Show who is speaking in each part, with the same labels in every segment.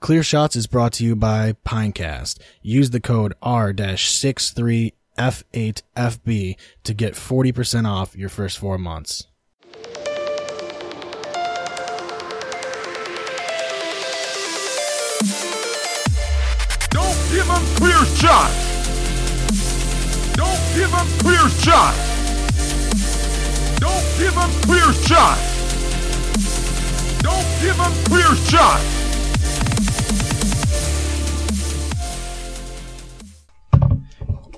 Speaker 1: Clear Shots is brought to you by Pinecast. Use the code R-63F8FB to get 40% off your first four months.
Speaker 2: Don't give him clear shot. Don't give him clear shot. Don't give him clear shot. Don't give him clear shot.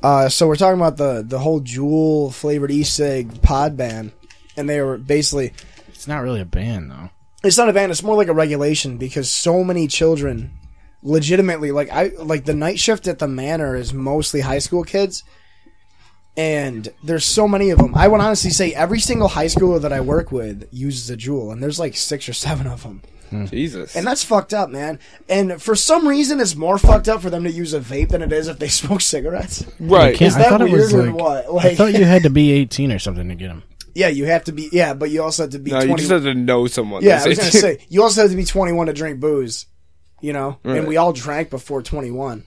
Speaker 3: Uh, so we're talking about the the whole jewel flavored Easter egg pod ban, and they were basically
Speaker 1: It's not really a ban though.
Speaker 3: it's not a ban, it's more like a regulation because so many children legitimately like I like the night shift at the manor is mostly high school kids and there's so many of them. I would honestly say every single high schooler that I work with uses a jewel and there's like 6 or 7 of them.
Speaker 4: Jesus.
Speaker 3: And that's fucked up, man. And for some reason it's more fucked up for them to use a vape than it is if they smoke cigarettes.
Speaker 4: right.
Speaker 1: Can't-
Speaker 3: Is that
Speaker 1: I thought it was
Speaker 3: weird or
Speaker 1: like,
Speaker 3: what?
Speaker 1: I
Speaker 3: Like-
Speaker 1: thought you had to be 18 or something to get them.
Speaker 3: Yeah, you have to be. Yeah, but you also have to be.
Speaker 4: No,
Speaker 3: 20,
Speaker 4: you just have to know someone.
Speaker 3: yeah,
Speaker 4: That's
Speaker 3: I was gonna
Speaker 4: it.
Speaker 3: say you also have to be 21 to drink booze. You know,
Speaker 4: Right.
Speaker 3: and we all drank before 21.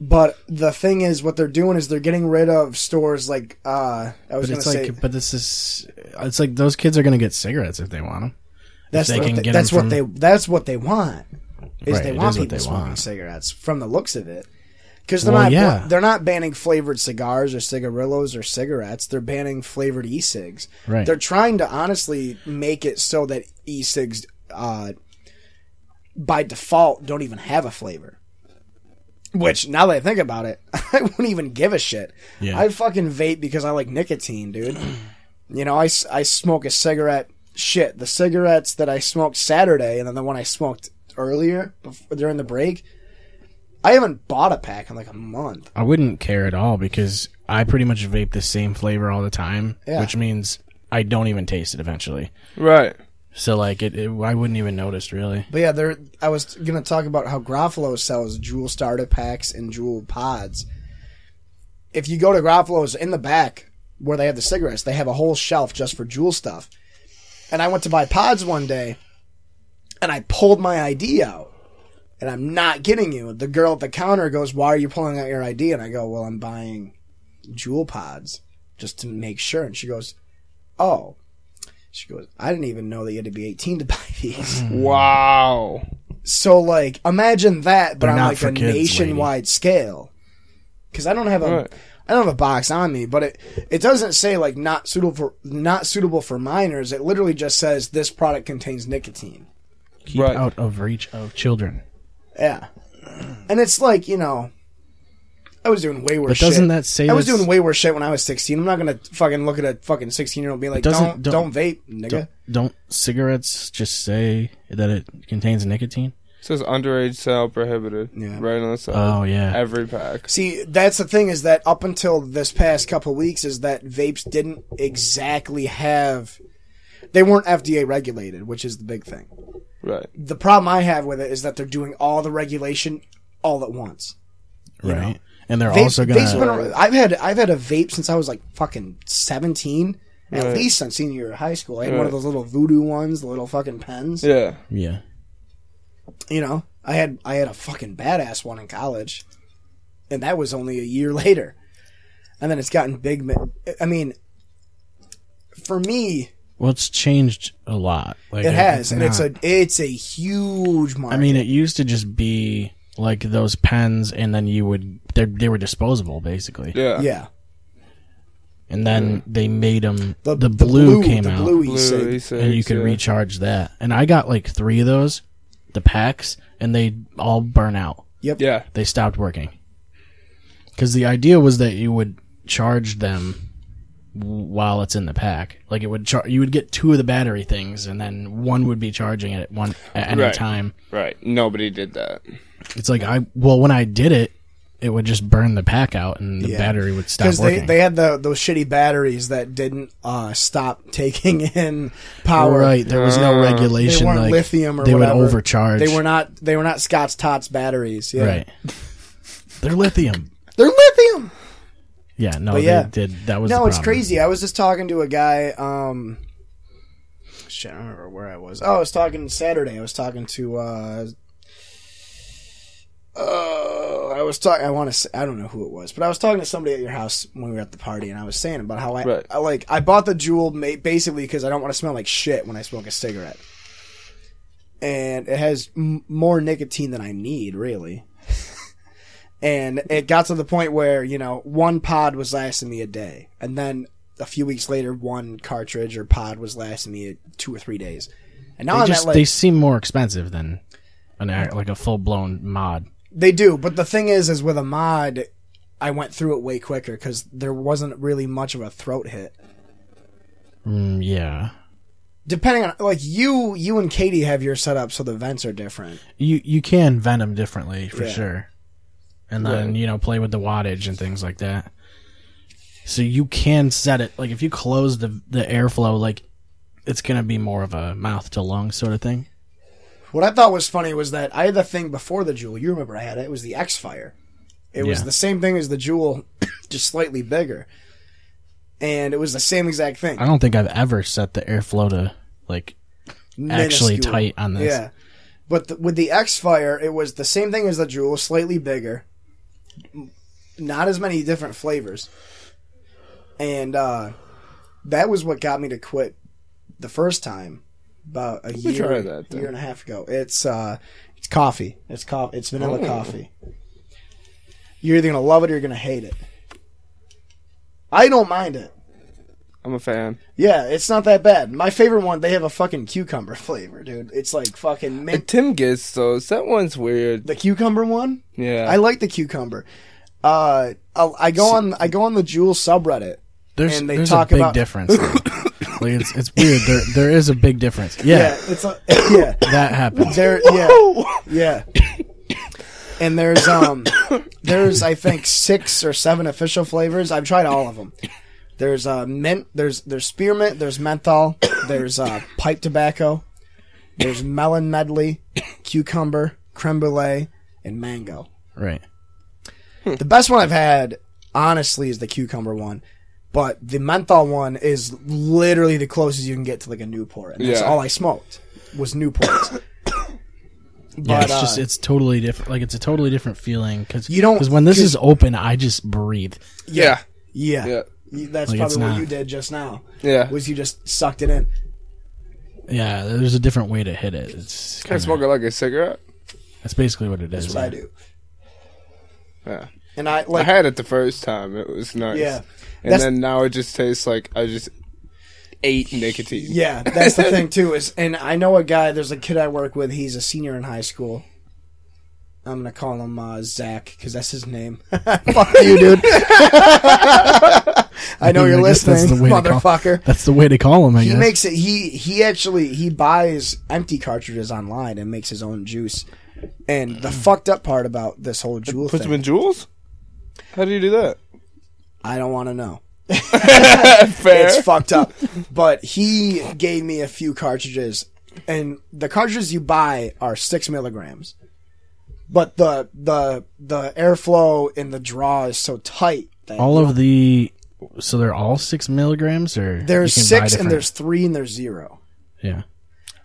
Speaker 3: But the thing is, what they're doing is they're getting rid of stores like uh, I was
Speaker 1: But
Speaker 3: gonna
Speaker 1: it's
Speaker 3: say
Speaker 1: like, but this is, it's like those kids are gonna get cigarettes if they want them.
Speaker 3: that's
Speaker 1: they
Speaker 3: what
Speaker 1: can
Speaker 3: they,
Speaker 1: get 'em
Speaker 3: that's what
Speaker 1: from-
Speaker 3: they that's what they want is
Speaker 1: Right,
Speaker 3: they
Speaker 1: it
Speaker 3: want
Speaker 1: is what
Speaker 3: people
Speaker 1: they
Speaker 3: smoking
Speaker 1: want.
Speaker 3: cigarettes from the looks of it because they're
Speaker 1: Well,
Speaker 3: not
Speaker 1: yeah.
Speaker 3: they're not banning flavored cigars or cigarillos or cigarettes they're banning flavored e-cigs
Speaker 1: Right.
Speaker 3: they're trying to honestly make it so that e-cigs uh, by default don't even have a flavor which now that I think about it, I wouldn't even give a shit.
Speaker 1: Yeah.
Speaker 3: I fucking vape because I like nicotine, dude. you know, I, s- I smoke a cigarette. Shit, the cigarettes that I smoked Saturday and then the one I smoked earlier before, during the break, I haven't bought a pack in like a month.
Speaker 1: I wouldn't care at all because I pretty much vape the same flavor all the time,
Speaker 3: Yeah.
Speaker 1: which means I don't even taste it eventually.
Speaker 4: Right.
Speaker 1: So like, it, it I wouldn't even notice really.
Speaker 3: But yeah, there. I was gonna talk about how Groffalo sells Jewel starter packs and Jewel pods. If you go to Groffalo's in the back where they have the cigarettes, they have a whole shelf just for Jewel stuff. And I went to buy pods one day, and I pulled my ID out. And I'm not getting you. The girl at the counter goes, "Why are you pulling out your ID?" And I go, "Well, I'm buying Jewel pods just to make sure." And she goes, "Oh." She goes, "I didn't even know that you had to be 18 to buy these."
Speaker 4: Wow.
Speaker 3: So like, imagine that, but
Speaker 1: They're
Speaker 3: on
Speaker 1: not
Speaker 3: like
Speaker 1: for
Speaker 3: a
Speaker 1: kids,
Speaker 3: nationwide scale. Because I don't have a,
Speaker 4: Right.
Speaker 3: I don't have a box on me, but it it doesn't say like not suitable for not suitable for minors. It literally just says this product contains nicotine.
Speaker 1: Keep
Speaker 4: Right.
Speaker 1: out of reach of children.
Speaker 3: Yeah, and it's like you know, I was doing way worse.
Speaker 1: But doesn't
Speaker 3: shit.
Speaker 1: that say
Speaker 3: I was
Speaker 1: that's-
Speaker 3: doing way worse shit when I was sixteen? I'm not gonna fucking look at a fucking sixteen year old and be like,
Speaker 1: doesn't-
Speaker 3: don't,
Speaker 1: don't-
Speaker 3: don't vape, nigga.
Speaker 1: Don't, don't cigarettes just say that it contains nicotine?
Speaker 4: It says underage sale prohibited.
Speaker 3: Yeah.
Speaker 4: Right on the side.
Speaker 1: Oh yeah,
Speaker 4: Every pack.
Speaker 3: See, that's the thing is that up until this past couple weeks is that vapes didn't exactly have they weren't FDA regulated, which is the big thing.
Speaker 4: Right.
Speaker 3: The problem I have with it is that they're doing all the regulation all at once.
Speaker 1: right. And they're
Speaker 3: Vape,
Speaker 1: also
Speaker 3: vape's
Speaker 1: gonna.
Speaker 3: been ar- I've had I've had a vape since I was like fucking 17. At
Speaker 4: Right.
Speaker 3: least since senior year of high school. I had one
Speaker 4: Right.
Speaker 3: of those little voodoo ones, the little fucking pens.
Speaker 4: Yeah.
Speaker 1: yeah,
Speaker 3: You know, I had I had a fucking badass one in college, and that was only a year later. And then it's gotten big. ma- I mean, for me,
Speaker 1: well, it's changed a lot. Like
Speaker 3: it has, and it's
Speaker 1: not-
Speaker 3: a it's a huge market.
Speaker 1: I mean, it used to just be like those pens, and then you would they they were disposable basically,
Speaker 4: Yeah.
Speaker 3: yeah,
Speaker 1: and then they made them. The,
Speaker 3: the
Speaker 1: blue, came
Speaker 3: the
Speaker 1: out,
Speaker 3: blue
Speaker 4: Blue,
Speaker 3: e-cig.
Speaker 4: E6,
Speaker 1: and you could
Speaker 4: yeah.
Speaker 1: recharge that. And I got like three of those, the packs, and they all burn out.
Speaker 3: Yep.
Speaker 4: Yeah.
Speaker 1: They stopped working because the idea was that you would charge them w- while it's in the pack. Like it would char- you would get two of the battery things, and then one would be charging it at one at any
Speaker 4: Right.
Speaker 1: time.
Speaker 4: Right. Nobody did that.
Speaker 1: It's like I well when I did it, it would just burn the pack out and the
Speaker 3: Yeah.
Speaker 1: battery would stop
Speaker 3: Because they,
Speaker 1: working.
Speaker 3: they had the those shitty batteries that didn't uh, stop taking in power.
Speaker 1: right, there was no regulation.
Speaker 3: They weren't
Speaker 1: like,
Speaker 3: lithium or
Speaker 1: they
Speaker 3: whatever.
Speaker 1: would overcharge.
Speaker 3: They were not. They were not Scott's Tots batteries. Yeah.
Speaker 1: right. They're lithium.
Speaker 3: They're lithium.
Speaker 1: Yeah, no,
Speaker 3: But yeah.
Speaker 1: they did. That was
Speaker 3: no,
Speaker 1: the
Speaker 3: it's
Speaker 1: problem.
Speaker 3: crazy. I was just talking to a guy. Um, shit, I don't remember where I was. Oh, I was talking Saturday. I was talking to uh, was talking. oh, I want to. I don't know who it was, but I was talking to somebody at your house when we were at the party, and I was saying about how I,
Speaker 4: Right.
Speaker 3: I like I bought the Jewel ma- basically because I don't want to smell like shit when I smoke a cigarette, and it has m- more nicotine than I need, really. and it got to the point where you know one pod was lasting me a day, and then a few weeks later, one cartridge or pod was lasting me two or three days, and now
Speaker 1: They
Speaker 3: I'm
Speaker 1: just
Speaker 3: at Oh, like
Speaker 1: they seem more expensive than an act- like a full blown mod.
Speaker 3: They do, but the thing is, is with a mod, I went through it way quicker because there wasn't really much of a throat hit.
Speaker 1: Mm, yeah,
Speaker 3: Depending on like you, you and Katie have your setup, so the vents are different.
Speaker 1: you you can vent them differently for
Speaker 3: Yeah.
Speaker 1: sure, and then
Speaker 4: Right.
Speaker 1: you know play with the wattage and things like that. So you can set it like if you close the the airflow, like it's gonna be more of a mouth to lung sort of thing.
Speaker 3: What I thought was funny was that I had the thing before the Jewel. You remember I had it. It was the X Fire. It was
Speaker 1: Yeah.
Speaker 3: the same thing as the Jewel, just slightly bigger, and it was the same exact thing.
Speaker 1: I don't think I've ever set the airflow to like actually
Speaker 3: Minuscule.
Speaker 1: tight on this.
Speaker 3: Yeah. But the, with the X Fire, it was the same thing as the Jewel, slightly bigger, M- not as many different flavors. And uh, that was what got me to quit the first time about a
Speaker 4: me try
Speaker 3: year,
Speaker 4: that, then.
Speaker 3: year and a half ago. It's uh, it's coffee. It's coffee. It's vanilla
Speaker 4: Oh.
Speaker 3: coffee. You're either gonna love it or you're gonna hate it. I don't mind it.
Speaker 4: I'm a fan.
Speaker 3: Yeah, it's not that bad. My favorite one, they have a fucking cucumber flavor, dude. It's like fucking mint
Speaker 4: And Tim gets those. That one's weird.
Speaker 3: The cucumber one?
Speaker 4: Yeah.
Speaker 3: I like the cucumber. Uh, I'll, I go on I go on the Jewel subreddit.
Speaker 1: There's,
Speaker 3: And they
Speaker 1: there's
Speaker 3: talk
Speaker 1: a big
Speaker 3: about-
Speaker 1: difference. though. like it's, it's weird. There there is a big difference.
Speaker 3: Yeah,
Speaker 1: Yeah,
Speaker 3: it's a, yeah.
Speaker 1: that happens.
Speaker 3: There yeah. Yeah. And there's um there's I think 6 or 7 official flavors. I've tried all of them. There's uh mint, there's there's spearmint, there's menthol, there's uh pipe tobacco, there's melon medley, cucumber, creme brulee, and mango.
Speaker 1: Right.
Speaker 3: The best one I've had, honestly, is the cucumber one. But the menthol one is literally the closest you can get to like a Newport, and that's
Speaker 4: Yeah.
Speaker 3: all I smoked was Newports. but
Speaker 1: Yeah, it's
Speaker 3: uh,
Speaker 1: just it's totally different. Like it's a totally different feeling because
Speaker 3: You don't-
Speaker 1: when this
Speaker 3: 'cause-
Speaker 1: is open, I just breathe.
Speaker 4: yeah.
Speaker 3: yeah,
Speaker 4: Yeah.
Speaker 3: You- that's
Speaker 1: Like, it's
Speaker 3: probably what
Speaker 1: not-
Speaker 3: you did just now.
Speaker 4: Yeah.
Speaker 3: was you just sucked it in?
Speaker 1: Yeah, there's a different way to hit it. It's
Speaker 4: Can I smoke it like a cigarette?
Speaker 1: that's basically what it is.
Speaker 3: That's what I
Speaker 1: yeah.
Speaker 3: do.
Speaker 4: Yeah.
Speaker 3: And I
Speaker 4: I
Speaker 3: like
Speaker 4: had it the first time. It was nice.
Speaker 3: Yeah.
Speaker 4: And
Speaker 3: That's-
Speaker 4: then now it just tastes like I just ate nicotine.
Speaker 3: Yeah, that's the thing too. Is and I know a guy. There's a kid I work with. He's a senior in high school. I'm gonna call him uh, Zach because that's his name. Fuck you, dude. I know you're
Speaker 1: I guess that's
Speaker 3: listening,
Speaker 1: the way to call-
Speaker 3: motherfucker.
Speaker 1: That's the way to call him. I
Speaker 3: He
Speaker 1: guess.
Speaker 3: makes it. He he actually he buys empty cartridges online and makes his own juice. And
Speaker 1: Mm.
Speaker 3: the fucked up part about this whole jewel
Speaker 4: Put
Speaker 3: thing,
Speaker 4: them in jewels? How do you do that?
Speaker 3: I don't want to know.
Speaker 4: Fair.
Speaker 3: it's fucked up. But he gave me a few cartridges, and the cartridges you buy are six milligrams. But the the the airflow in the draw is so tight that
Speaker 1: all of the so they're all six milligrams or
Speaker 3: there's
Speaker 1: you can buy
Speaker 3: six and
Speaker 1: different-
Speaker 3: there's three and there's zero.
Speaker 1: yeah.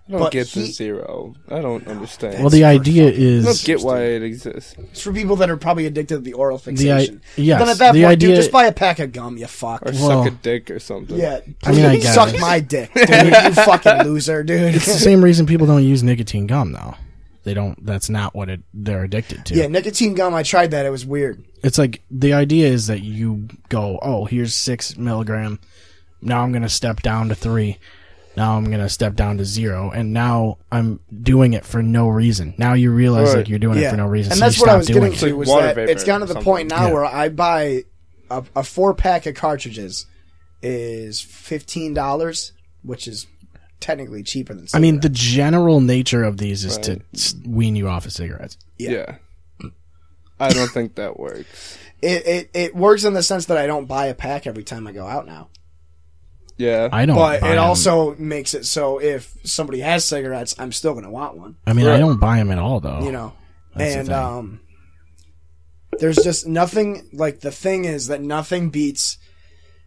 Speaker 4: I don't
Speaker 3: but
Speaker 4: get the
Speaker 3: he-
Speaker 4: zero. I don't understand.
Speaker 1: Well, the
Speaker 3: super
Speaker 1: idea
Speaker 4: I
Speaker 1: is
Speaker 4: don't get why it exists.
Speaker 3: It's for people that are probably addicted to the oral
Speaker 1: i-
Speaker 3: fixation.
Speaker 1: yes,
Speaker 3: then at that
Speaker 1: the
Speaker 3: point, dude,
Speaker 1: idea-
Speaker 3: just buy a pack of gum, you fuck.
Speaker 4: Or
Speaker 1: Well-
Speaker 4: suck a dick or something.
Speaker 3: Yeah,
Speaker 1: I mean, I guess.
Speaker 3: suck my dick, dude, you fucking loser, dude.
Speaker 1: it's the same reason people don't use nicotine gum though. They don't. That's not what it, they're addicted to.
Speaker 3: yeah, nicotine gum. I tried that; it was weird.
Speaker 1: it's like the idea is that you go, oh, here's six milligram. Now I'm gonna step down to three. Now I'm gonna step down to zero, and now I'm doing it for no reason. Now you realize
Speaker 4: Right.
Speaker 1: like you're doing it
Speaker 3: Yeah.
Speaker 1: for no reason,
Speaker 3: And
Speaker 1: so
Speaker 3: that's
Speaker 1: you
Speaker 3: what
Speaker 1: stop
Speaker 3: I was
Speaker 1: doing
Speaker 3: getting
Speaker 1: it.
Speaker 4: it.
Speaker 3: to was
Speaker 4: Like water
Speaker 3: that
Speaker 4: vapor
Speaker 3: it's gotten to the
Speaker 4: or
Speaker 3: point now
Speaker 1: Yeah.
Speaker 3: where I buy a, a four pack of cartridges is fifteen dollars, which is technically cheaper than.
Speaker 1: I mean, the
Speaker 3: cigarette.
Speaker 1: general nature of these is to s- wean you off of cigarettes.
Speaker 3: Yeah.
Speaker 4: Yeah. I don't think that works.
Speaker 3: it, it it works in the sense that I don't buy a pack every time I go out now,
Speaker 4: Yeah.
Speaker 1: I don't.
Speaker 3: but
Speaker 1: buy
Speaker 3: it
Speaker 1: 'em.
Speaker 3: also makes it so if somebody has cigarettes, I'm still gonna want one,
Speaker 1: I mean, I
Speaker 4: Right.
Speaker 1: don't buy them at all, though.
Speaker 3: you know.
Speaker 1: Oh, that's the
Speaker 3: and
Speaker 1: thing.
Speaker 3: um, there's just nothing like the thing is that nothing beats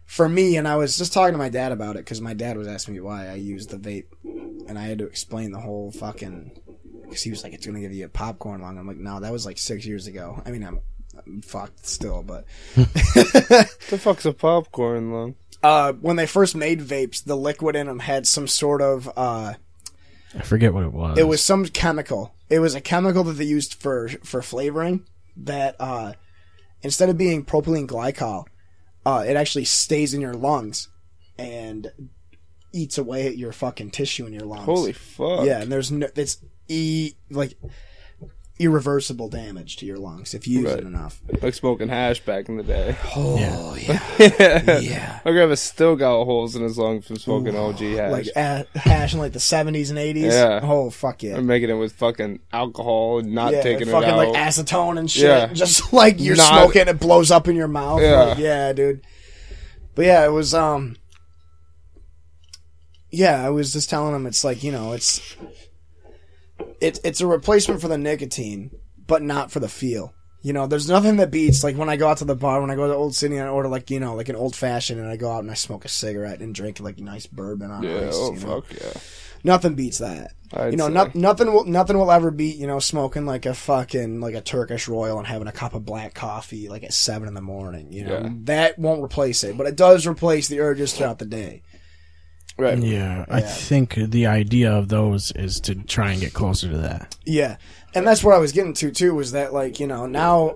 Speaker 3: for me. And I was just talking to my dad about it because my dad was asking me why I used the vape, and I had to explain the whole fucking because he was like, "It's gonna give you a popcorn lung." I'm like, "No, that was like six years ago." I mean, I'm fucked still, but
Speaker 4: the fuck's a popcorn lung?
Speaker 3: uh, when they first made vapes, the liquid in them had some sort of uh,
Speaker 1: I forget what it was.
Speaker 3: it was some chemical. It was a chemical that they used for for flavoring that uh, instead of being propylene glycol, uh, it actually stays in your lungs and eats away at your fucking tissue in your lungs.
Speaker 4: Holy fuck!
Speaker 3: yeah, and there's no it's e like irreversible damage to your lungs if you use
Speaker 4: Right.
Speaker 3: it enough.
Speaker 4: like smoking hash back in the day.
Speaker 3: Oh yeah,
Speaker 4: yeah.
Speaker 3: yeah.
Speaker 4: My grandpa still got holes in his lung from smoking OG hash.
Speaker 3: Like a- hash in like the seventies and eighties.
Speaker 4: Yeah.
Speaker 3: Oh fuck yeah.
Speaker 4: I'm making it with fucking alcohol and not
Speaker 3: yeah,
Speaker 4: taking it
Speaker 3: fucking
Speaker 4: out.
Speaker 3: like acetone and shit.
Speaker 4: Yeah.
Speaker 3: Just like you're
Speaker 4: Not-
Speaker 3: smoking, it blows up in your mouth.
Speaker 4: Yeah.
Speaker 3: Like, yeah, dude. But yeah, it was um Yeah, I was just telling him it's like, you know, it's it, it's a replacement for the nicotine, but not for the feel. You know, there's nothing that beats like when I go out to the bar, when I go to Old City and I order like, you know, like an old fashioned and I go out and I smoke a cigarette and drink like nice bourbon on
Speaker 4: yeah,
Speaker 3: ice.
Speaker 4: oh
Speaker 3: you know?
Speaker 4: fuck yeah.
Speaker 3: Nothing beats that.
Speaker 4: I'd
Speaker 3: you know,
Speaker 4: say.
Speaker 3: no, nothing will nothing will ever beat you know smoking like a fucking like a Turkish royal and having a cup of black coffee like at seven in the morning. You know
Speaker 4: Yeah.
Speaker 3: that won't replace it, but it does replace the urges throughout the day.
Speaker 4: Right.
Speaker 1: Yeah, I think the idea of those is to try and get closer to that.
Speaker 3: Yeah, and that's what I was getting to too was that like you know now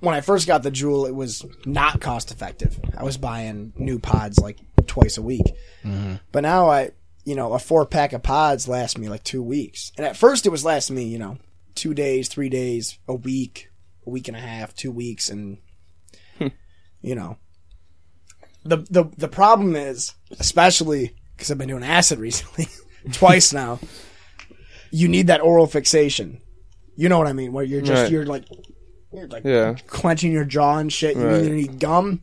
Speaker 3: when I first got the Juul, it was not cost effective. I was buying new pods like twice a week, but now I you know a four pack of pods lasts me like two weeks, and at first it was lasting me you know two days, three days, a week, a week and a half, two weeks, and
Speaker 4: Hmm.
Speaker 3: you know the the the problem is especially because I've been doing acid recently twice now. You need that oral fixation. You know what I mean? Where you're just
Speaker 4: Right.
Speaker 3: you're like you're like
Speaker 4: Yeah.
Speaker 3: clenching your jaw and shit. You
Speaker 4: Right.
Speaker 3: either need gum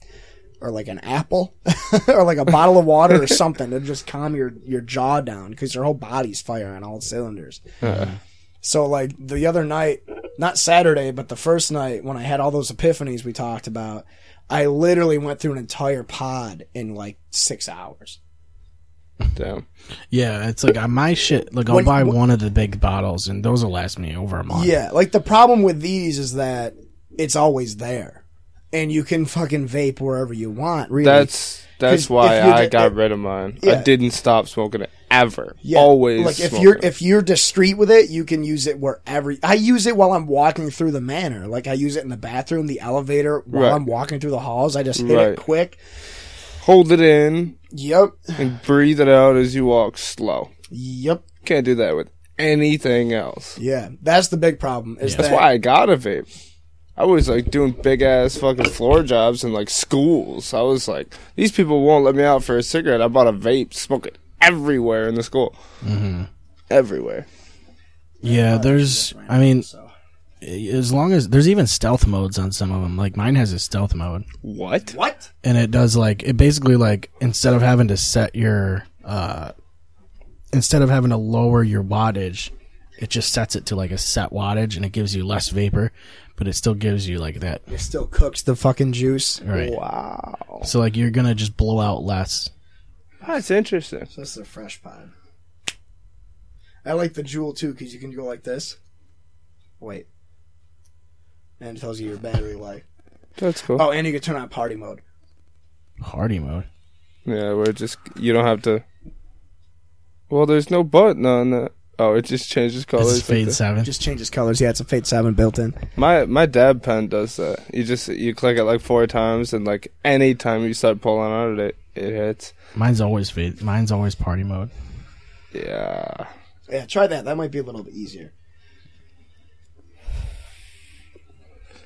Speaker 3: or like an apple or like a bottle of water or something to just calm your, your jaw down because your whole body's firing all cylinders.
Speaker 4: Uh-huh.
Speaker 3: So like the other night, not Saturday, but the first night when I had all those epiphanies we talked about, I literally went through an entire pod in like six hours.
Speaker 4: Damn.
Speaker 1: Yeah, it's like uh, my shit. Like I'll
Speaker 3: When-
Speaker 1: buy
Speaker 3: wh-
Speaker 1: one of the big bottles, and those will last me over a month.
Speaker 3: Yeah, like the problem with these is that it's always there, and you can fucking vape wherever you want. Really,
Speaker 4: That's
Speaker 3: 'Cause
Speaker 4: that's why
Speaker 3: if you
Speaker 4: I
Speaker 3: did-
Speaker 4: got
Speaker 3: if-
Speaker 4: rid of mine.
Speaker 3: Yeah.
Speaker 4: I didn't stop smoking it ever.
Speaker 3: Yeah,
Speaker 4: Always.
Speaker 3: like if
Speaker 4: smoking
Speaker 3: you're
Speaker 4: it.
Speaker 3: if you're discreet with it, you can use it wherever. I use it while I'm walking through the manor. Like I use it in the bathroom, the elevator, while
Speaker 4: Right.
Speaker 3: I'm walking through the halls. I just hit it
Speaker 4: Right.
Speaker 3: quick.
Speaker 4: hold it in
Speaker 3: Yep,
Speaker 4: and breathe it out as you walk slow.
Speaker 3: yep,
Speaker 4: Can't do that with anything else.
Speaker 3: yeah. That's the big problem. Is
Speaker 1: Yeah.
Speaker 3: that
Speaker 4: That's why I got a vape. I was like doing big ass fucking floor jobs in like schools. I was like, these people won't let me out for a cigarette. I bought a vape, smoke it everywhere in the school. Mm-hmm. Everywhere.
Speaker 1: yeah. There's, I mean, as long as there's even stealth modes on some of them. Like mine has a stealth mode,
Speaker 4: What?
Speaker 3: what?
Speaker 1: and it does like it basically like instead of having to set your, uh instead of having to lower your wattage, it just sets it to like a set wattage, and it gives you less vapor, but it still gives you like that.
Speaker 3: It still cooks the fucking juice.
Speaker 1: Right.
Speaker 4: Wow.
Speaker 1: So like you're gonna just blow out less.
Speaker 4: That's Oh, interesting.
Speaker 3: So this is a fresh pod. I like the jewel too because you can go like this. Wait. And it tells you your battery life.
Speaker 4: That's cool.
Speaker 3: Oh, and you can turn on party mode.
Speaker 1: Hardy mode.
Speaker 4: Yeah, where it just you don't have to. Well, there's no button on that. Oh, it just changes
Speaker 1: This
Speaker 4: colors.
Speaker 1: is fade
Speaker 4: like that.
Speaker 1: seven.
Speaker 3: Just changes colors. Yeah, it's a Fate 7 built in.
Speaker 4: My my dab pen does that. You just you click it like four times, and like any time you start pulling on it, it, it hits.
Speaker 1: Mine's always fade. Mine's always party mode.
Speaker 4: Yeah.
Speaker 3: Yeah, try that. That might be a little bit easier.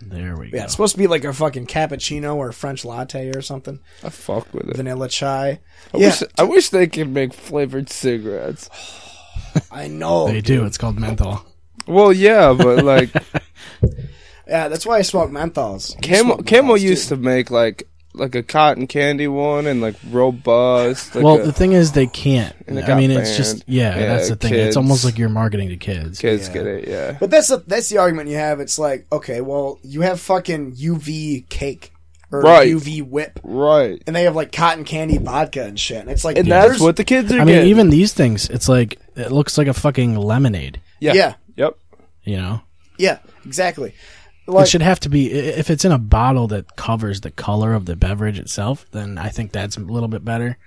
Speaker 1: There we
Speaker 3: Yeah,
Speaker 1: go.
Speaker 3: it's supposed to be like a fucking cappuccino or French latte or something.
Speaker 4: I fuck with it.
Speaker 3: Vanilla chai.
Speaker 4: I,
Speaker 3: yeah,
Speaker 4: wish, I wish they could make flavored cigarettes.
Speaker 3: I know.
Speaker 1: They do. It's called menthol.
Speaker 4: Well, yeah, but like
Speaker 3: Yeah, that's why I smoke menthols.
Speaker 4: Camel
Speaker 3: Smoke
Speaker 4: Camel
Speaker 3: menthols, too.
Speaker 4: used to make like like a cotton candy one and like robust. Like
Speaker 1: well,
Speaker 4: a-
Speaker 1: the thing is, they can't.
Speaker 4: And it
Speaker 1: I
Speaker 4: got
Speaker 1: mean, it's just
Speaker 4: banned.
Speaker 1: yeah,
Speaker 4: Yeah,
Speaker 1: That's the thing.
Speaker 4: kids.
Speaker 1: It's almost like you're marketing to kids.
Speaker 4: kids
Speaker 3: yeah.
Speaker 4: get it. Yeah.
Speaker 3: But that's the, that's the argument you have. It's like, okay, well, you have fucking UV cake or
Speaker 4: Right.
Speaker 3: UV whip,
Speaker 4: Right.
Speaker 3: and they have like cotton candy vodka and shit. And it's like,
Speaker 4: And
Speaker 3: there's-
Speaker 4: that's what the kids are
Speaker 1: I mean,
Speaker 4: getting.
Speaker 1: even these things, it's like it looks like a fucking lemonade.
Speaker 4: yeah.
Speaker 3: Yeah.
Speaker 4: Yep.
Speaker 1: You know,
Speaker 3: yeah, exactly.
Speaker 1: it
Speaker 3: like
Speaker 1: should have to be i- if it's in a bottle that covers the color of the beverage itself. Then I think that's a little bit better.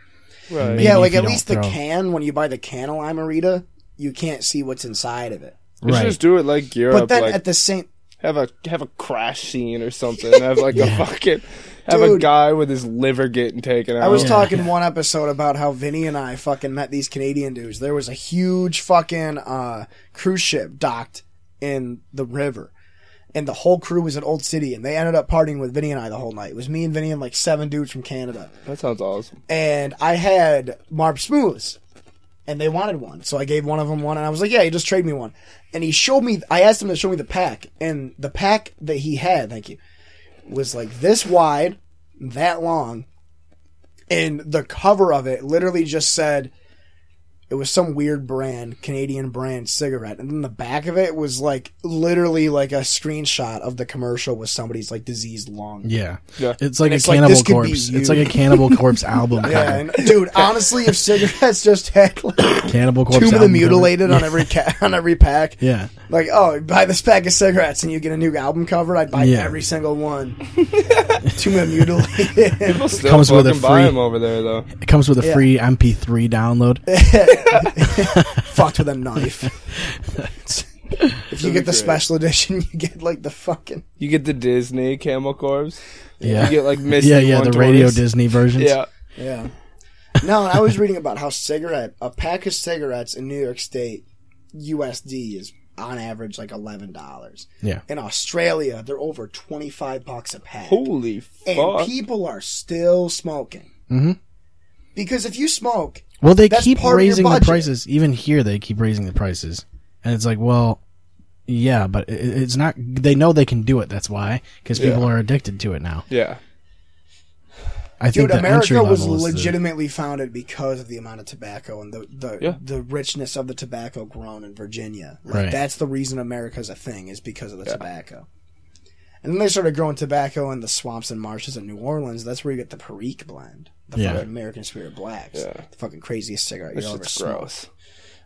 Speaker 4: Right.
Speaker 1: Maybe
Speaker 3: yeah,
Speaker 1: if
Speaker 3: like
Speaker 1: you
Speaker 3: at
Speaker 1: don't
Speaker 3: least the
Speaker 1: throw-
Speaker 3: can when you buy the can of Limerita, you can't see what's inside of it.
Speaker 4: You should
Speaker 1: Right.
Speaker 4: just do it like Europe.
Speaker 3: But then
Speaker 4: like
Speaker 3: at the same
Speaker 4: have a have a crash scene or something. have like a fucking have a
Speaker 3: Dude.
Speaker 4: guy with his liver getting taken out.
Speaker 3: I was
Speaker 1: Yeah.
Speaker 3: talking one episode about how Vinny and I fucking met these Canadian dudes. There was a huge fucking uh, cruise ship docked in the river. And the whole crew was in Old City, and they ended up partying with Vinny and I the whole night. It was me and Vinny and like seven dudes from Canada.
Speaker 4: that sounds awesome.
Speaker 3: And I had Marb Smooths, and they wanted one. So I gave one of them one, and I was like, yeah, you just trade me one. And he showed me, I asked him to show me the pack, and the pack that he had, thank you, was like this wide, that long, and the cover of it literally just said it was some weird brand, Canadian brand cigarette, and then the back of it was like literally like a screenshot of the commercial with somebody's like diseased lung.
Speaker 1: Yeah.
Speaker 4: Yeah.
Speaker 1: It's like a
Speaker 3: it's like,
Speaker 1: Cannibal
Speaker 3: this could be
Speaker 1: Corpse.
Speaker 3: you.
Speaker 1: It's like a Cannibal Corpse album.
Speaker 3: Yeah,
Speaker 1: cover.
Speaker 3: and, dude. Honestly, if cigarettes just had like
Speaker 1: Cannibal Corpse.
Speaker 3: Tomb of the
Speaker 1: album cover.
Speaker 3: Mutilated on every ca- on every pack,
Speaker 1: Yeah.
Speaker 3: like oh, buy this pack of cigarettes and you get a new album cover, I'd buy
Speaker 1: Yeah.
Speaker 3: every single one. Tomb of the Mutilated.
Speaker 4: Still
Speaker 1: Comes with a
Speaker 4: fucking buy
Speaker 1: free-
Speaker 4: him over there though.
Speaker 1: It comes with a
Speaker 3: Yeah.
Speaker 1: free MP3 download.
Speaker 3: fucked with a knife. if you get the
Speaker 4: great.
Speaker 3: special edition, you get like the fucking
Speaker 4: You get the Disney Camel Corps.
Speaker 1: Yeah.
Speaker 4: You get like Misty
Speaker 1: yeah, yeah, the Radio
Speaker 4: 120s.
Speaker 1: Disney versions.
Speaker 4: Yeah.
Speaker 3: yeah. No, and I was reading about how cigarette a pack of cigarettes in New York State USD is on average like eleven dollars.
Speaker 1: Yeah.
Speaker 3: In Australia, they're over twenty five bucks a pack,
Speaker 4: Holy
Speaker 3: and
Speaker 4: fuck.
Speaker 3: people are still smoking.
Speaker 1: Mhm.
Speaker 3: Because if you smoke,
Speaker 1: Well, they
Speaker 3: That's
Speaker 1: keep
Speaker 3: part of your
Speaker 1: raising the
Speaker 3: budget.
Speaker 1: prices. Even here, they keep raising the prices, and it's like, well, yeah, but i- i- it's not. They know they can do it. That's why, because people are addicted to it now.
Speaker 4: yeah.
Speaker 1: I think
Speaker 3: Dude,
Speaker 1: the entry
Speaker 3: America
Speaker 1: level
Speaker 3: was
Speaker 1: is the-
Speaker 3: legitimately founded because of the amount of tobacco and the the,
Speaker 4: Yeah.
Speaker 3: the richness of the tobacco grown in Virginia. Like,
Speaker 1: Right.
Speaker 3: That's the reason America's a thing is because of the tobacco. And then they started growing tobacco in the swamps and marshes in New Orleans. That's where you get the Perique blend, the
Speaker 1: Yeah.
Speaker 3: fucking American Spirit Blacks,
Speaker 4: Yeah.
Speaker 3: the fucking craziest cigarette
Speaker 4: That
Speaker 3: you'll ever
Speaker 4: shit's
Speaker 3: smoke.
Speaker 4: gross.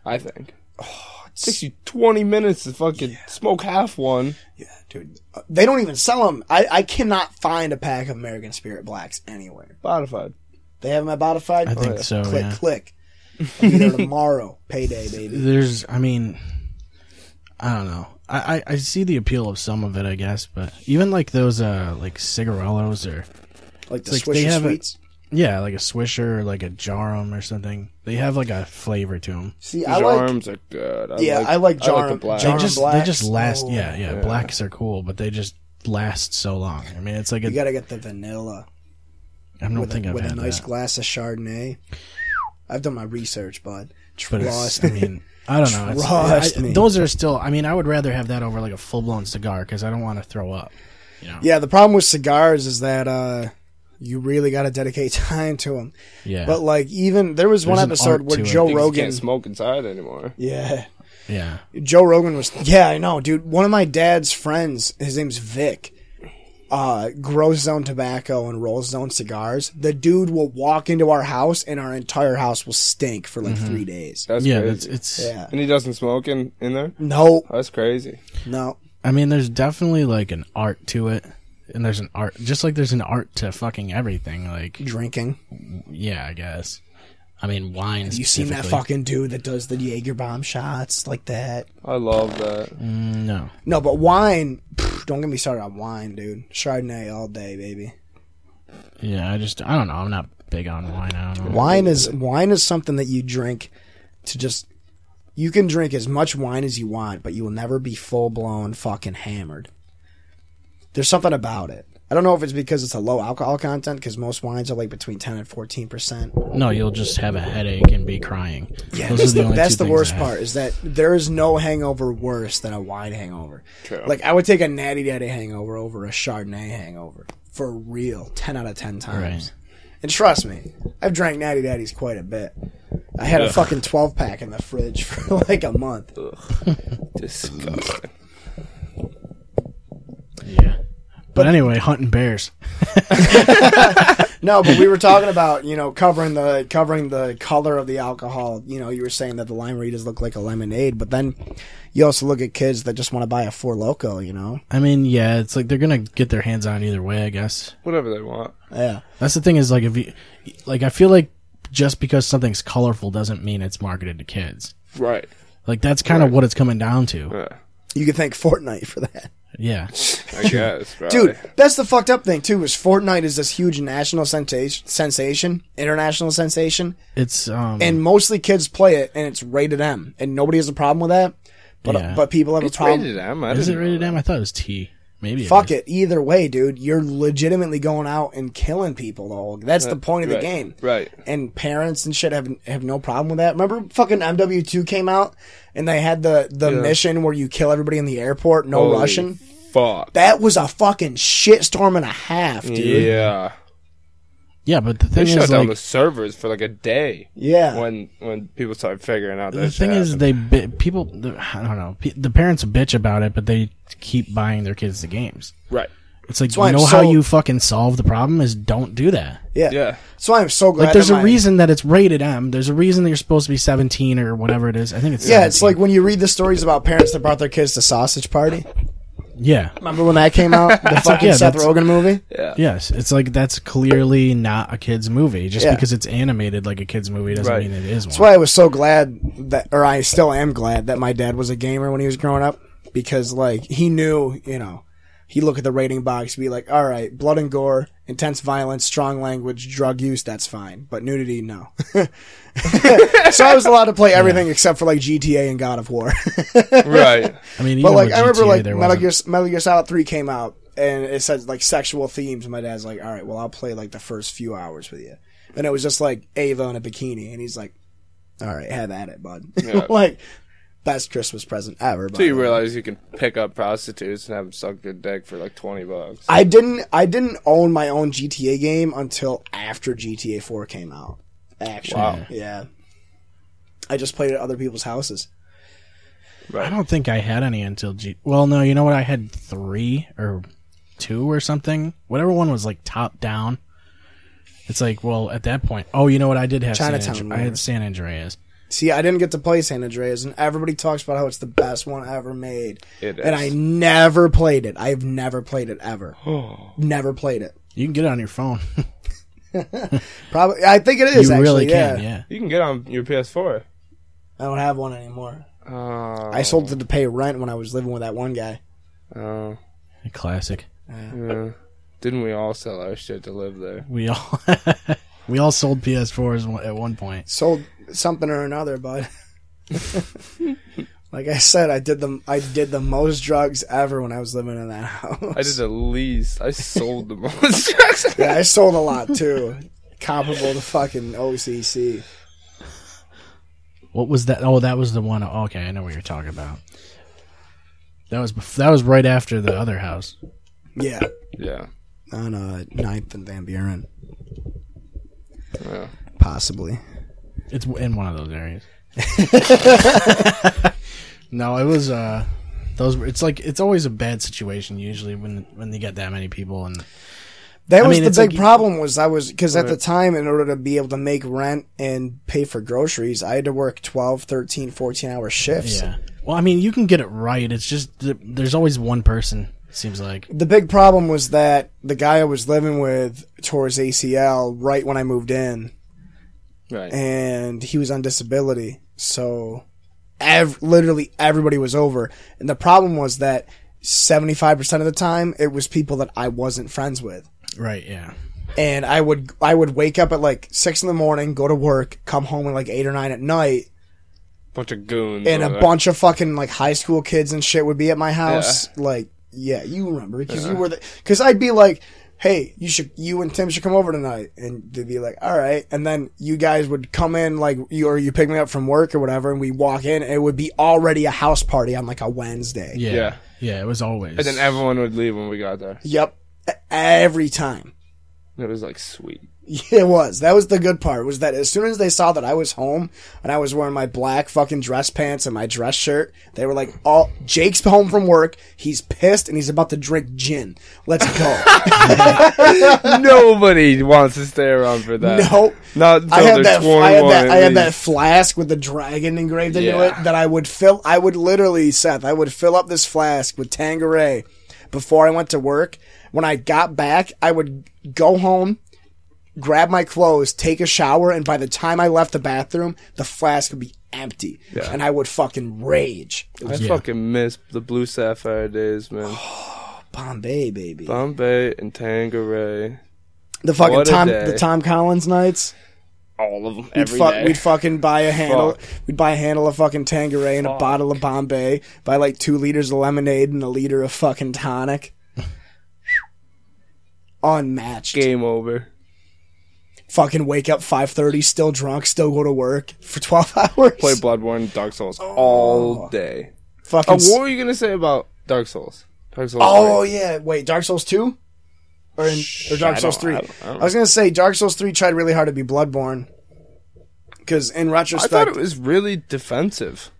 Speaker 4: I think. Oh, it takes you 20 minutes to fucking smoke half one.
Speaker 3: Yeah, dude. Uh, They don't even sell them. I, I cannot find a pack of American Spirit Blacks anywhere.
Speaker 4: Modified.
Speaker 3: They have them at Botified.
Speaker 1: I think so.
Speaker 3: Click,
Speaker 1: yeah.
Speaker 3: click. I'll be there tomorrow, payday, baby.
Speaker 1: There's, I mean, I don't know. I, I I see the appeal of some of it, I guess, but even like those uh like cigarellos or
Speaker 3: Like the
Speaker 1: It's like they
Speaker 3: Swisher
Speaker 1: have a-
Speaker 3: Sweets.
Speaker 1: yeah like a swisher or like a jarum or something. They have like a flavor to them.
Speaker 3: See, I
Speaker 4: His
Speaker 3: like
Speaker 4: arms are good. I
Speaker 3: Yeah,
Speaker 4: like,
Speaker 3: I like
Speaker 4: I like the
Speaker 3: Jarm-
Speaker 4: black.
Speaker 1: They
Speaker 3: Jarm-
Speaker 1: just they
Speaker 3: blacks?
Speaker 1: just last.
Speaker 3: Oh.
Speaker 1: yeah, yeah, Blacks are cool, but they just last so long. I mean, it's like a,
Speaker 3: you got to get the vanilla
Speaker 1: I don't
Speaker 3: with,
Speaker 1: think
Speaker 3: a,
Speaker 1: I've
Speaker 3: with a
Speaker 1: had
Speaker 3: nice
Speaker 1: that.
Speaker 3: glass of Chardonnay. I've done my research, bud.
Speaker 1: But
Speaker 3: Trust
Speaker 1: it's,
Speaker 3: me.
Speaker 1: I mean, I don't know. It's,
Speaker 3: Trust
Speaker 1: I-
Speaker 3: me.
Speaker 1: Those are still. I mean, I would rather have that over like a full blown cigar because I don't want to throw up. You know?
Speaker 3: yeah, the problem with cigars is that uh, you really got to dedicate time to them.
Speaker 1: Yeah.
Speaker 3: But like, even there was one
Speaker 1: There's an art
Speaker 3: episode where
Speaker 1: to it.
Speaker 3: Joe
Speaker 4: Things
Speaker 3: Rogan.
Speaker 4: can't smoke inside anymore.
Speaker 3: Yeah,
Speaker 1: yeah.
Speaker 3: Joe Rogan was. Yeah, I know, dude. One of my dad's friends, his name's Vic. Uh, grows his own tobacco and rolls his own cigars. The dude will walk into our house and our entire house will stink for like three days.
Speaker 4: That's
Speaker 1: Yeah. It's.
Speaker 4: crazy.
Speaker 1: it's
Speaker 3: Yeah.
Speaker 4: and he doesn't smoke in, in there?
Speaker 3: No,
Speaker 4: That's crazy.
Speaker 3: no.
Speaker 1: I mean, there's definitely like an art to it, and there's an art just like there's an art to fucking everything. Like,
Speaker 3: drinking.
Speaker 1: yeah, I guess. I mean, wine.
Speaker 3: You seen that fucking dude that does the Jaeger bomb shots like that?
Speaker 4: I love that.
Speaker 1: No.
Speaker 3: No, but wine. pff, don't get me started on wine, dude. Chardonnay all day, baby.
Speaker 1: Yeah, I just I don't know. I'm not big on wine. I don't know.
Speaker 3: Wine is wine is something that you drink to just. You can drink as much wine as you want, but you will never be full blown fucking hammered. There's something about it. I don't know if it's because it's a low alcohol content, because most wines are like between ten and fourteen percent.
Speaker 1: No, you'll just have a headache and be crying.
Speaker 3: Yeah,
Speaker 1: Those
Speaker 3: that's
Speaker 1: are the
Speaker 3: the,
Speaker 1: only
Speaker 3: that's
Speaker 1: two
Speaker 3: the
Speaker 1: things
Speaker 3: worst
Speaker 1: I have.
Speaker 3: part is that there is no hangover worse than a wine hangover.
Speaker 4: True.
Speaker 3: Like I would take a Natty Daddy hangover over a Chardonnay hangover for real, ten out of ten times.
Speaker 1: Right.
Speaker 3: And trust me, I've drank Natty Daddies quite a bit. I had a fucking twelve pack in the fridge for like a month.
Speaker 4: Disgusting.
Speaker 1: Yeah. But anyway, hunting bears.
Speaker 3: No, but we were talking about you know covering the covering the color of the alcohol. You know, you were saying that the lime readers look like a lemonade, but then you also look at kids that just want to buy a four loco. You know,
Speaker 1: I mean, yeah, it's like they're gonna get their hands on it either way, I guess.
Speaker 4: Whatever they want.
Speaker 3: yeah,
Speaker 1: That's the thing is like if you, like I feel like just because something's colorful doesn't mean it's marketed to kids.
Speaker 4: Right.
Speaker 1: Like that's kind of what it's coming down to.
Speaker 4: Yeah.
Speaker 3: you could thank Fortnite for that.
Speaker 1: Yeah.
Speaker 4: I guess. Probably.
Speaker 3: Dude, that's the fucked up thing too. Is Fortnite is this huge national sensation, sensation, international sensation,
Speaker 1: It's um
Speaker 4: Mm.
Speaker 3: and mostly kids play it, and it's rated M, and nobody has a problem with that. But
Speaker 1: Yeah.
Speaker 3: but people have
Speaker 4: it's
Speaker 3: a problem.
Speaker 4: rated M. I
Speaker 1: is it
Speaker 4: didn't know
Speaker 1: rated
Speaker 4: that.
Speaker 1: M? I thought it was T. Maybe
Speaker 3: Fuck
Speaker 1: is.
Speaker 3: it. Either way, dude, you're legitimately going out and killing people. Though that's the point of
Speaker 4: Uh, right,
Speaker 3: the game,
Speaker 4: right.
Speaker 3: And parents and shit have have no problem with that. Remember, fucking MW2 came out and they had the the mission where you kill everybody in the airport, no
Speaker 4: Holy
Speaker 3: Russian.
Speaker 4: Fuck.
Speaker 3: That was a fucking shitstorm and a half, dude.
Speaker 4: Yeah.
Speaker 1: Yeah, but the
Speaker 4: They
Speaker 1: thing
Speaker 4: shut
Speaker 1: is
Speaker 4: down
Speaker 1: like
Speaker 4: the servers for like a day.
Speaker 3: Yeah.
Speaker 4: When when people started figuring out that
Speaker 1: the
Speaker 4: shit
Speaker 1: thing is
Speaker 4: happened.
Speaker 1: they bi- people the, I don't know pe- the parents bitch about it, but they keep buying their kids the games.
Speaker 4: right.
Speaker 1: It's like
Speaker 3: why
Speaker 1: you
Speaker 3: I'm
Speaker 1: know how
Speaker 3: so-
Speaker 1: you fucking solve the problem is don't do that.
Speaker 3: Yeah.
Speaker 4: Yeah.
Speaker 3: So I'm so glad.
Speaker 1: Like there's
Speaker 3: that
Speaker 1: a
Speaker 3: my-
Speaker 1: reason that it's rated M. There's a reason that you're supposed to be 17 or whatever it is. I think it's
Speaker 3: Yeah, it's
Speaker 1: 17.
Speaker 3: like when you read the stories about parents that brought their kids to Sausage Party.
Speaker 1: yeah,
Speaker 3: Remember when that came out? The fucking
Speaker 1: yeah,
Speaker 3: Seth
Speaker 1: that's-
Speaker 3: Rogen movie?
Speaker 1: yes. It's like that's clearly not a kids movie. Just
Speaker 3: Yeah.
Speaker 1: because it's animated like a kids movie doesn't
Speaker 4: Right.
Speaker 1: mean it is one.
Speaker 3: That's why I was so glad that, or I still am glad that my dad was a gamer when he was growing up because, like, he knew, you know, he'd look at the rating box, be like, all right, blood and gore, intense violence, strong language, drug use, that's fine. But nudity, no. so I was allowed to play everything except for, like, GTA and God of War.
Speaker 4: Right.
Speaker 1: I mean, even
Speaker 3: But like
Speaker 1: with
Speaker 3: I remember
Speaker 1: GTA,
Speaker 3: like
Speaker 1: there
Speaker 3: Metal
Speaker 1: wasn't-
Speaker 3: Gear, Metal Gear Solid Three came out and it said like sexual themes. and My dad's like, all right, well I'll play like the first few hours with you, and it was just like Ava in a bikini, and he's like, all right, have at it, bud.
Speaker 4: Yeah.
Speaker 3: like best Christmas present ever. by
Speaker 4: So you
Speaker 3: the way.
Speaker 4: realize you can pick up prostitutes and have them suck your dick for like twenty bucks.
Speaker 3: I didn't I didn't own my own GTA game until after GTA Four came out. Actually,
Speaker 4: Wow.
Speaker 3: yeah. I just played at other people's houses.
Speaker 1: I don't think I had any until G. Well, no, you know what? I had three or two or something. Whatever one was like top down. It's like, well, at that point, oh, you know what? I did have
Speaker 3: Chinatown
Speaker 1: San Andre- I
Speaker 3: War.
Speaker 1: had San Andreas.
Speaker 3: See, I didn't get to play San Andreas, and everybody talks about how it's the best one ever made.
Speaker 4: It
Speaker 3: And
Speaker 4: is.
Speaker 3: I never played it. I've never played it ever. never played it.
Speaker 1: You can get it on your phone.
Speaker 3: Probably, I think it is.
Speaker 1: you
Speaker 3: actually,
Speaker 1: really
Speaker 3: yeah.
Speaker 1: can, yeah.
Speaker 4: You can get on your PS4.
Speaker 3: I don't have one anymore.
Speaker 4: Oh,
Speaker 3: I sold it to pay rent when I was living with that one guy.
Speaker 4: oh,
Speaker 1: A classic.
Speaker 4: yeah. Didn't we all sell our shit to live there?
Speaker 1: We all we all sold PS4s one- at one point.
Speaker 3: Sold something or another, bud. like I said, I did the I did the most drugs ever when I was living in that house.
Speaker 4: I did the least. I sold the most.
Speaker 3: yeah, I sold a lot too, comparable to fucking OCC.
Speaker 1: What was that? Oh, that was the one oh okay, I know what you're talking about. That was bef- that was right after the other house.
Speaker 3: Yeah,
Speaker 4: yeah.
Speaker 3: on uh, Ninth and Van Buren,
Speaker 4: Yeah.
Speaker 3: possibly.
Speaker 1: It's w- in one of those areas. no, it was uh those were, it's like it's always a bad situation usually when when they get that many people and
Speaker 3: That
Speaker 1: I
Speaker 3: was
Speaker 1: mean,
Speaker 3: the
Speaker 1: it's
Speaker 3: big
Speaker 1: like-
Speaker 3: problem was I was because at the time in order to be able to make rent and pay for groceries, I had to work 12, 13, 14 hour shifts.
Speaker 1: yeah. Well, I mean, you can get it right. It's just th- there's always one person it seems like.
Speaker 3: The big problem was that the guy I was living with tore his ACL right when I moved in
Speaker 4: Right.
Speaker 3: and he was on disability. So ev- literally everybody was over. And the problem was that 75% of the time it was people that I wasn't friends with.
Speaker 1: Right, yeah.
Speaker 3: and I would I would wake up at like six in the morning, go to work, come home at like eight or nine at night,
Speaker 4: Bunch of goons.
Speaker 3: and
Speaker 4: over
Speaker 3: a
Speaker 4: there.
Speaker 3: bunch of fucking like high school kids and shit would be at my house. Like, yeah, you remember because you were the because I'd be like, hey, you should you and Tim should come over tonight, and they'd be like, all right, and then you guys would come in like you or you pick me up from work or whatever, and we walk in, and it would be already a house party on like a Wednesday.
Speaker 1: Yeah. Yeah,
Speaker 4: Yeah.
Speaker 1: it was always.
Speaker 4: And then everyone would leave when we got there.
Speaker 3: Yep, E- every time.
Speaker 4: It was like sweet.
Speaker 3: It was. That was the good part. Was that as soon as they saw that I was home and I was wearing my black fucking dress pants and my dress shirt, they were like, "All Jake's home from work. He's pissed and he's about to drink gin. Let's go."
Speaker 4: Nobody wants to stay around for that.
Speaker 3: no,
Speaker 4: Uh, Not until
Speaker 3: I
Speaker 4: they're
Speaker 3: had that.
Speaker 4: sworn
Speaker 3: I had
Speaker 4: one
Speaker 3: that.
Speaker 4: at
Speaker 3: I had
Speaker 4: least.
Speaker 3: that flask with the dragon engraved into
Speaker 4: Yeah.
Speaker 3: it that I would fill. I would literally, Seth, I would fill up this flask with Tangeray before I went to work. When I got back, I would go home, grab my clothes, take a shower, and by the time I left the bathroom, the flask would be empty, and I would fucking rage. It
Speaker 4: I
Speaker 3: was
Speaker 4: fucking miss the blue sapphire days, man.
Speaker 3: Bombay, baby.
Speaker 4: Bombay and Tangeray.
Speaker 3: the fucking
Speaker 4: what a
Speaker 3: Tom,
Speaker 4: day.
Speaker 3: the Tom Collins nights.
Speaker 4: All of them.
Speaker 3: We'd,
Speaker 4: every
Speaker 3: fuck,
Speaker 4: day.
Speaker 3: we'd fucking buy a handle.
Speaker 4: Fuck.
Speaker 3: We'd buy a handle of fucking Tangeray and a bottle of Bombay. Buy like two liters of lemonade and a liter of fucking tonic. Unmatched.
Speaker 4: Game over.
Speaker 3: Fucking wake up five thirty, still drunk, still go to work for twelve hours.
Speaker 4: Play Bloodborne, Dark Souls
Speaker 3: Oh.
Speaker 4: all day.
Speaker 3: fucking.
Speaker 4: Oh,
Speaker 3: s-
Speaker 4: what were you gonna say about Dark Souls? Dark Souls.
Speaker 3: Oh
Speaker 4: three.
Speaker 3: yeah, wait, Dark Souls two, or in, or Dark
Speaker 4: I
Speaker 3: Souls
Speaker 4: don't-
Speaker 3: three?
Speaker 4: I
Speaker 3: I,
Speaker 4: don't- I don't
Speaker 3: was gonna say Dark Souls three tried really hard to be Bloodborne, because in
Speaker 4: I
Speaker 3: retrospect,
Speaker 4: thought it was really defensive.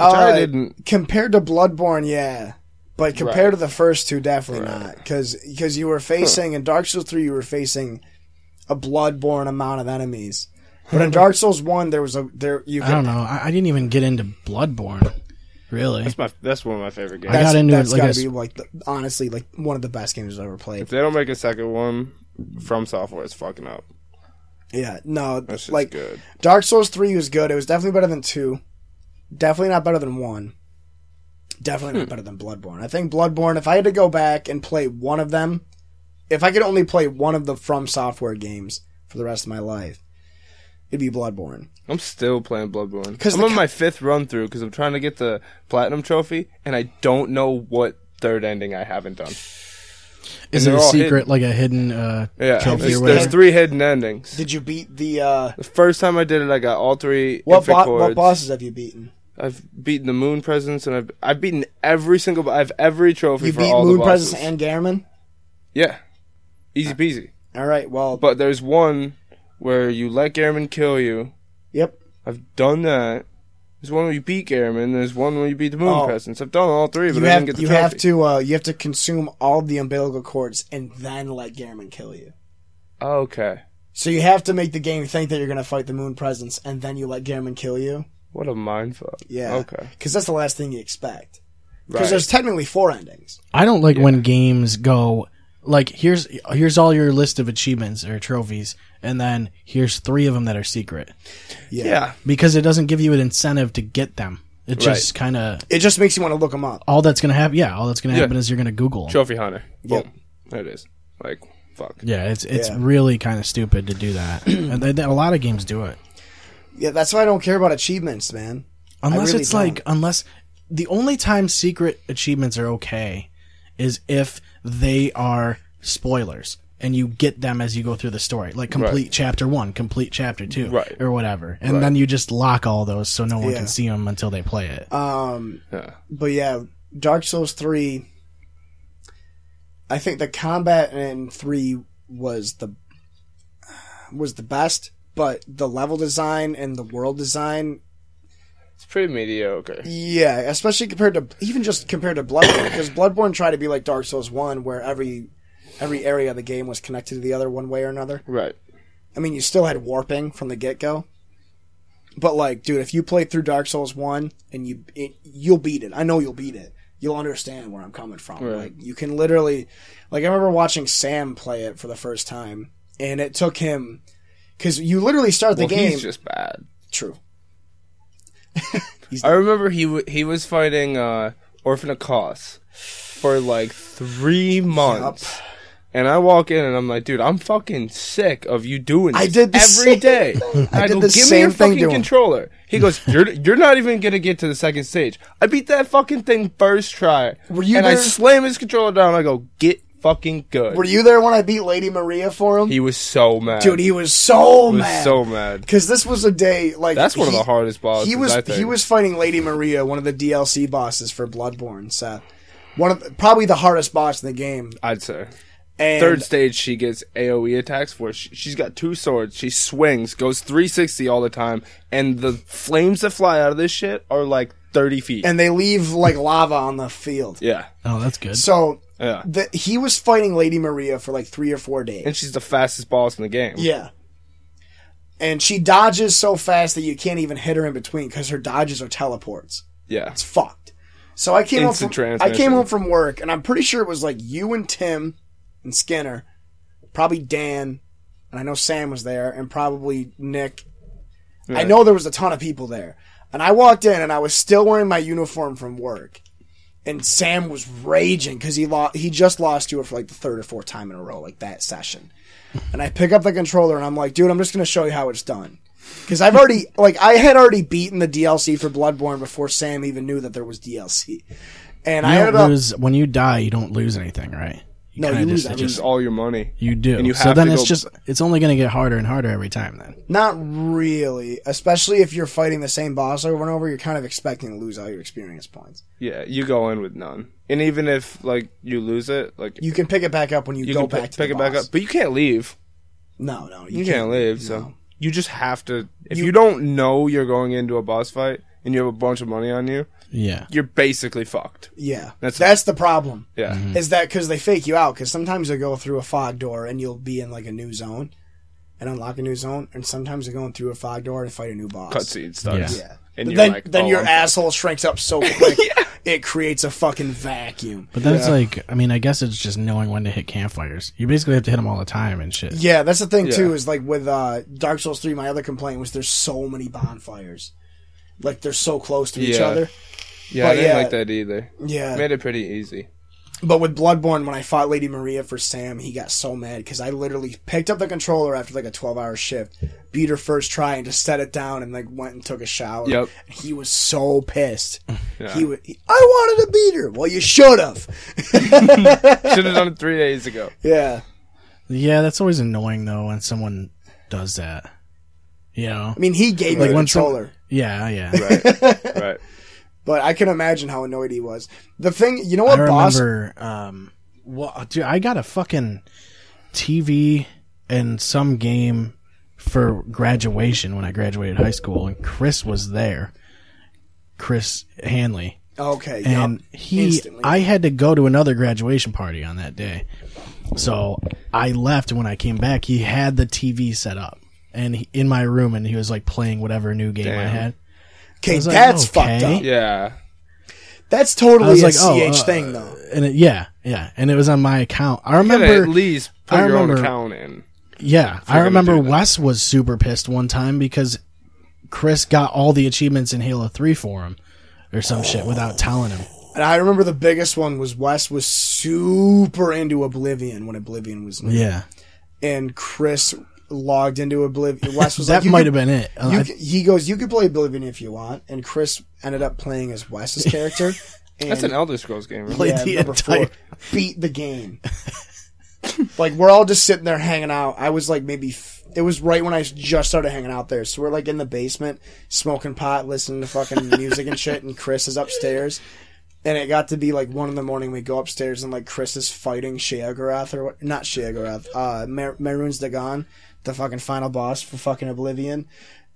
Speaker 3: uh,
Speaker 4: I didn't-
Speaker 3: compared to Bloodborne, yeah, but compared
Speaker 4: Right.
Speaker 3: to the first two, definitely not, because because you were facing in Dark Souls three, you were facing a Bloodborne amount of enemies, but
Speaker 4: Hmm.
Speaker 3: in Dark Souls one, there was a there you
Speaker 1: I don't
Speaker 3: could,
Speaker 1: know. I, I didn't even get into Bloodborne. Really?
Speaker 4: That's my. That's one of my favorite games.
Speaker 1: I
Speaker 3: that's,
Speaker 1: got into it
Speaker 3: that's
Speaker 1: like
Speaker 3: gotta
Speaker 1: I s-
Speaker 3: be like the, honestly like one of the best games I've ever played.
Speaker 4: If they don't make a second one, From Software is fucking up.
Speaker 3: Yeah, no,
Speaker 4: That shit's
Speaker 3: like
Speaker 4: good.
Speaker 3: Dark Souls 3 was good. It was definitely better than 2. Definitely not better than 1. Definitely
Speaker 4: Hmm.
Speaker 3: not better than Bloodborne. I think Bloodborne, if I had to go back and play one of them, if I could only play one of the From Software games for the rest of my life, it'd be Bloodborne.
Speaker 4: I'm still playing Bloodborne.
Speaker 3: 'Cause
Speaker 4: I'm
Speaker 3: the
Speaker 4: on
Speaker 3: co-
Speaker 4: my fifth run through because I'm trying to get the platinum trophy, and I don't know what third ending I haven't done.
Speaker 1: Is it
Speaker 4: and
Speaker 1: a
Speaker 4: they're all
Speaker 1: secret,
Speaker 4: hidden.
Speaker 1: like a hidden uh,
Speaker 4: Yeah,
Speaker 1: trophy
Speaker 4: there's,
Speaker 1: or
Speaker 4: there's
Speaker 1: whatever?
Speaker 4: three hidden endings.
Speaker 3: Did you beat the uh
Speaker 4: The first time I did it, I got all three.
Speaker 3: what
Speaker 4: infant
Speaker 3: bo- what
Speaker 4: chords.
Speaker 3: bosses have you beaten?
Speaker 4: I've beaten the Moon Presence, and I've I've beaten every single. I've every trophy
Speaker 3: You
Speaker 4: for
Speaker 3: beat
Speaker 4: all
Speaker 3: Moon
Speaker 4: the bosses.
Speaker 3: Presence and Garamond?
Speaker 4: yeah, easy peasy.
Speaker 3: All right, well,
Speaker 4: But there's one where you let Garamond kill you.
Speaker 3: yep.
Speaker 4: I've done that. There's one where you beat Garamond. There's one where you beat the Moon
Speaker 3: Oh.
Speaker 4: Presence. I've done all three, but
Speaker 3: You
Speaker 4: I
Speaker 3: have
Speaker 4: didn't get the
Speaker 3: you
Speaker 4: trophy.
Speaker 3: have to uh, you have to consume all the umbilical cords and then let Garamond kill you.
Speaker 4: Okay.
Speaker 3: So you have to make the game think that you're going to fight the moon presence, and then you let Garamond kill you.
Speaker 4: What a mindfuck.
Speaker 3: Yeah.
Speaker 4: Okay.
Speaker 3: Because that's the last thing you expect. Because
Speaker 4: Right.
Speaker 3: there's technically four endings.
Speaker 1: I don't like when games go like here's here's all your list of achievements or trophies, and then here's three of them that are secret
Speaker 3: Yeah.
Speaker 4: Yeah.
Speaker 1: because it doesn't give you an incentive to get them. It just kind of
Speaker 3: It just makes you want to look them up.
Speaker 1: all that's gonna happen. Yeah, all that's gonna
Speaker 4: Yeah.
Speaker 1: happen is you're gonna Google. 'em.
Speaker 4: Trophy Hunter. Boom.
Speaker 3: Yep.
Speaker 4: There it is. Like fuck.
Speaker 1: Yeah, it's it's
Speaker 3: Yeah.
Speaker 1: really kind of stupid to do that, and they, they- a lot of games do it.
Speaker 3: Yeah, that's why I don't care about achievements, man.
Speaker 1: Unless
Speaker 3: really
Speaker 1: it's
Speaker 3: don't.
Speaker 1: like unless the only time secret achievements are okay is if they are spoilers and you get them as you go through the story, like complete chapter one, complete chapter two,
Speaker 4: Right.
Speaker 1: or whatever, and then you just lock all those so no one
Speaker 3: Yeah.
Speaker 1: can see them until they play it.
Speaker 3: Um,
Speaker 4: Yeah.
Speaker 3: but yeah, Dark Souls 3. I think the combat in 3 was the was the best, but the level design and the world design
Speaker 4: It's pretty mediocre.
Speaker 3: Yeah, especially compared to even just compared to Bloodborne, because Bloodborne tried to be like Dark Souls One, where every every area of the game was connected to the other one way or another.
Speaker 4: Right.
Speaker 3: I mean, you still had warping from the get go, but like, dude, if you played through Dark Souls One and you it, you'll beat it. I know you'll beat it. You'll understand where I'm coming from.
Speaker 4: Right.
Speaker 3: Like, you can literally, like, I remember watching Sam play it for the first time, and it took him because you literally start the
Speaker 4: Well,
Speaker 3: game.
Speaker 4: he's just bad.
Speaker 3: True.
Speaker 4: I remember he w- he was fighting uh, Orphan of Cos for like three months. And I walk in and I'm like, dude, I'm fucking sick of you doing this
Speaker 3: I did the
Speaker 4: every
Speaker 3: same-
Speaker 4: day.
Speaker 3: I
Speaker 4: I
Speaker 3: did
Speaker 4: go,
Speaker 3: the
Speaker 4: give me
Speaker 3: same
Speaker 4: your
Speaker 3: thing
Speaker 4: fucking
Speaker 3: to him."
Speaker 4: controller. He goes, you're you're not even gonna get to the second stage. I beat that fucking thing first try.
Speaker 3: Were you
Speaker 4: and I
Speaker 3: there?
Speaker 4: slam his controller down. I go, get fucking good.
Speaker 3: Were you there when I beat Lady Maria for him?
Speaker 4: he was so mad.
Speaker 3: Dude, he was so
Speaker 4: was
Speaker 3: mad.
Speaker 4: so mad.
Speaker 3: because this was a day like
Speaker 4: That's one of
Speaker 3: he-
Speaker 4: the hardest bosses.
Speaker 3: He was
Speaker 4: I think.
Speaker 3: he was fighting Lady Maria, one of the DLC bosses for Bloodborne. So one of the, probably the hardest boss in the game.
Speaker 4: I'd say.
Speaker 3: And
Speaker 4: Third stage, she gets AOE attacks for. She, she's got two swords. She swings, goes 360 all the time, and the flames that fly out of this shit are like 30 feet.
Speaker 3: and they leave like lava on the field.
Speaker 4: yeah,
Speaker 1: Oh, that's good.
Speaker 3: So
Speaker 4: yeah.
Speaker 3: the, he was fighting Lady Maria for like three or four days.
Speaker 4: And she's the fastest boss in the game.
Speaker 3: Yeah. And she dodges so fast that you can't even hit her in between because her dodges are teleports.
Speaker 4: yeah.
Speaker 3: It's fucked. So I came
Speaker 4: Instant
Speaker 3: home from, I
Speaker 4: transmission.
Speaker 3: came home from work and I'm pretty sure it was like you and Tim and Skinner, probably Dan, and I know Sam was there and probably Nick. I know there was a ton of people there. And I walked in and I was still wearing my uniform from work. And Sam was raging because he lost. He just lost to it for like the third or fourth time in a row, like that session. And I pick up the controller and I'm like, dude, I'm just gonna show you how it's done. Because I've already, like, I had already beaten the DLC for Bloodborne before Sam even knew that there was DLC. And I
Speaker 1: You
Speaker 3: ended
Speaker 1: don't
Speaker 3: up,
Speaker 1: lose when you die. You don't lose anything, right? You
Speaker 3: No,
Speaker 1: kinda
Speaker 3: you lose
Speaker 1: just- it
Speaker 3: everything.
Speaker 4: Just
Speaker 1: just-
Speaker 4: all your money.
Speaker 1: you do.
Speaker 4: And you
Speaker 1: so
Speaker 4: have
Speaker 1: then
Speaker 4: to
Speaker 1: it's
Speaker 4: go-
Speaker 1: just it's only going to get harder and harder every time. Then
Speaker 3: not really, especially if you're fighting the same boss over and over, you're kind of expecting to lose all your experience points.
Speaker 4: Yeah, you go in with none. And even if, like, you lose it, like,
Speaker 3: You can pick it back up when you,
Speaker 4: you
Speaker 3: go
Speaker 4: can
Speaker 3: back
Speaker 4: pick,
Speaker 3: to
Speaker 4: pick
Speaker 3: the
Speaker 4: it back
Speaker 3: boss.
Speaker 4: up. But you can't leave.
Speaker 3: No, no,
Speaker 4: You, can't, leave, so.
Speaker 3: no.
Speaker 4: You just have to. If you don't know you're going into a boss fight and you have a bunch of money on you,
Speaker 1: yeah,
Speaker 4: you're basically fucked.
Speaker 3: Yeah, that's
Speaker 4: That's-
Speaker 3: the problem.
Speaker 4: Yeah.
Speaker 3: Is that because they fake you out? Because sometimes they'll go through a fog door and you'll be in like a new zone, and unlock a new zone, and sometimes they're going through a fog door to fight a new boss.
Speaker 4: Cutscene starts.
Speaker 1: Yeah.
Speaker 3: Yeah. But
Speaker 4: And you're
Speaker 3: then
Speaker 4: like,
Speaker 3: then
Speaker 4: oh,
Speaker 3: your
Speaker 4: I'm-
Speaker 3: asshole shrinks up so quick it creates a fucking vacuum.
Speaker 1: but that's like I mean I guess it's just knowing when to hit campfires. You basically have to hit them all the time and shit.
Speaker 3: Yeah, that's the thing too.
Speaker 4: Yeah.
Speaker 3: Is like with uh, Dark Souls three. My other complaint was there's so many bonfires, like they're so close to each
Speaker 4: Yeah.
Speaker 3: other.
Speaker 4: Yeah, I
Speaker 3: But
Speaker 4: didn't
Speaker 3: yeah.
Speaker 4: like that either.
Speaker 3: Yeah,
Speaker 4: Made it pretty easy.
Speaker 3: But with Bloodborne, when I fought Lady Maria for Sam, he got so mad because I literally picked up the controller after like a 12 hour shift, beat her first try, and just set it down and like went and took a shower.
Speaker 4: Yep.
Speaker 3: He was so pissed. He was, I wanted to beat her. Well, you should have.
Speaker 4: Should have done it three days ago.
Speaker 3: Yeah.
Speaker 1: Yeah, that's always annoying though when someone does that. You know,
Speaker 3: I mean, he gave me the
Speaker 1: when some-
Speaker 3: controller.
Speaker 1: yeah, yeah.
Speaker 4: Right.
Speaker 3: But I can imagine how annoyed he was. The thing, you know
Speaker 1: I
Speaker 3: what, boss?
Speaker 1: remember, um, well, dude, I got a fucking TV and some game for graduation when I graduated high school, and Chris was there, Chris Hanley,
Speaker 3: Okay.
Speaker 1: and
Speaker 3: yup.
Speaker 1: he,
Speaker 3: Instantly.
Speaker 1: I had to go to another graduation party on that day, so I left. and When I came back, he had the TV set up and he, in my room, and he was like playing whatever new game I
Speaker 4: Damn.
Speaker 1: had.
Speaker 3: Okay,
Speaker 1: was like,
Speaker 3: that's
Speaker 1: okay.
Speaker 3: fucked up.
Speaker 4: Yeah.
Speaker 1: I
Speaker 3: That's totally
Speaker 1: was
Speaker 3: a
Speaker 1: like, oh,
Speaker 3: CH
Speaker 1: uh,
Speaker 3: thing, though.
Speaker 1: And it, yeah, yeah, and it was on my account. I
Speaker 4: Gotta
Speaker 1: remember
Speaker 4: at least put
Speaker 1: I
Speaker 4: your
Speaker 1: remember-
Speaker 4: own account in.
Speaker 1: Yeah, I
Speaker 4: gonna
Speaker 1: remember
Speaker 4: do that.
Speaker 1: Wes was super pissed one time because Chris got all the achievements in Halo 3 for him or some shit without telling him.
Speaker 3: And I remember the biggest one was Wes was super into Oblivion when Oblivion was new.
Speaker 1: Yeah.
Speaker 3: and Chris logged into Oblivion. Wes was
Speaker 1: that
Speaker 3: like, you
Speaker 1: might
Speaker 3: could-
Speaker 1: have been it. Uh,
Speaker 3: you
Speaker 1: I-
Speaker 3: could- he goes, you could play Oblivion if you want, and Chris ended up playing as Wes's character. And
Speaker 4: That's an Elder Scrolls game. Right?
Speaker 1: Play-
Speaker 3: yeah,
Speaker 1: the
Speaker 3: number
Speaker 1: entire-
Speaker 3: four, beat the game. like we're all just sitting there hanging out. I was like maybe f- it was right when I just started hanging out there, so we're like in the basement smoking pot, listening to fucking music and shit, and Chris is upstairs. And it got to be like one in the morning. We go upstairs and like Chris is fighting Sheogorath or what, not Sheogorath, uh, Mer- Maroon's Dagon, the fucking final boss for fucking Oblivion.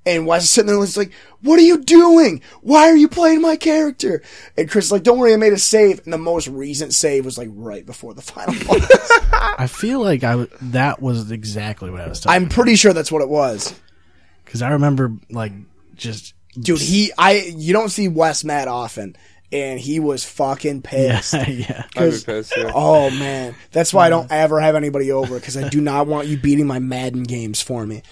Speaker 3: And Wes is sitting there and he's like, "What are you doing? Why are you playing my character?" And Chris is like, "Don't worry, I made a save." And the most recent save was like right before the final boss.
Speaker 1: I feel like I w- that was exactly what I was talking
Speaker 3: I'm pretty sure that's what it was,
Speaker 1: because I remember like just
Speaker 3: dude. He, I, you don't see Wes mad often, and he was fucking pissed.
Speaker 1: yeah.
Speaker 4: I'd be pissed. Yeah.
Speaker 3: Oh man, that's why I don't ever have anybody over because I do not want you beating my Madden games for me.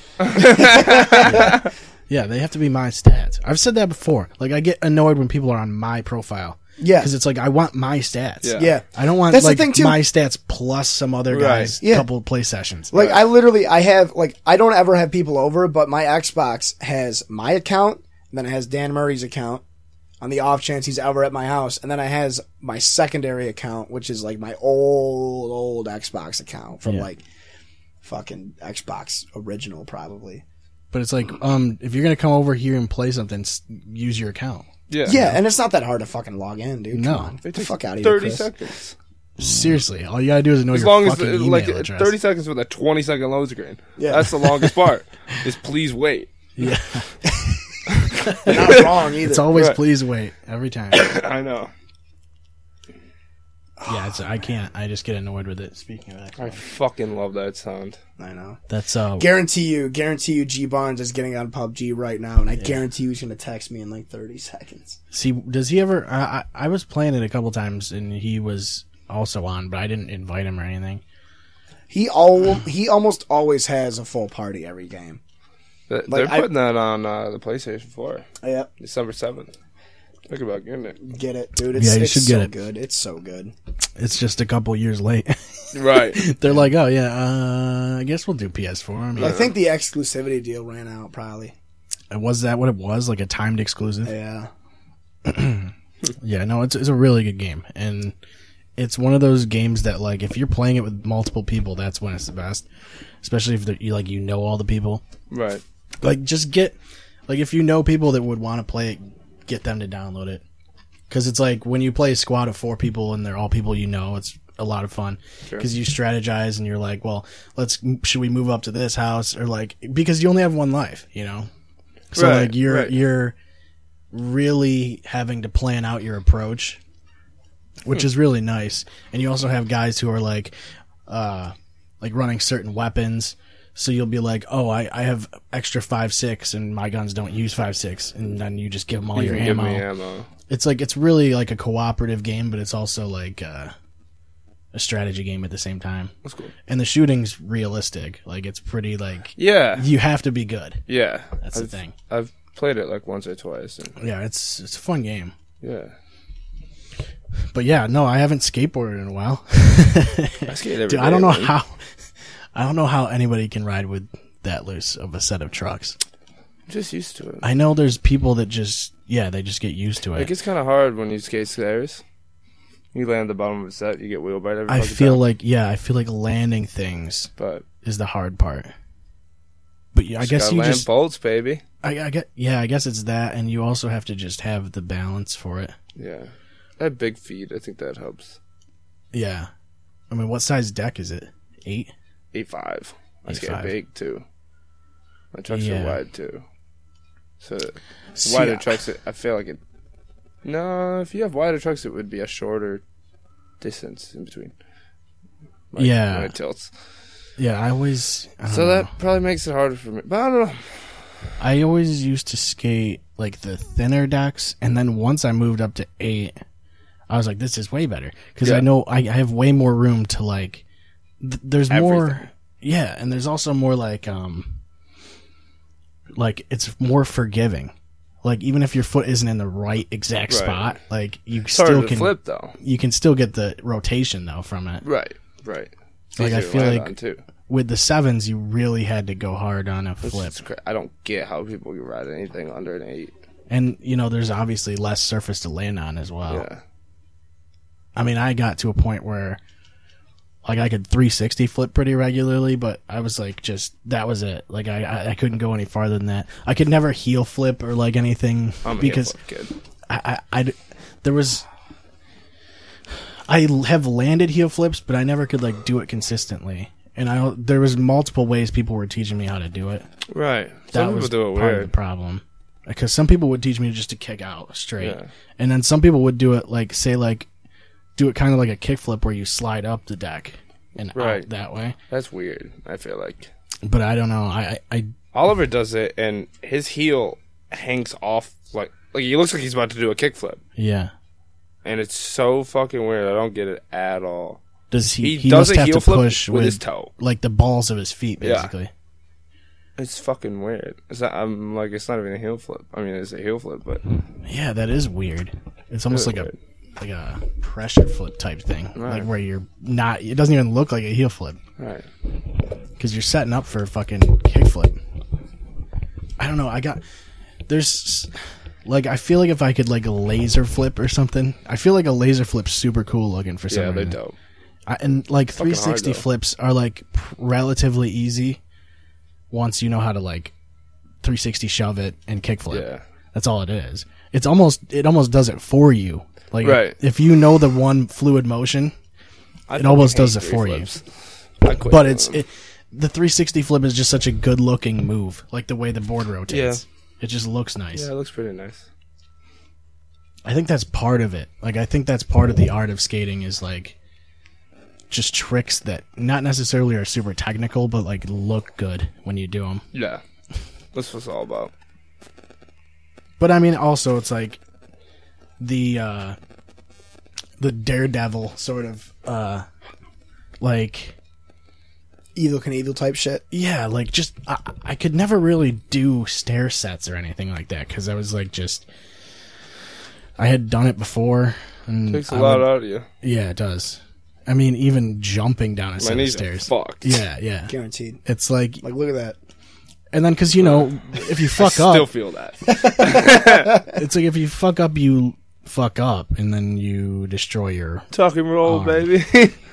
Speaker 1: Yeah, they have to be my stats. I've said that before. Like I get annoyed when people are on my profile.
Speaker 3: Yeah.
Speaker 1: Because it's like I want my stats.
Speaker 4: Yeah.
Speaker 3: Yeah,
Speaker 1: I don't want
Speaker 3: That's the
Speaker 1: like
Speaker 3: thing, too.
Speaker 1: my stats plus some other
Speaker 4: Right.
Speaker 1: guys
Speaker 3: Yeah.
Speaker 1: couple play sessions.
Speaker 3: Like I literally, I have like I don't ever have people over, but my Xbox has my account, and then it has Dan Murray's account. On the off chance he's ever at my house, and then it has my secondary account, which is like my old old Xbox account from
Speaker 1: Yeah.
Speaker 3: like fucking Xbox original, probably.
Speaker 1: But it's like, um, if you're gonna come over here and play something, s- use your account.
Speaker 4: yeah.
Speaker 3: Yeah, and it's not that hard to fucking log in, dude. Come
Speaker 1: No.
Speaker 3: on.
Speaker 4: It
Speaker 3: Get the
Speaker 4: takes
Speaker 3: fuck out of here,
Speaker 4: Thirty
Speaker 3: Chris.
Speaker 4: seconds.
Speaker 1: Seriously, all you gotta do is know
Speaker 4: As
Speaker 1: your
Speaker 4: long as
Speaker 1: fucking
Speaker 4: the,
Speaker 1: email
Speaker 4: like uh,
Speaker 1: address.
Speaker 4: thirty seconds with a twenty second load screen.
Speaker 3: Yeah.
Speaker 4: that's the longest part. Is please wait.
Speaker 1: yeah,
Speaker 3: You're not wrong either.
Speaker 1: it's always
Speaker 4: Right.
Speaker 1: please wait every time.
Speaker 4: I know.
Speaker 1: yeah, it's, I can't. I just get annoyed with it. Speaking of that,
Speaker 4: I fucking love that sound.
Speaker 3: I know.
Speaker 1: that's uh,
Speaker 3: Guarantee you, guarantee you, G Barnes is getting on PUBG right now, and I guarantee you he's gonna text me in like 30 seconds.
Speaker 1: See, does he ever? I, I I was playing it a couple times, and he was also on, but I didn't invite him or anything.
Speaker 3: He all he almost always has a full party every game.
Speaker 4: Th- They're
Speaker 3: Like, I-
Speaker 4: putting that on uh, the PlayStation Four,
Speaker 3: Yep,
Speaker 4: December seventh. Think about getting it.
Speaker 3: get it, dude. It's,
Speaker 1: Yeah, you
Speaker 3: it's
Speaker 1: should
Speaker 3: so
Speaker 1: get it.
Speaker 3: good. It's so good.
Speaker 1: It's just a couple years late.
Speaker 4: Right.
Speaker 1: They're like, oh yeah, uh, I guess we'll do PS4. I mean,
Speaker 3: I think the exclusivity deal ran out probably.
Speaker 1: was that what it was? Like a timed exclusive?
Speaker 3: Yeah.
Speaker 1: Yeah, no, it's it's a really good game, and it's one of those games that like if you're playing it with multiple people, that's when it's the best. Especially if they're- you like you know all the people.
Speaker 4: right.
Speaker 1: Like just get like if you know people that would want to play it, get them to download it. Because it's like when you play a squad of four people and they're all people you know, it's a lot of fun. Because you strategize and you're like, well, let's should we move up to this house or like because you only have one life, you know. So
Speaker 4: Right,
Speaker 1: like you're
Speaker 4: right.
Speaker 1: you're really having to plan out your approach, which
Speaker 4: Hmm.
Speaker 1: is really nice. And you also have guys who are like, uh, like running certain weapons. So you'll be like, oh, I, I have extra five six, and my guns don't use five six, and then you just give them all
Speaker 4: You
Speaker 1: your
Speaker 4: can give
Speaker 1: ammo.
Speaker 4: me ammo.
Speaker 1: It's like it's really like a cooperative game, but it's also like uh, a strategy game at the same time.
Speaker 4: That's cool.
Speaker 1: And the shooting's realistic. Like it's pretty like
Speaker 4: Yeah.
Speaker 1: you have to be good.
Speaker 4: Yeah.
Speaker 1: That's the
Speaker 4: I've,
Speaker 1: thing.
Speaker 4: I've played it like once or twice. And,
Speaker 1: Yeah, it's it's a fun game.
Speaker 4: yeah.
Speaker 1: But yeah, no, I haven't skateboarded in a while.
Speaker 4: I skate every
Speaker 1: Dude, I don't
Speaker 4: day,
Speaker 1: know
Speaker 4: man.
Speaker 1: how I don't know how anybody can ride with that loose of a set of trucks.
Speaker 4: I'm just used to it.
Speaker 1: I know there's people that just yeah, they just get used to
Speaker 4: It
Speaker 1: it.
Speaker 4: gets kind of hard when you skate stairs. You land at the bottom of a set, you get wheel bite every
Speaker 1: I
Speaker 4: fucking
Speaker 1: feel
Speaker 4: time.
Speaker 1: like yeah, I feel like landing things
Speaker 4: But
Speaker 1: is the hard part. But yeah, I guess
Speaker 4: gotta
Speaker 1: you
Speaker 4: land
Speaker 1: just
Speaker 4: bolts, baby.
Speaker 1: I, I get yeah, I guess it's that and you also have to just have the balance for it.
Speaker 4: Yeah. I have big feet. I think that helps.
Speaker 1: Yeah. I mean, what size deck is it? 8?
Speaker 4: Eight five. I skate
Speaker 1: 8'5".
Speaker 4: big too. My trucks
Speaker 1: Yeah.
Speaker 4: are wide too. So
Speaker 1: See,
Speaker 4: wider
Speaker 1: I-
Speaker 4: trucks, it, I feel like it. No, if you have wider trucks, it would be a shorter distance in between. Like,
Speaker 1: Yeah.
Speaker 4: when it tilts.
Speaker 1: Yeah, I always I don't
Speaker 4: So
Speaker 1: know.
Speaker 4: that probably makes it harder for me. But I don't know.
Speaker 1: I always used to skate like the thinner decks, and then once I moved up to eight, I was like, "This is way better" because
Speaker 4: Yeah.
Speaker 1: I know I, I have way more room to like. Th- there's
Speaker 4: Everything.
Speaker 1: more, yeah, and there's also more like um, like it's more forgiving. Like even if your foot isn't in the right exact
Speaker 4: Right.
Speaker 1: spot, like you
Speaker 4: It's harder
Speaker 1: still
Speaker 4: to
Speaker 1: can
Speaker 4: flip though.
Speaker 1: you can still get the rotation though from it.
Speaker 4: Right, right. It's
Speaker 1: Like, I
Speaker 4: easier to
Speaker 1: feel
Speaker 4: land
Speaker 1: like
Speaker 4: on, too.
Speaker 1: With the sevens, you really had to go hard on a flip.
Speaker 4: It's cra- I don't get how people can ride anything under an eight.
Speaker 1: and you know there's obviously less surface to land on as well
Speaker 4: Yeah,
Speaker 1: i mean i got to a point where like i could 360 flip pretty regularly but i was like just that was it like i i, I couldn't go any farther than that i could never heel flip or like anything
Speaker 4: I'm a
Speaker 1: because
Speaker 4: hip-hop kid.
Speaker 1: I, I I'd- there was I l- have landed heel flips, but I never could like do it consistently. And I don't- there was multiple ways people were teaching me how to do it.
Speaker 4: Right.
Speaker 1: that
Speaker 4: Some people
Speaker 1: was
Speaker 4: do
Speaker 1: part
Speaker 4: it
Speaker 1: of the
Speaker 4: weird.
Speaker 1: problem because some people would teach me just to kick out straight
Speaker 4: Yeah.
Speaker 1: and then some people would do it like say like do it kind of like a kickflip where you slide up the deck and out
Speaker 4: Right.
Speaker 1: that way
Speaker 4: That's weird. I feel like
Speaker 1: but i don't know i i, I
Speaker 4: Oliver does it, and his heel hangs off like like he looks like he's about to do a kickflip,
Speaker 1: yeah
Speaker 4: and it's so fucking weird. I don't get it at all.
Speaker 1: does he
Speaker 4: He
Speaker 1: he,
Speaker 4: does
Speaker 1: must
Speaker 4: a
Speaker 1: have
Speaker 4: heel
Speaker 1: to
Speaker 4: flip
Speaker 1: push
Speaker 4: with,
Speaker 1: with,
Speaker 4: his toe.
Speaker 1: like the balls of his feet
Speaker 4: Yeah.
Speaker 1: basically
Speaker 4: It's fucking weird. It's not, I'm like, it's not even a heel flip. I mean, it's a heel flip, but
Speaker 1: Yeah, that is weird. It's almost
Speaker 4: Really
Speaker 1: like a like a pressure flip type thing, like where you're not. It doesn't even look like a heel flip
Speaker 4: right.
Speaker 1: because you're setting up for a fucking kickflip. I don't know. I got there's like I feel like if I could like laser flip or something. I feel like a laser flip's super cool looking for some
Speaker 4: Yeah, they're
Speaker 1: reason.
Speaker 4: dope.
Speaker 1: I, and like
Speaker 4: hard,
Speaker 1: 360
Speaker 4: though.
Speaker 1: flips are like pr- relatively easy once you know how to like 360 shove it and kickflip.
Speaker 4: Yeah.
Speaker 1: That's all it is. It's almost it almost does it for you. Like
Speaker 4: Right.
Speaker 1: if you know the one fluid motion,
Speaker 4: I
Speaker 1: It almost
Speaker 4: fucking
Speaker 1: does
Speaker 4: hate
Speaker 1: it
Speaker 4: three
Speaker 1: for
Speaker 4: flips. I quit
Speaker 1: But
Speaker 4: doing
Speaker 1: it's
Speaker 4: them.
Speaker 1: it, the 360 flip is just such a good looking move, like the way the board rotates. It just looks nice.
Speaker 4: yeah, it looks pretty nice.
Speaker 1: I think that's part of it. Like I think that's part of the art of skating is like just tricks that not necessarily are super technical, but like look good when you do them.
Speaker 4: Yeah, that's what it's all about.
Speaker 1: But I mean, also it's like the uh, the daredevil sort of uh, like
Speaker 3: Evil can evil type shit.
Speaker 1: yeah, like just I, I could never really do stair sets or anything like that because I was like just I had done it before. And
Speaker 4: Takes a
Speaker 1: I
Speaker 4: lot
Speaker 1: would-
Speaker 4: out of you.
Speaker 1: Yeah, it does. I mean, even jumping down a
Speaker 4: My
Speaker 1: set of
Speaker 4: knees are
Speaker 1: stairs.
Speaker 4: fucked.
Speaker 1: Yeah, yeah.
Speaker 3: Guaranteed.
Speaker 1: It's like,
Speaker 3: Like look at that.
Speaker 1: and then because you know, if you fuck
Speaker 4: Still
Speaker 1: up,
Speaker 4: feel that.
Speaker 1: it's like if you fuck up, you fuck up, and then you destroy your
Speaker 4: Tuck and roll,
Speaker 1: Arm.
Speaker 4: baby.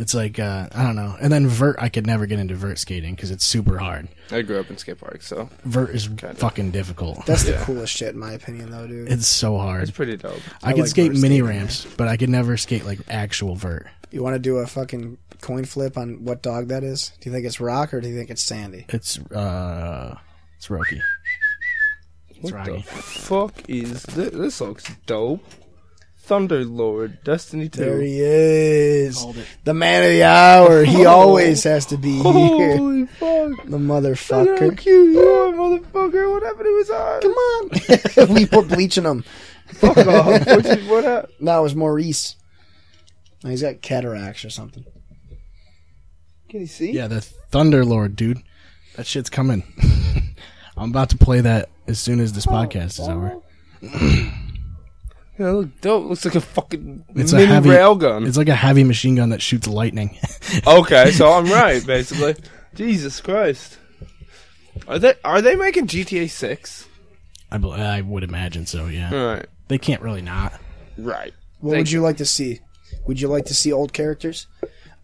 Speaker 1: It's like uh, I don't know. And then vert, I could never get into vert skating because it's super hard.
Speaker 4: I grew up in skate parks, so
Speaker 1: Vert is fucking difficult.
Speaker 3: That's the coolest shit in my opinion though, dude.
Speaker 1: it's so
Speaker 4: it's
Speaker 1: hard.
Speaker 4: pretty dope.
Speaker 1: I, could
Speaker 3: like
Speaker 1: skate
Speaker 3: vert
Speaker 1: mini
Speaker 3: skating,
Speaker 1: ramps, but I could never skate like actual vert.
Speaker 3: you want to do a fucking coin flip on what dog that is? Do you think it's Rock or do you think it's Sandy?
Speaker 1: It's uh, it's Rocky. It's
Speaker 4: What the
Speaker 1: Rocky.
Speaker 4: fuck is this? This looks dope. Thunderlord, Destiny 2.
Speaker 3: There he is.
Speaker 1: Called it. Oh.
Speaker 3: The man of the hour. He always has to be here.
Speaker 4: Holy fuck.
Speaker 3: The
Speaker 4: Look how
Speaker 3: motherfucker.
Speaker 4: cute you are, motherfucker. What happened to his eyes?
Speaker 3: Come on. we were bleaching him.
Speaker 4: Fuck off. What, you, what happened?
Speaker 3: No, it was Maurice. No, he's got cataracts or something.
Speaker 4: Can you see?
Speaker 1: Yeah, the Thunder Lord, dude. That shit's coming. I'm about to play that as soon as this podcast is over.
Speaker 4: Yeah, that look dope. Looks like a fucking
Speaker 1: It's
Speaker 4: mini
Speaker 1: a heavy
Speaker 4: railgun.
Speaker 1: It's like a heavy machine gun that shoots lightning.
Speaker 4: Okay, so I'm right, basically. Jesus Christ. Are they are they making GTA 6?
Speaker 1: I, bel- I would imagine so. Yeah,
Speaker 4: Right.
Speaker 1: they can't really not.
Speaker 4: Right.
Speaker 3: What
Speaker 4: Thank
Speaker 3: would you like to see? Would you like to see old characters?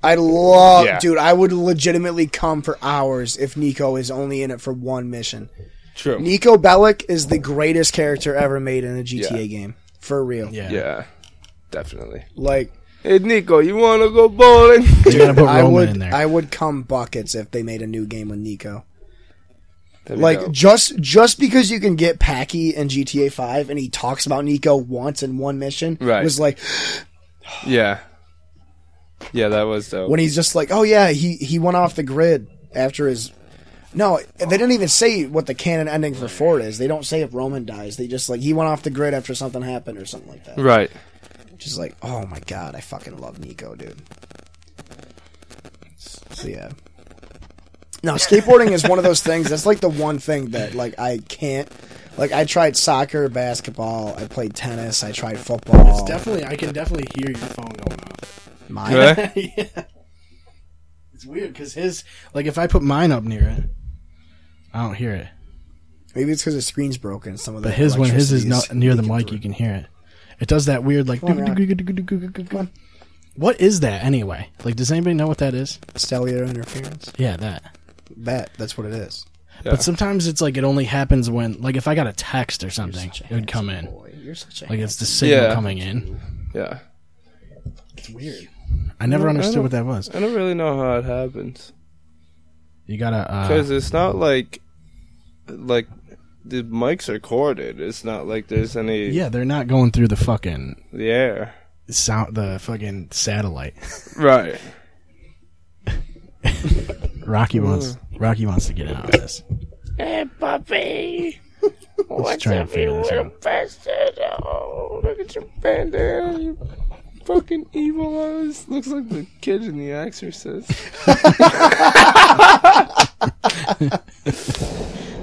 Speaker 3: I love,
Speaker 4: Yeah.
Speaker 3: dude. I would legitimately come for hours if Nico is only in it for one mission.
Speaker 4: True.
Speaker 3: Nico Bellic is the greatest character ever made in a GTA
Speaker 4: Yeah.
Speaker 3: game, for real.
Speaker 1: Yeah,
Speaker 4: yeah. Definitely.
Speaker 3: Like,
Speaker 4: Hey Nico, you wanna go bowling?
Speaker 1: they gotta put
Speaker 3: I
Speaker 1: Roman
Speaker 3: would,
Speaker 1: in there.
Speaker 3: I would come buckets if they made a new game with Nico.
Speaker 4: There we
Speaker 3: Like,
Speaker 4: go.
Speaker 3: just just because you can get Packy in GTA Five and he talks about Nico once in one mission,
Speaker 4: Right.
Speaker 3: was like,
Speaker 4: yeah, yeah, that was dope.
Speaker 3: when he's just like, "Oh yeah, he he went off the grid after his." No, they didn't even say what the canon ending for Ford is. They don't say if Roman dies. They just like he went off the grid after something happened or something like that.
Speaker 4: right,
Speaker 3: Just like, oh my god, I fucking love Nico, dude. So yeah. No, skateboarding is one of those things. That's like the one thing that like I can't. Like I tried soccer, basketball. I played tennis. I tried football.
Speaker 1: It's definitely, I can definitely hear your phone going off.
Speaker 3: Mine-
Speaker 4: Right?
Speaker 1: yeah. It's weird because his, like, if I put mine up near it, I don't hear it.
Speaker 3: Maybe it's because the screen's broken. Some of the
Speaker 1: But his, when his is not
Speaker 3: electricity
Speaker 1: near the mic, you can hear it. It does that weird, like,
Speaker 3: Come on, Rock.
Speaker 1: what is that anyway? Like, does anybody know what that is?
Speaker 3: cellular interference.
Speaker 1: Yeah, that.
Speaker 3: That that's what it is.
Speaker 4: Yeah.
Speaker 1: But sometimes it's like it only happens when, like, if I got a text or something, it would come in.
Speaker 3: You're such a
Speaker 1: Like, it's the signal
Speaker 4: Yeah.
Speaker 1: coming in.
Speaker 4: yeah.
Speaker 3: weird.
Speaker 1: I never
Speaker 4: I
Speaker 1: understood
Speaker 4: don't-
Speaker 1: what that was.
Speaker 4: I don't really know how it happens
Speaker 1: You gotta, uh,
Speaker 4: because it's not like, like, the mics are corded. It's not like there's any
Speaker 1: yeah, they're not going through the fucking
Speaker 4: the air.
Speaker 1: sound the fucking satellite.
Speaker 4: Right.
Speaker 1: Rocky wants Rocky wants to get in on this.
Speaker 4: Hey puppy,
Speaker 1: Let's try and figure this out.
Speaker 4: bastard! Oh, look at your bandana. You fucking evil eyes. Looks like the kid in The Exorcist.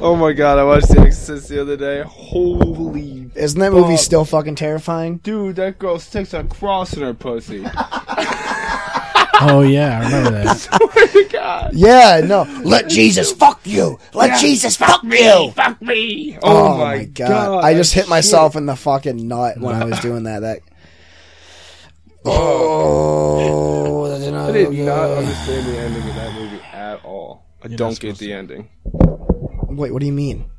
Speaker 4: oh my god, I watched The Exorcist the other day. Holy
Speaker 3: Isn't that movie
Speaker 4: Fuck.
Speaker 3: still fucking terrifying?
Speaker 4: dude, that girl sticks a cross in her pussy.
Speaker 1: Oh yeah, I remember that.
Speaker 4: Swear to God.
Speaker 3: Yeah, no. Let Jesus fuck you. Let Jesus fuck you.
Speaker 4: Fuck me!
Speaker 3: Oh, my, god. I just hit
Speaker 4: shit.
Speaker 3: myself in the fucking nut when I was doing that. That. Oh, that did not-
Speaker 4: I did not understand the ending of that movie at all. I
Speaker 1: not
Speaker 4: don't
Speaker 1: supposed
Speaker 4: get the
Speaker 1: to.
Speaker 4: ending.
Speaker 3: Wait, what do you mean,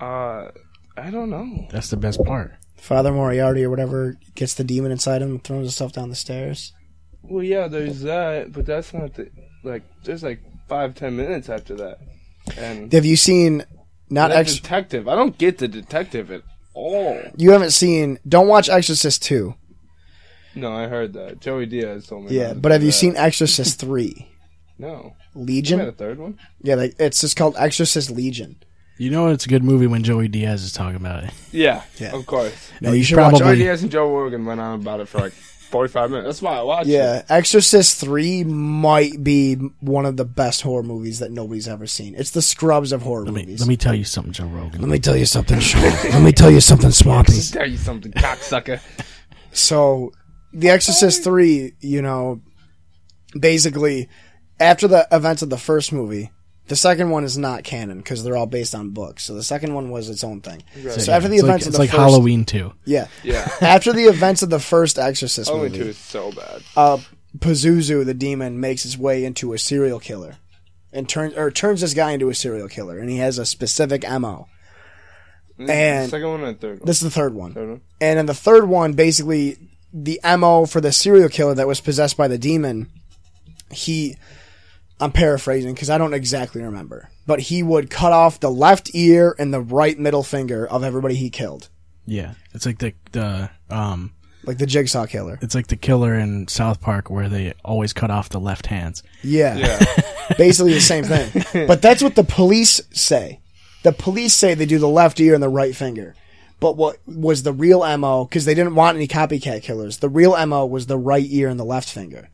Speaker 4: Uh, I don't know.
Speaker 1: That's the best part.
Speaker 3: Father Moriarty or whatever gets the demon inside him and throws himself down the stairs?
Speaker 4: Well, yeah, there's that, but that's not the like. There's like five, ten minutes after that, and
Speaker 3: Have you seen? Not
Speaker 4: that
Speaker 3: ex-
Speaker 4: detective. I don't get the detective at all.
Speaker 3: you haven't seen. Don't watch Exorcist two.
Speaker 4: No, I heard that. Joey Diaz told me.
Speaker 3: Yeah,
Speaker 4: not to
Speaker 3: but
Speaker 4: do
Speaker 3: have you
Speaker 4: that.
Speaker 3: seen Exorcist three?
Speaker 4: No. Is that a
Speaker 3: Legion.
Speaker 4: third one?
Speaker 3: Yeah, like, it's just called Exorcist Legion.
Speaker 1: You know it's a good movie when Joey Diaz is talking about it.
Speaker 4: Yeah,
Speaker 3: Yeah.
Speaker 4: of course.
Speaker 3: No,
Speaker 1: And
Speaker 3: you
Speaker 1: he's
Speaker 3: should watch
Speaker 4: Joey
Speaker 1: probably-
Speaker 4: Diaz and Joe Rogan went on about it for like forty-five minutes. That's why I watched it.
Speaker 3: Yeah, Exorcist 3 might be one of the best horror movies that nobody's ever seen. It's the scrubs of horror
Speaker 1: Let me,
Speaker 3: movies.
Speaker 1: let me tell you something, Joe Rogan.
Speaker 3: Let me tell you something, Sean. let me tell you something, Swampy.
Speaker 4: Tell you something, cocksucker.
Speaker 3: So, The Exorcist 3, you know, basically, after the events of the first movie, the second one is not canon because they're all based on books. So the second one was its own thing. So after the
Speaker 1: it's like,
Speaker 3: events of
Speaker 1: it's
Speaker 3: the
Speaker 1: like
Speaker 3: first,
Speaker 1: Halloween too.
Speaker 3: yeah,
Speaker 4: Yeah.
Speaker 3: after the events of the first Exorcist
Speaker 4: Only
Speaker 3: movie,
Speaker 4: two is so bad.
Speaker 3: uh, Pazuzu the demon makes his way into a serial killer, and turns or turns this guy into a serial killer, and he has a specific mo. And-
Speaker 4: second one and third one.
Speaker 3: This is the third one,
Speaker 4: third one.
Speaker 3: and in the third one, basically the mo for the serial killer that was possessed by the demon, he, I'm paraphrasing because I don't exactly remember, but he would cut off the left ear and the right middle finger of everybody he killed,
Speaker 1: Yeah, it's like the the um,
Speaker 3: like the jigsaw killer.
Speaker 1: it's like the killer in South Park where they always cut off the left hands.
Speaker 3: Yeah.
Speaker 4: Yeah.
Speaker 3: basically the same thing. But that's what the police say. The police say they do the left ear and the right finger. But what was the real MO, because they didn't want any copycat killers, the real MO was the right ear and the left finger.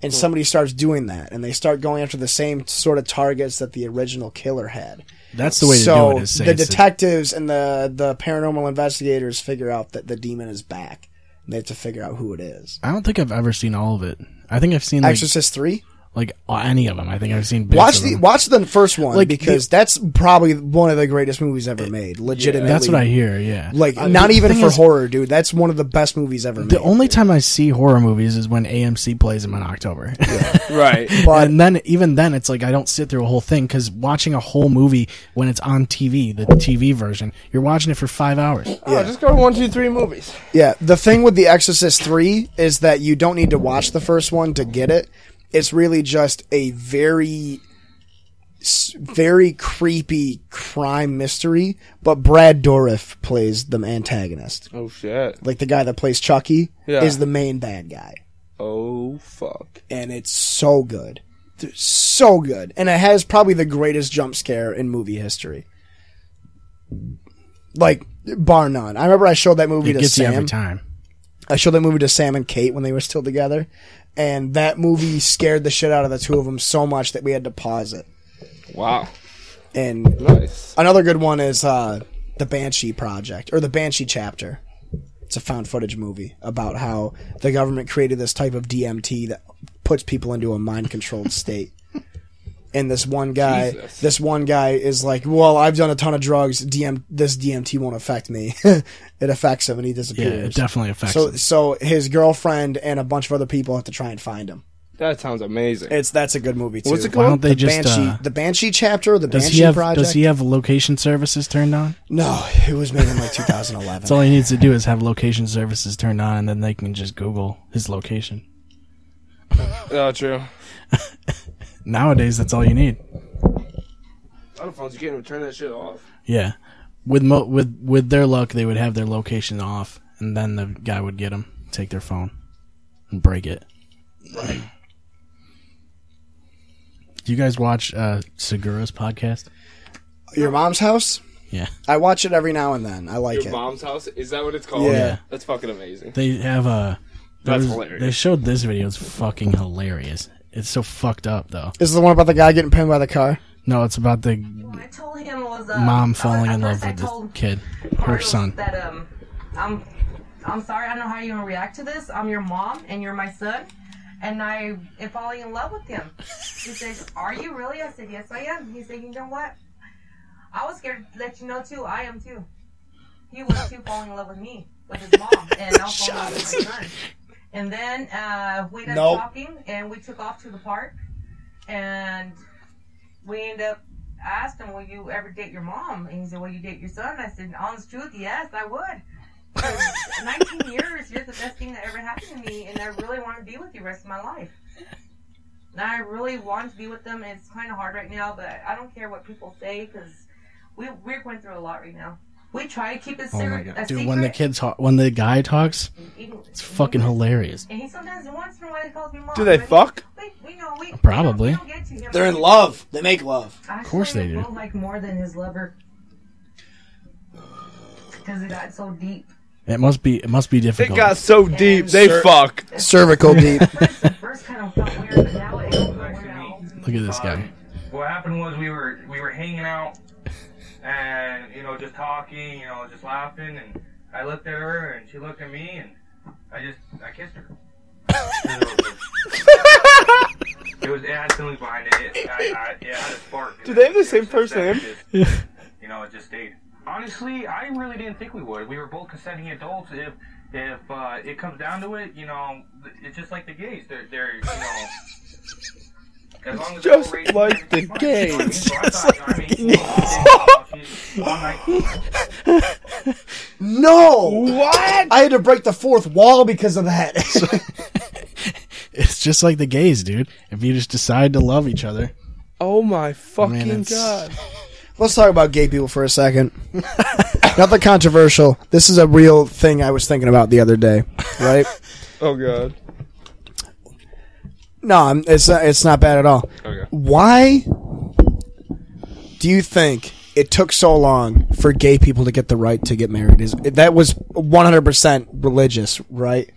Speaker 3: And somebody starts doing that, and they start going after the same sort of targets that the original killer had.
Speaker 1: That's the way
Speaker 3: so
Speaker 1: to do it. Is say
Speaker 3: the
Speaker 1: it's a-
Speaker 3: detectives and the, the paranormal investigators figure out that the demon is back. And they have to figure out who it is.
Speaker 1: I don't think I've ever seen all of it. I think I've seen like,
Speaker 3: Exorcist three.
Speaker 1: like any of them. I think I've seen bits
Speaker 3: Watch
Speaker 1: of
Speaker 3: the
Speaker 1: them.
Speaker 3: watch the first one
Speaker 1: Like,
Speaker 3: because that's probably one of the greatest movies ever made. Legitimately,
Speaker 1: That's what I hear. Yeah,
Speaker 3: like.
Speaker 1: I-
Speaker 3: not
Speaker 1: the
Speaker 3: even
Speaker 1: thing
Speaker 3: for
Speaker 1: is,
Speaker 3: horror, dude. That's one of the best movies ever made.
Speaker 1: The only time I see horror movies is when AMC plays them in October.
Speaker 4: right.
Speaker 3: but
Speaker 1: and then even then it's like I don't sit through a whole thing because watching a whole movie when it's on TV, the TV version, you're watching it for five hours.
Speaker 4: Oh, just go to one, two, three movies.
Speaker 3: yeah, the thing with The Exorcist three is that you don't need to watch the first one to get it. It's really just a very, s- very creepy crime mystery. But Brad Dourif plays the antagonist,
Speaker 4: Oh shit.
Speaker 3: like the guy that plays Chucky,
Speaker 4: Yeah.
Speaker 3: is the main bad guy.
Speaker 4: Oh fuck.
Speaker 3: and it's so good. Th- So good. And it has probably the greatest jump scare in movie history. Like, bar none. I remember I showed that movie
Speaker 1: It
Speaker 3: to
Speaker 1: gets you every
Speaker 3: Sam.
Speaker 1: time.
Speaker 3: I showed that movie to Sam and Kate when they were still together. And that movie scared the shit out of the two of them so much that we had to pause it.
Speaker 4: Wow.
Speaker 3: And
Speaker 4: Nice.
Speaker 3: another good one is uh, The Banshee Project, or The Banshee Chapter. It's a found footage movie about how the government created this type of DMT that puts people into a mind controlled state. And this one guy,
Speaker 4: Jesus.
Speaker 3: this one guy is like, "Well, I've done a ton of drugs. DM, this DMT won't affect me. it affects him, and he
Speaker 1: Yeah,
Speaker 3: disappears."
Speaker 1: it definitely affects.
Speaker 3: so,
Speaker 1: it.
Speaker 3: so his girlfriend and a bunch of other people have to try and find him.
Speaker 4: That sounds amazing.
Speaker 3: It's that's a good movie too.
Speaker 4: What's it
Speaker 1: Why
Speaker 4: called?
Speaker 1: don't they
Speaker 3: the
Speaker 1: just?
Speaker 3: Banshee,
Speaker 1: uh,
Speaker 3: the Banshee chapter, the
Speaker 1: does
Speaker 3: Banshee
Speaker 1: he have?
Speaker 3: project.
Speaker 1: Does he have location services turned on?
Speaker 3: no, it was made in like 2011.
Speaker 1: That's all he needs to do is have location services turned on, and then they can just Google his location.
Speaker 4: oh, true.
Speaker 1: Nowadays, that's all you need.
Speaker 4: Other phones, you can't even turn that shit off.
Speaker 1: Yeah, with mo- with with their luck, they would have their location off, and then the guy would get them, take their phone, and break it. Do you guys watch uh, Segura's podcast?
Speaker 3: Your mom's house?
Speaker 1: Yeah,
Speaker 3: I watch it every now and then. I like
Speaker 4: Your
Speaker 3: it.
Speaker 4: mom's house? Is that what it's called?
Speaker 3: Yeah.
Speaker 4: That's fucking amazing.
Speaker 1: they have a.
Speaker 4: That's
Speaker 1: there was-
Speaker 4: hilarious.
Speaker 1: They showed this video. It's fucking hilarious. It's so fucked up though.
Speaker 3: Is the one about the guy getting pinned by the car?
Speaker 1: No, it's about the
Speaker 5: I told him was uh,
Speaker 1: mom
Speaker 5: at
Speaker 1: falling in
Speaker 5: first
Speaker 1: love
Speaker 5: I
Speaker 1: with the
Speaker 5: told
Speaker 1: kid, her
Speaker 5: Carlos
Speaker 1: son.
Speaker 5: That um, I'm, I'm sorry. I don't know how you're gonna react to this. I'm your mom and you're my son, and I am falling in love with him. He says, "Are you really?" I said, "Yes, I am." He said, "You know what? I was scared to let you know too. I am too. He was too falling in love with me with his mom, and I'm falling in love with my son." And then uh, we ended
Speaker 3: Nope.
Speaker 5: up talking, and we took off to the park, and we end up I asked him, "Will you ever date your mom?" And he said, "Will you date your son?" I said, "Honest truth, yes, I would." For 19 years, you're the best thing that ever happened to me, and I really want to be with you the rest of my life. And I really want to be with them, and it's kind of hard right now, but I don't care what people say because we, we're going through a lot right now. We try to keep it
Speaker 1: Oh my
Speaker 5: secret.
Speaker 1: god,
Speaker 5: a
Speaker 1: dude!
Speaker 5: secret.
Speaker 1: When the kid talk, when the guy talks,
Speaker 5: Even-
Speaker 1: it's fucking hilarious.
Speaker 5: And he sometimes once in a while he calls me mom.
Speaker 4: Do they
Speaker 5: but
Speaker 4: fuck?
Speaker 5: We, we know, we,
Speaker 1: Probably.
Speaker 5: We don't, we don't get to him.
Speaker 3: They're in love. They make love.
Speaker 5: Of
Speaker 1: course they do.
Speaker 5: Like more than his lover. Because it got so deep.
Speaker 1: It must be it must be
Speaker 4: It
Speaker 1: difficult.
Speaker 4: got so deep, they
Speaker 3: Sir-
Speaker 4: fuck.
Speaker 3: Cervical deep.
Speaker 5: First, at first kind of felt weird, but now it don't feel weird at all.
Speaker 1: Look at this guy.
Speaker 6: Um, What happened was we were we were hanging out and you know just talking, you know just laughing, and I looked at her and she looked at me and I just I kissed her. it was it had feelings behind it. It, I, I, it had a spark.
Speaker 4: Do they have the same first
Speaker 6: that
Speaker 4: name?
Speaker 6: just- you know, it just stayed. Honestly, I really didn't think we would. We were both consenting adults. If if uh, it comes down to it, you know, th- it's just like the gays. They're they're you know. As long as they're
Speaker 4: just
Speaker 6: raised
Speaker 4: like
Speaker 6: in
Speaker 4: the
Speaker 6: fine,
Speaker 4: gays.
Speaker 6: I mean,
Speaker 4: It's
Speaker 6: so I
Speaker 4: just
Speaker 6: thought, I mean, she's- I'm like,
Speaker 3: No.
Speaker 4: What?
Speaker 3: I had to break the fourth wall because of that.
Speaker 1: It's just like the gays, dude. If you just decide to love each other,
Speaker 4: Oh my fucking
Speaker 1: it's-
Speaker 4: god.
Speaker 3: Let's talk about gay people for a second. Nothing controversial. This is a real thing I was thinking about the other day, right?
Speaker 4: Oh god.
Speaker 3: No, I'm, it's not, it's not bad at all.
Speaker 4: Okay.
Speaker 3: Why do you think it took so long for gay people to get the right to get married? Is that was 100% religious, right?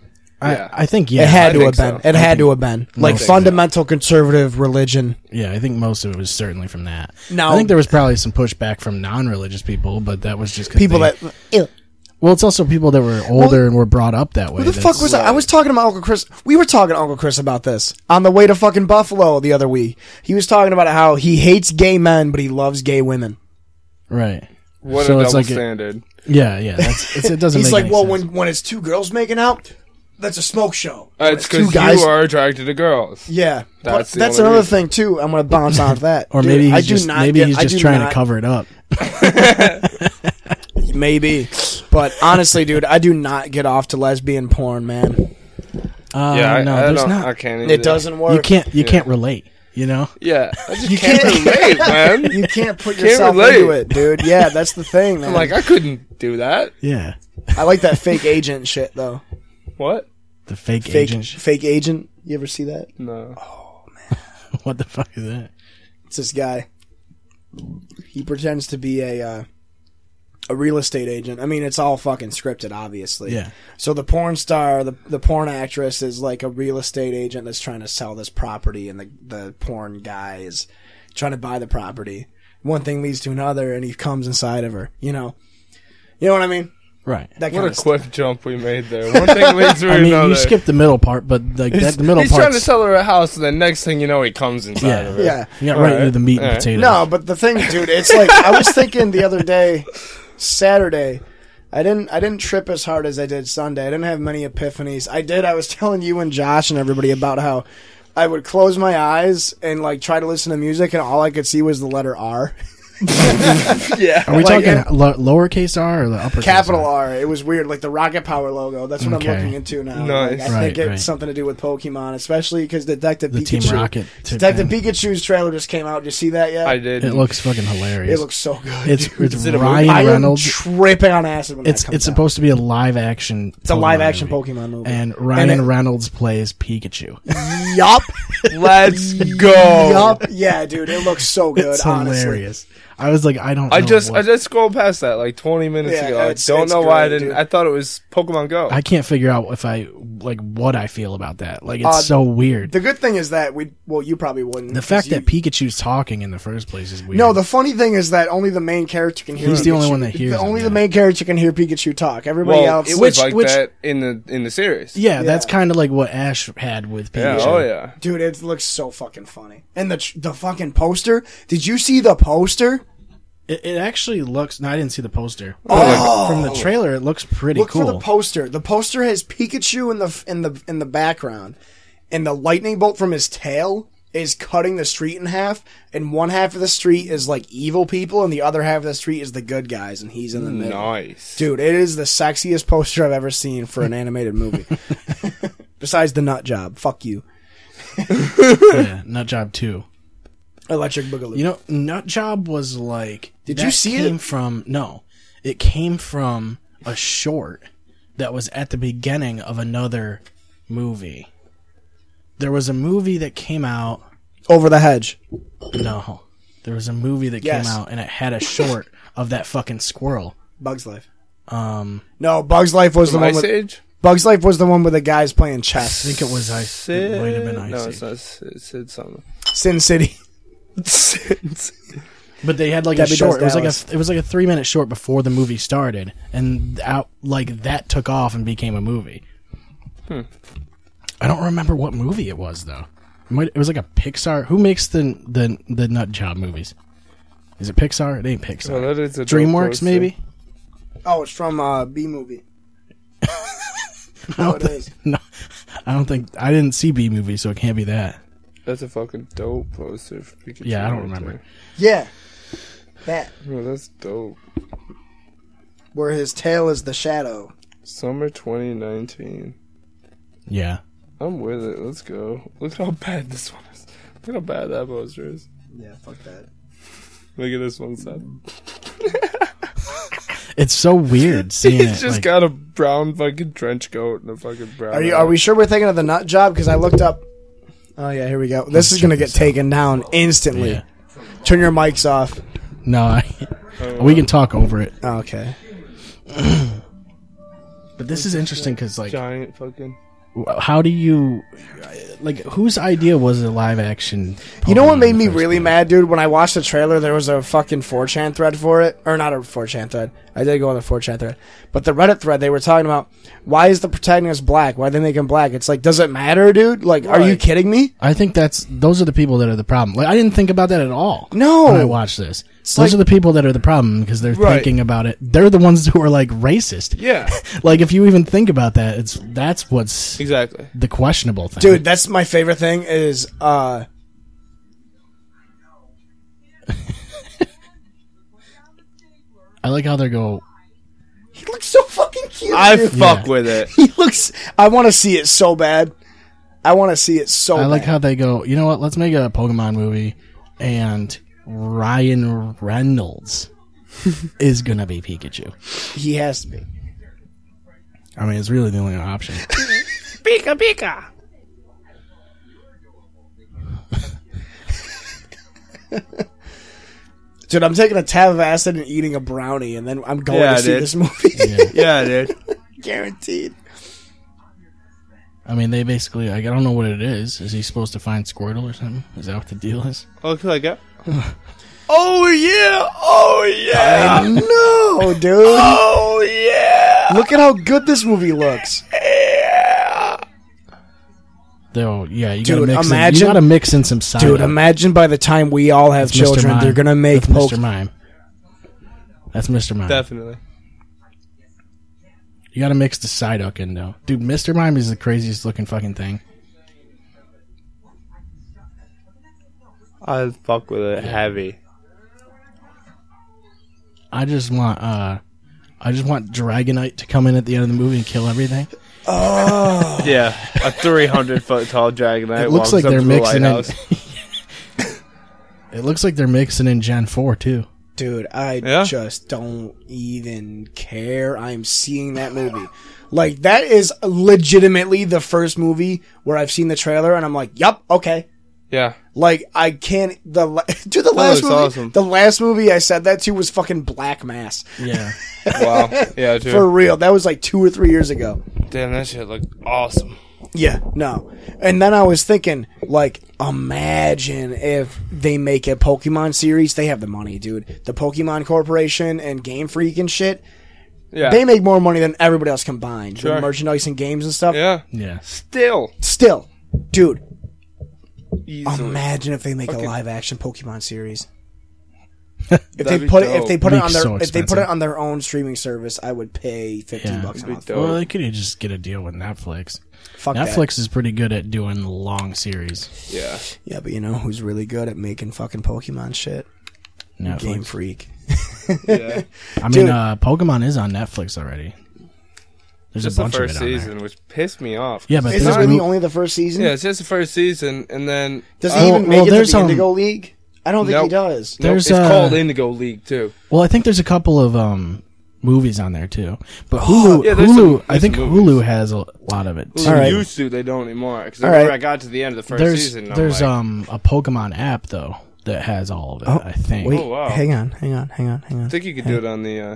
Speaker 4: Yeah.
Speaker 1: I, I think yeah,
Speaker 3: it had to
Speaker 4: I
Speaker 3: have
Speaker 4: think
Speaker 3: been.
Speaker 4: so.
Speaker 3: It had to have been like
Speaker 1: so.
Speaker 3: fundamental conservative religion.
Speaker 1: yeah. I think most of it was certainly from that.
Speaker 3: No.
Speaker 1: I think there was probably some pushback from non-religious people, but that was just 'cause
Speaker 3: People
Speaker 1: they-
Speaker 3: that Ew.
Speaker 1: Well, it's also people that were older and were brought up that way.
Speaker 3: Who the
Speaker 1: That's-
Speaker 3: fuck was I? I was talking to my Uncle Chris. We were talking to Uncle Chris about this on the way to fucking Buffalo the other week. He was talking about how he hates gay men, but he loves gay women.
Speaker 1: right?
Speaker 4: What
Speaker 1: So
Speaker 4: a
Speaker 1: it's
Speaker 4: double
Speaker 1: like a-
Speaker 4: standard.
Speaker 1: Yeah, yeah. That's, it's, it doesn't.
Speaker 3: He's
Speaker 1: make
Speaker 3: like,
Speaker 1: any
Speaker 3: well,
Speaker 1: sense.
Speaker 3: when when it's two girls making out, that's a smoke show.
Speaker 4: Uh, it's
Speaker 3: Two
Speaker 4: because you
Speaker 3: guys-
Speaker 4: are attracted to girls.
Speaker 3: Yeah, But
Speaker 4: That's
Speaker 3: that's,
Speaker 4: the only
Speaker 3: another
Speaker 4: reason.
Speaker 3: thing too. I'm gonna bounce off that.
Speaker 1: or
Speaker 3: Dude,
Speaker 1: maybe he's
Speaker 3: I do
Speaker 1: just
Speaker 3: not
Speaker 1: maybe
Speaker 3: get-
Speaker 1: he's
Speaker 3: I
Speaker 1: just
Speaker 3: do
Speaker 1: trying
Speaker 3: not-
Speaker 1: to cover it up.
Speaker 3: Maybe, but honestly, dude, I do not get off to lesbian porn, man.
Speaker 1: Uh,
Speaker 4: Yeah, I,
Speaker 1: no,
Speaker 4: I
Speaker 1: there's
Speaker 4: don't.
Speaker 1: not.
Speaker 4: I can't. Either.
Speaker 3: It doesn't work.
Speaker 1: you can't. You can't relate. You know.
Speaker 4: Yeah, I just can't,
Speaker 3: can't-
Speaker 4: relate, man.
Speaker 3: You can't put yourself
Speaker 4: relate.
Speaker 3: into it, dude. Yeah, that's the thing. Man.
Speaker 4: I'm like, I couldn't do that.
Speaker 1: Yeah.
Speaker 3: I like that fake agent shit though.
Speaker 4: What?
Speaker 1: The fake,
Speaker 3: Fake
Speaker 1: agent. sh-
Speaker 3: fake agent. You ever see that?
Speaker 4: No.
Speaker 1: What the fuck is that?
Speaker 3: It's this guy. He pretends to be a uh, a real estate agent. I mean, it's all fucking scripted, obviously.
Speaker 1: Yeah.
Speaker 3: So the porn star, the the porn actress, is like a real estate agent that's trying to sell this property, and the the porn guy is trying to buy the property. One thing leads to another, and he comes inside of her. You know, you know what I mean?
Speaker 1: Right.
Speaker 3: That kind
Speaker 4: What a
Speaker 3: of stuff.
Speaker 4: quick jump we made there. One thing leads to
Speaker 1: I mean,
Speaker 4: another.
Speaker 1: you skip the middle part, but like that,
Speaker 4: He's,
Speaker 1: the middle
Speaker 4: he's trying
Speaker 1: part.
Speaker 4: to sell her a house, and the next thing you know, he comes inside
Speaker 1: Yeah.
Speaker 4: of her.
Speaker 3: Yeah.
Speaker 1: You got right
Speaker 4: Alright.
Speaker 1: into the meat and
Speaker 4: Alright.
Speaker 1: potatoes.
Speaker 3: No, but the thing, dude, it's like I was thinking the other day, Saturday. I didn't I didn't trip as hard as I did Sunday. I didn't have many epiphanies. I did. I was telling you and Josh and everybody about how I would close my eyes and like try to listen to music, and all I could see was the letter R,
Speaker 1: Are we
Speaker 3: like,
Speaker 1: talking lo- lowercase r or the uppercase?
Speaker 3: capital
Speaker 1: R?
Speaker 3: R. It was weird, like the Rocket Power logo. That's what I'm
Speaker 1: Okay.
Speaker 3: looking into now.
Speaker 4: Nice.
Speaker 3: Like, I
Speaker 1: Right,
Speaker 3: think it's
Speaker 1: right.
Speaker 3: something to do with Pokemon, especially because Detective
Speaker 1: The
Speaker 3: Pikachu.
Speaker 1: Team Rocket. tip
Speaker 3: Detective
Speaker 1: in.
Speaker 3: Pikachu's trailer just came out. Did you see that yet?
Speaker 4: I did.
Speaker 1: It looks fucking hilarious.
Speaker 3: It looks so good.
Speaker 1: It's it's
Speaker 4: Is it a
Speaker 1: Ryan
Speaker 4: movie?
Speaker 3: I
Speaker 1: Reynolds.
Speaker 3: am tripping on acid when
Speaker 1: it's
Speaker 3: that comes
Speaker 1: it's
Speaker 3: out.
Speaker 1: supposed to be a live action.
Speaker 3: It's a live action Pokemon movie.
Speaker 1: And Ryan
Speaker 3: And it-
Speaker 1: Reynolds plays Pikachu.
Speaker 3: yup,
Speaker 4: Let's go.
Speaker 3: yup, yeah, dude, it looks so good.
Speaker 1: Oh. it's
Speaker 3: honestly.
Speaker 1: hilarious. I was like, I don't. Know
Speaker 4: I just
Speaker 1: what-
Speaker 4: I just scrolled past that like 20 minutes
Speaker 3: Yeah,
Speaker 4: ago. I
Speaker 3: it's-
Speaker 4: don't
Speaker 3: it's
Speaker 4: know why I
Speaker 3: great,
Speaker 4: didn't.
Speaker 3: dude.
Speaker 4: I thought it was Pokemon Go.
Speaker 1: I can't figure out if I like what I feel about that. Like it's
Speaker 3: Uh,
Speaker 1: so weird.
Speaker 3: The
Speaker 1: The,
Speaker 3: good thing is that we well, you probably wouldn't.
Speaker 1: fact
Speaker 3: 'cause
Speaker 1: that Pikachu's talking in the first place is weird.
Speaker 3: you, no, the funny thing is that only the main character can hear.
Speaker 1: He's the only
Speaker 3: Pikachu.
Speaker 1: one that hears
Speaker 3: The,
Speaker 1: him,
Speaker 3: only
Speaker 1: yeah.
Speaker 3: the main character can hear Pikachu talk. Everybody
Speaker 4: well,
Speaker 3: else,
Speaker 4: it was
Speaker 1: Which-
Speaker 4: like
Speaker 1: which-
Speaker 4: that in the in the series.
Speaker 1: yeah, that's
Speaker 3: Yeah.
Speaker 1: kind of like what Ash had with
Speaker 4: Yeah,
Speaker 1: Pikachu.
Speaker 4: Oh yeah.
Speaker 3: dude, it looks so fucking funny. And the tr- the fucking poster. Did you see the poster?
Speaker 1: It, it actually looks. No, I didn't see the poster.
Speaker 3: Oh.
Speaker 1: from the trailer, it looks pretty
Speaker 3: Look
Speaker 1: cool.
Speaker 3: for the poster. The poster has Pikachu in the f- in the in the background, and the lightning bolt from his tail is cutting the street in half, and one half of the street is like evil people, and the other half of the street is the good guys, and he's in the middle.
Speaker 4: Nice.
Speaker 3: Dude, it is the sexiest poster I've ever seen for an animated movie. Besides the nut job, fuck you,
Speaker 1: yeah, Nut Job Two.
Speaker 3: Electric Boogaloo.
Speaker 1: You know, Nut Job was like.
Speaker 3: Did
Speaker 1: that
Speaker 3: you see
Speaker 1: came
Speaker 3: it?
Speaker 1: From no, it came from a short that was at the beginning of another movie. There was a movie that came out.
Speaker 3: Over the hedge.
Speaker 1: No, there was a movie that
Speaker 3: Yes.
Speaker 1: came out and it had a short of that fucking squirrel.
Speaker 3: Bugs Life.
Speaker 1: Um,
Speaker 3: No, Bugs Life was the one.
Speaker 4: Ice
Speaker 3: With,
Speaker 4: Age?
Speaker 3: Bugs Life was the one with the guys playing
Speaker 1: I
Speaker 3: chess.
Speaker 1: think it was Ice. It might have been Ice.
Speaker 4: No,
Speaker 1: Age.
Speaker 4: it's not. Sid, Sid something.
Speaker 3: Sin City.
Speaker 4: Sid.
Speaker 1: But they had like
Speaker 3: Debbie
Speaker 1: a
Speaker 3: Does
Speaker 1: short. It was like
Speaker 3: Dallas.
Speaker 1: a it was like a three minute short before the movie started, and out like that took off and became a movie.
Speaker 4: Hmm.
Speaker 1: I don't remember what movie it was though. It, might, it was like a Pixar. Who makes the the the nut job movies? Is it Pixar? It ain't Pixar.
Speaker 4: No, that is a dope
Speaker 1: DreamWorks
Speaker 4: poster.
Speaker 1: maybe.
Speaker 3: Oh, it's from uh, B movie. oh, it is.
Speaker 1: No, I don't think I didn't see B movie, so it can't be that.
Speaker 4: That's a fucking dope poster. For Pikachu
Speaker 1: Yeah, I don't
Speaker 4: right
Speaker 1: remember.
Speaker 3: Yeah, that
Speaker 4: there. Oh, that's dope.
Speaker 3: where his tail is the shadow.
Speaker 4: Summer 2019.
Speaker 1: Yeah,
Speaker 4: I'm with it. Let's go. Look how bad this one is. Look how bad that poster is.
Speaker 3: Yeah, fuck that.
Speaker 4: Look at this one, son.
Speaker 1: it's so weird seeing
Speaker 4: He's
Speaker 1: it.
Speaker 4: just
Speaker 1: like-
Speaker 4: got a brown fucking trench coat and a fucking brown.
Speaker 3: Are you?
Speaker 4: hat.
Speaker 3: Are we sure we're thinking of the nut job? Because I looked up. Oh yeah, here we go. This is gonna get taken down instantly.
Speaker 1: Yeah.
Speaker 3: Turn your mics off.
Speaker 1: no, I, we can talk over it.
Speaker 3: Oh, okay.
Speaker 1: But this is interesting because like
Speaker 4: giant fucking?
Speaker 1: how do you like whose idea was a live action
Speaker 3: You know
Speaker 1: Pokemon
Speaker 3: what made
Speaker 1: in the
Speaker 3: me
Speaker 1: first
Speaker 3: really
Speaker 1: place?
Speaker 3: mad, dude? When I watched the trailer, there was a fucking 4chan thread for it. Or not a 4chan thread. I did go on the 4chan thread. But the Reddit thread, they were talking about why is the protagonist black? Why they make him black? It's like, does it matter, dude? Like, are you
Speaker 4: Right.
Speaker 3: kidding me?
Speaker 1: i think that's those are the people that are the problem like i didn't think about that at all
Speaker 3: No.
Speaker 1: when i watched this those
Speaker 3: like-
Speaker 1: are the people that are the problem because they're
Speaker 4: Right.
Speaker 1: thinking about it they're the ones who are like racist
Speaker 4: Yeah,
Speaker 1: like if you even think about that it's that's what's
Speaker 4: exactly.
Speaker 1: the questionable thing
Speaker 3: Dude, that's my favorite thing is, uh,
Speaker 1: i like how they go
Speaker 3: he looks so fucking cute.
Speaker 4: I
Speaker 3: dude.
Speaker 4: fuck with it.
Speaker 3: he looks, I want to see it so bad. I want to see it so
Speaker 1: i like
Speaker 3: bad.
Speaker 1: how they go you know what let's make a pokemon movie and ryan reynolds is gonna be pikachu
Speaker 3: he has to be.
Speaker 1: i mean it's really the only option
Speaker 4: Pika pika.
Speaker 3: Dude, I'm taking a tab of acid and eating a brownie, and then I'm going
Speaker 4: Yeah,
Speaker 3: to see
Speaker 4: dude.
Speaker 3: this movie.
Speaker 4: Yeah, dude.
Speaker 3: Guaranteed.
Speaker 1: I mean, they basically, like, I don't know what it is. Is he supposed to find Squirtle or something? Is that what the deal is?
Speaker 4: Look who I got. Oh yeah! Oh yeah!
Speaker 3: No, dude.
Speaker 4: Oh yeah!
Speaker 3: Look at how good this movie looks.
Speaker 1: Though, yeah, you gotta,
Speaker 3: Dude,
Speaker 1: mix in, you
Speaker 3: imagine-
Speaker 1: gotta mix in some cider.
Speaker 3: Dude, imagine by the time we all have
Speaker 1: That's Mr.
Speaker 3: children,
Speaker 1: Mime.
Speaker 3: they're going to make
Speaker 1: That's
Speaker 3: Poke.
Speaker 1: Mr. Mime. That's Mr. Mime.
Speaker 4: Definitely.
Speaker 1: you gotta mix the Psyduck in, though. Dude, Mr. Mime is the craziest looking fucking thing.
Speaker 4: I fuck with it heavy.
Speaker 1: I just want, uh, I just want Dragonite to come in at the end of the movie and kill everything.
Speaker 4: Yeah, a 300 foot tall dragonite.
Speaker 1: It looks
Speaker 4: walks
Speaker 1: like
Speaker 4: up
Speaker 1: they're
Speaker 4: to the
Speaker 1: mixing in.
Speaker 4: lighthouse.
Speaker 1: it looks like they're mixing in Gen 4, too.
Speaker 3: Dude, I
Speaker 4: Yeah?
Speaker 3: just don't even care. I'm seeing that movie. Like, that is legitimately the first movie where I've seen the trailer and I'm like, yup, okay.
Speaker 4: Yeah,
Speaker 3: Like, I can't. The la- Dude, the last
Speaker 4: looks
Speaker 3: movie.
Speaker 4: awesome.
Speaker 3: The last movie I said that to was fucking Black Mass.
Speaker 1: Yeah.
Speaker 4: wow. Yeah, dude.
Speaker 3: For real. That was like two or three years ago.
Speaker 4: Damn, that shit looked awesome.
Speaker 3: Yeah, no. And then I was thinking, like, imagine if they make a Pokemon series. They have the money, dude. The Pokemon Corporation and Game Freak and shit.
Speaker 4: Yeah.
Speaker 3: They make more money than everybody else combined.
Speaker 4: Sure.
Speaker 3: Sure. Merchandise and games and stuff.
Speaker 4: yeah.
Speaker 1: yeah.
Speaker 4: Still.
Speaker 3: Still, dude,
Speaker 4: Easily.
Speaker 3: imagine if they make
Speaker 4: Fucking-
Speaker 3: a live action Pokemon series. If
Speaker 4: That'd
Speaker 3: they
Speaker 4: be
Speaker 3: put it,
Speaker 4: dope.
Speaker 3: if they put
Speaker 1: Be
Speaker 3: it on their
Speaker 1: so
Speaker 3: if they put
Speaker 1: expensive.
Speaker 3: it on their own streaming service, I would pay fifteen
Speaker 1: Yeah.
Speaker 3: bucks a
Speaker 4: It'd be
Speaker 3: month.
Speaker 4: dope.
Speaker 1: Well, they could just get a deal with Netflix.
Speaker 3: Fuck that.
Speaker 1: Netflix is pretty good at doing long series.
Speaker 4: Yeah.
Speaker 3: Yeah, but you know who's really good at making fucking Pokemon shit? Game
Speaker 1: Netflix.
Speaker 3: Freak.
Speaker 4: Yeah.
Speaker 1: I mean,
Speaker 3: Dude.
Speaker 1: uh, Pokemon is on Netflix already. There's
Speaker 4: just
Speaker 1: a
Speaker 4: the
Speaker 1: bunch
Speaker 4: first
Speaker 1: of it on
Speaker 4: season,
Speaker 1: there.
Speaker 4: which pissed me off.
Speaker 1: Yeah, but
Speaker 3: Is
Speaker 1: there's
Speaker 3: it really
Speaker 1: mo-
Speaker 3: only the first season?
Speaker 4: Yeah, it's just the first season, and then
Speaker 3: Does
Speaker 4: Uh,
Speaker 3: he even
Speaker 1: well,
Speaker 3: make it
Speaker 1: there's,
Speaker 3: to the
Speaker 1: um,
Speaker 3: Indigo League? I don't think he
Speaker 4: Nope.
Speaker 3: does.
Speaker 4: nope,
Speaker 1: there's,
Speaker 4: it's
Speaker 1: uh,
Speaker 4: called Indigo League too.
Speaker 1: well, I think there's a couple of um, movies on there too. But Hulu,
Speaker 4: Yeah,
Speaker 1: Hulu,
Speaker 4: there's some-
Speaker 1: I
Speaker 4: there's
Speaker 1: think
Speaker 4: some
Speaker 1: Hulu has a lot of it. Too.
Speaker 4: All
Speaker 3: right.
Speaker 4: right. Used to, they don't anymore. Because
Speaker 3: All
Speaker 4: remember,
Speaker 3: right. uh,
Speaker 4: I got to the end of the first
Speaker 1: There's
Speaker 4: season. And
Speaker 1: there's
Speaker 4: I'm like,
Speaker 1: um a Pokemon app though that has all of it. I think.
Speaker 3: Wait,
Speaker 4: Oh, wow.
Speaker 3: hang on, hang on, hang on, hang on.
Speaker 4: I think you could do it on the uh,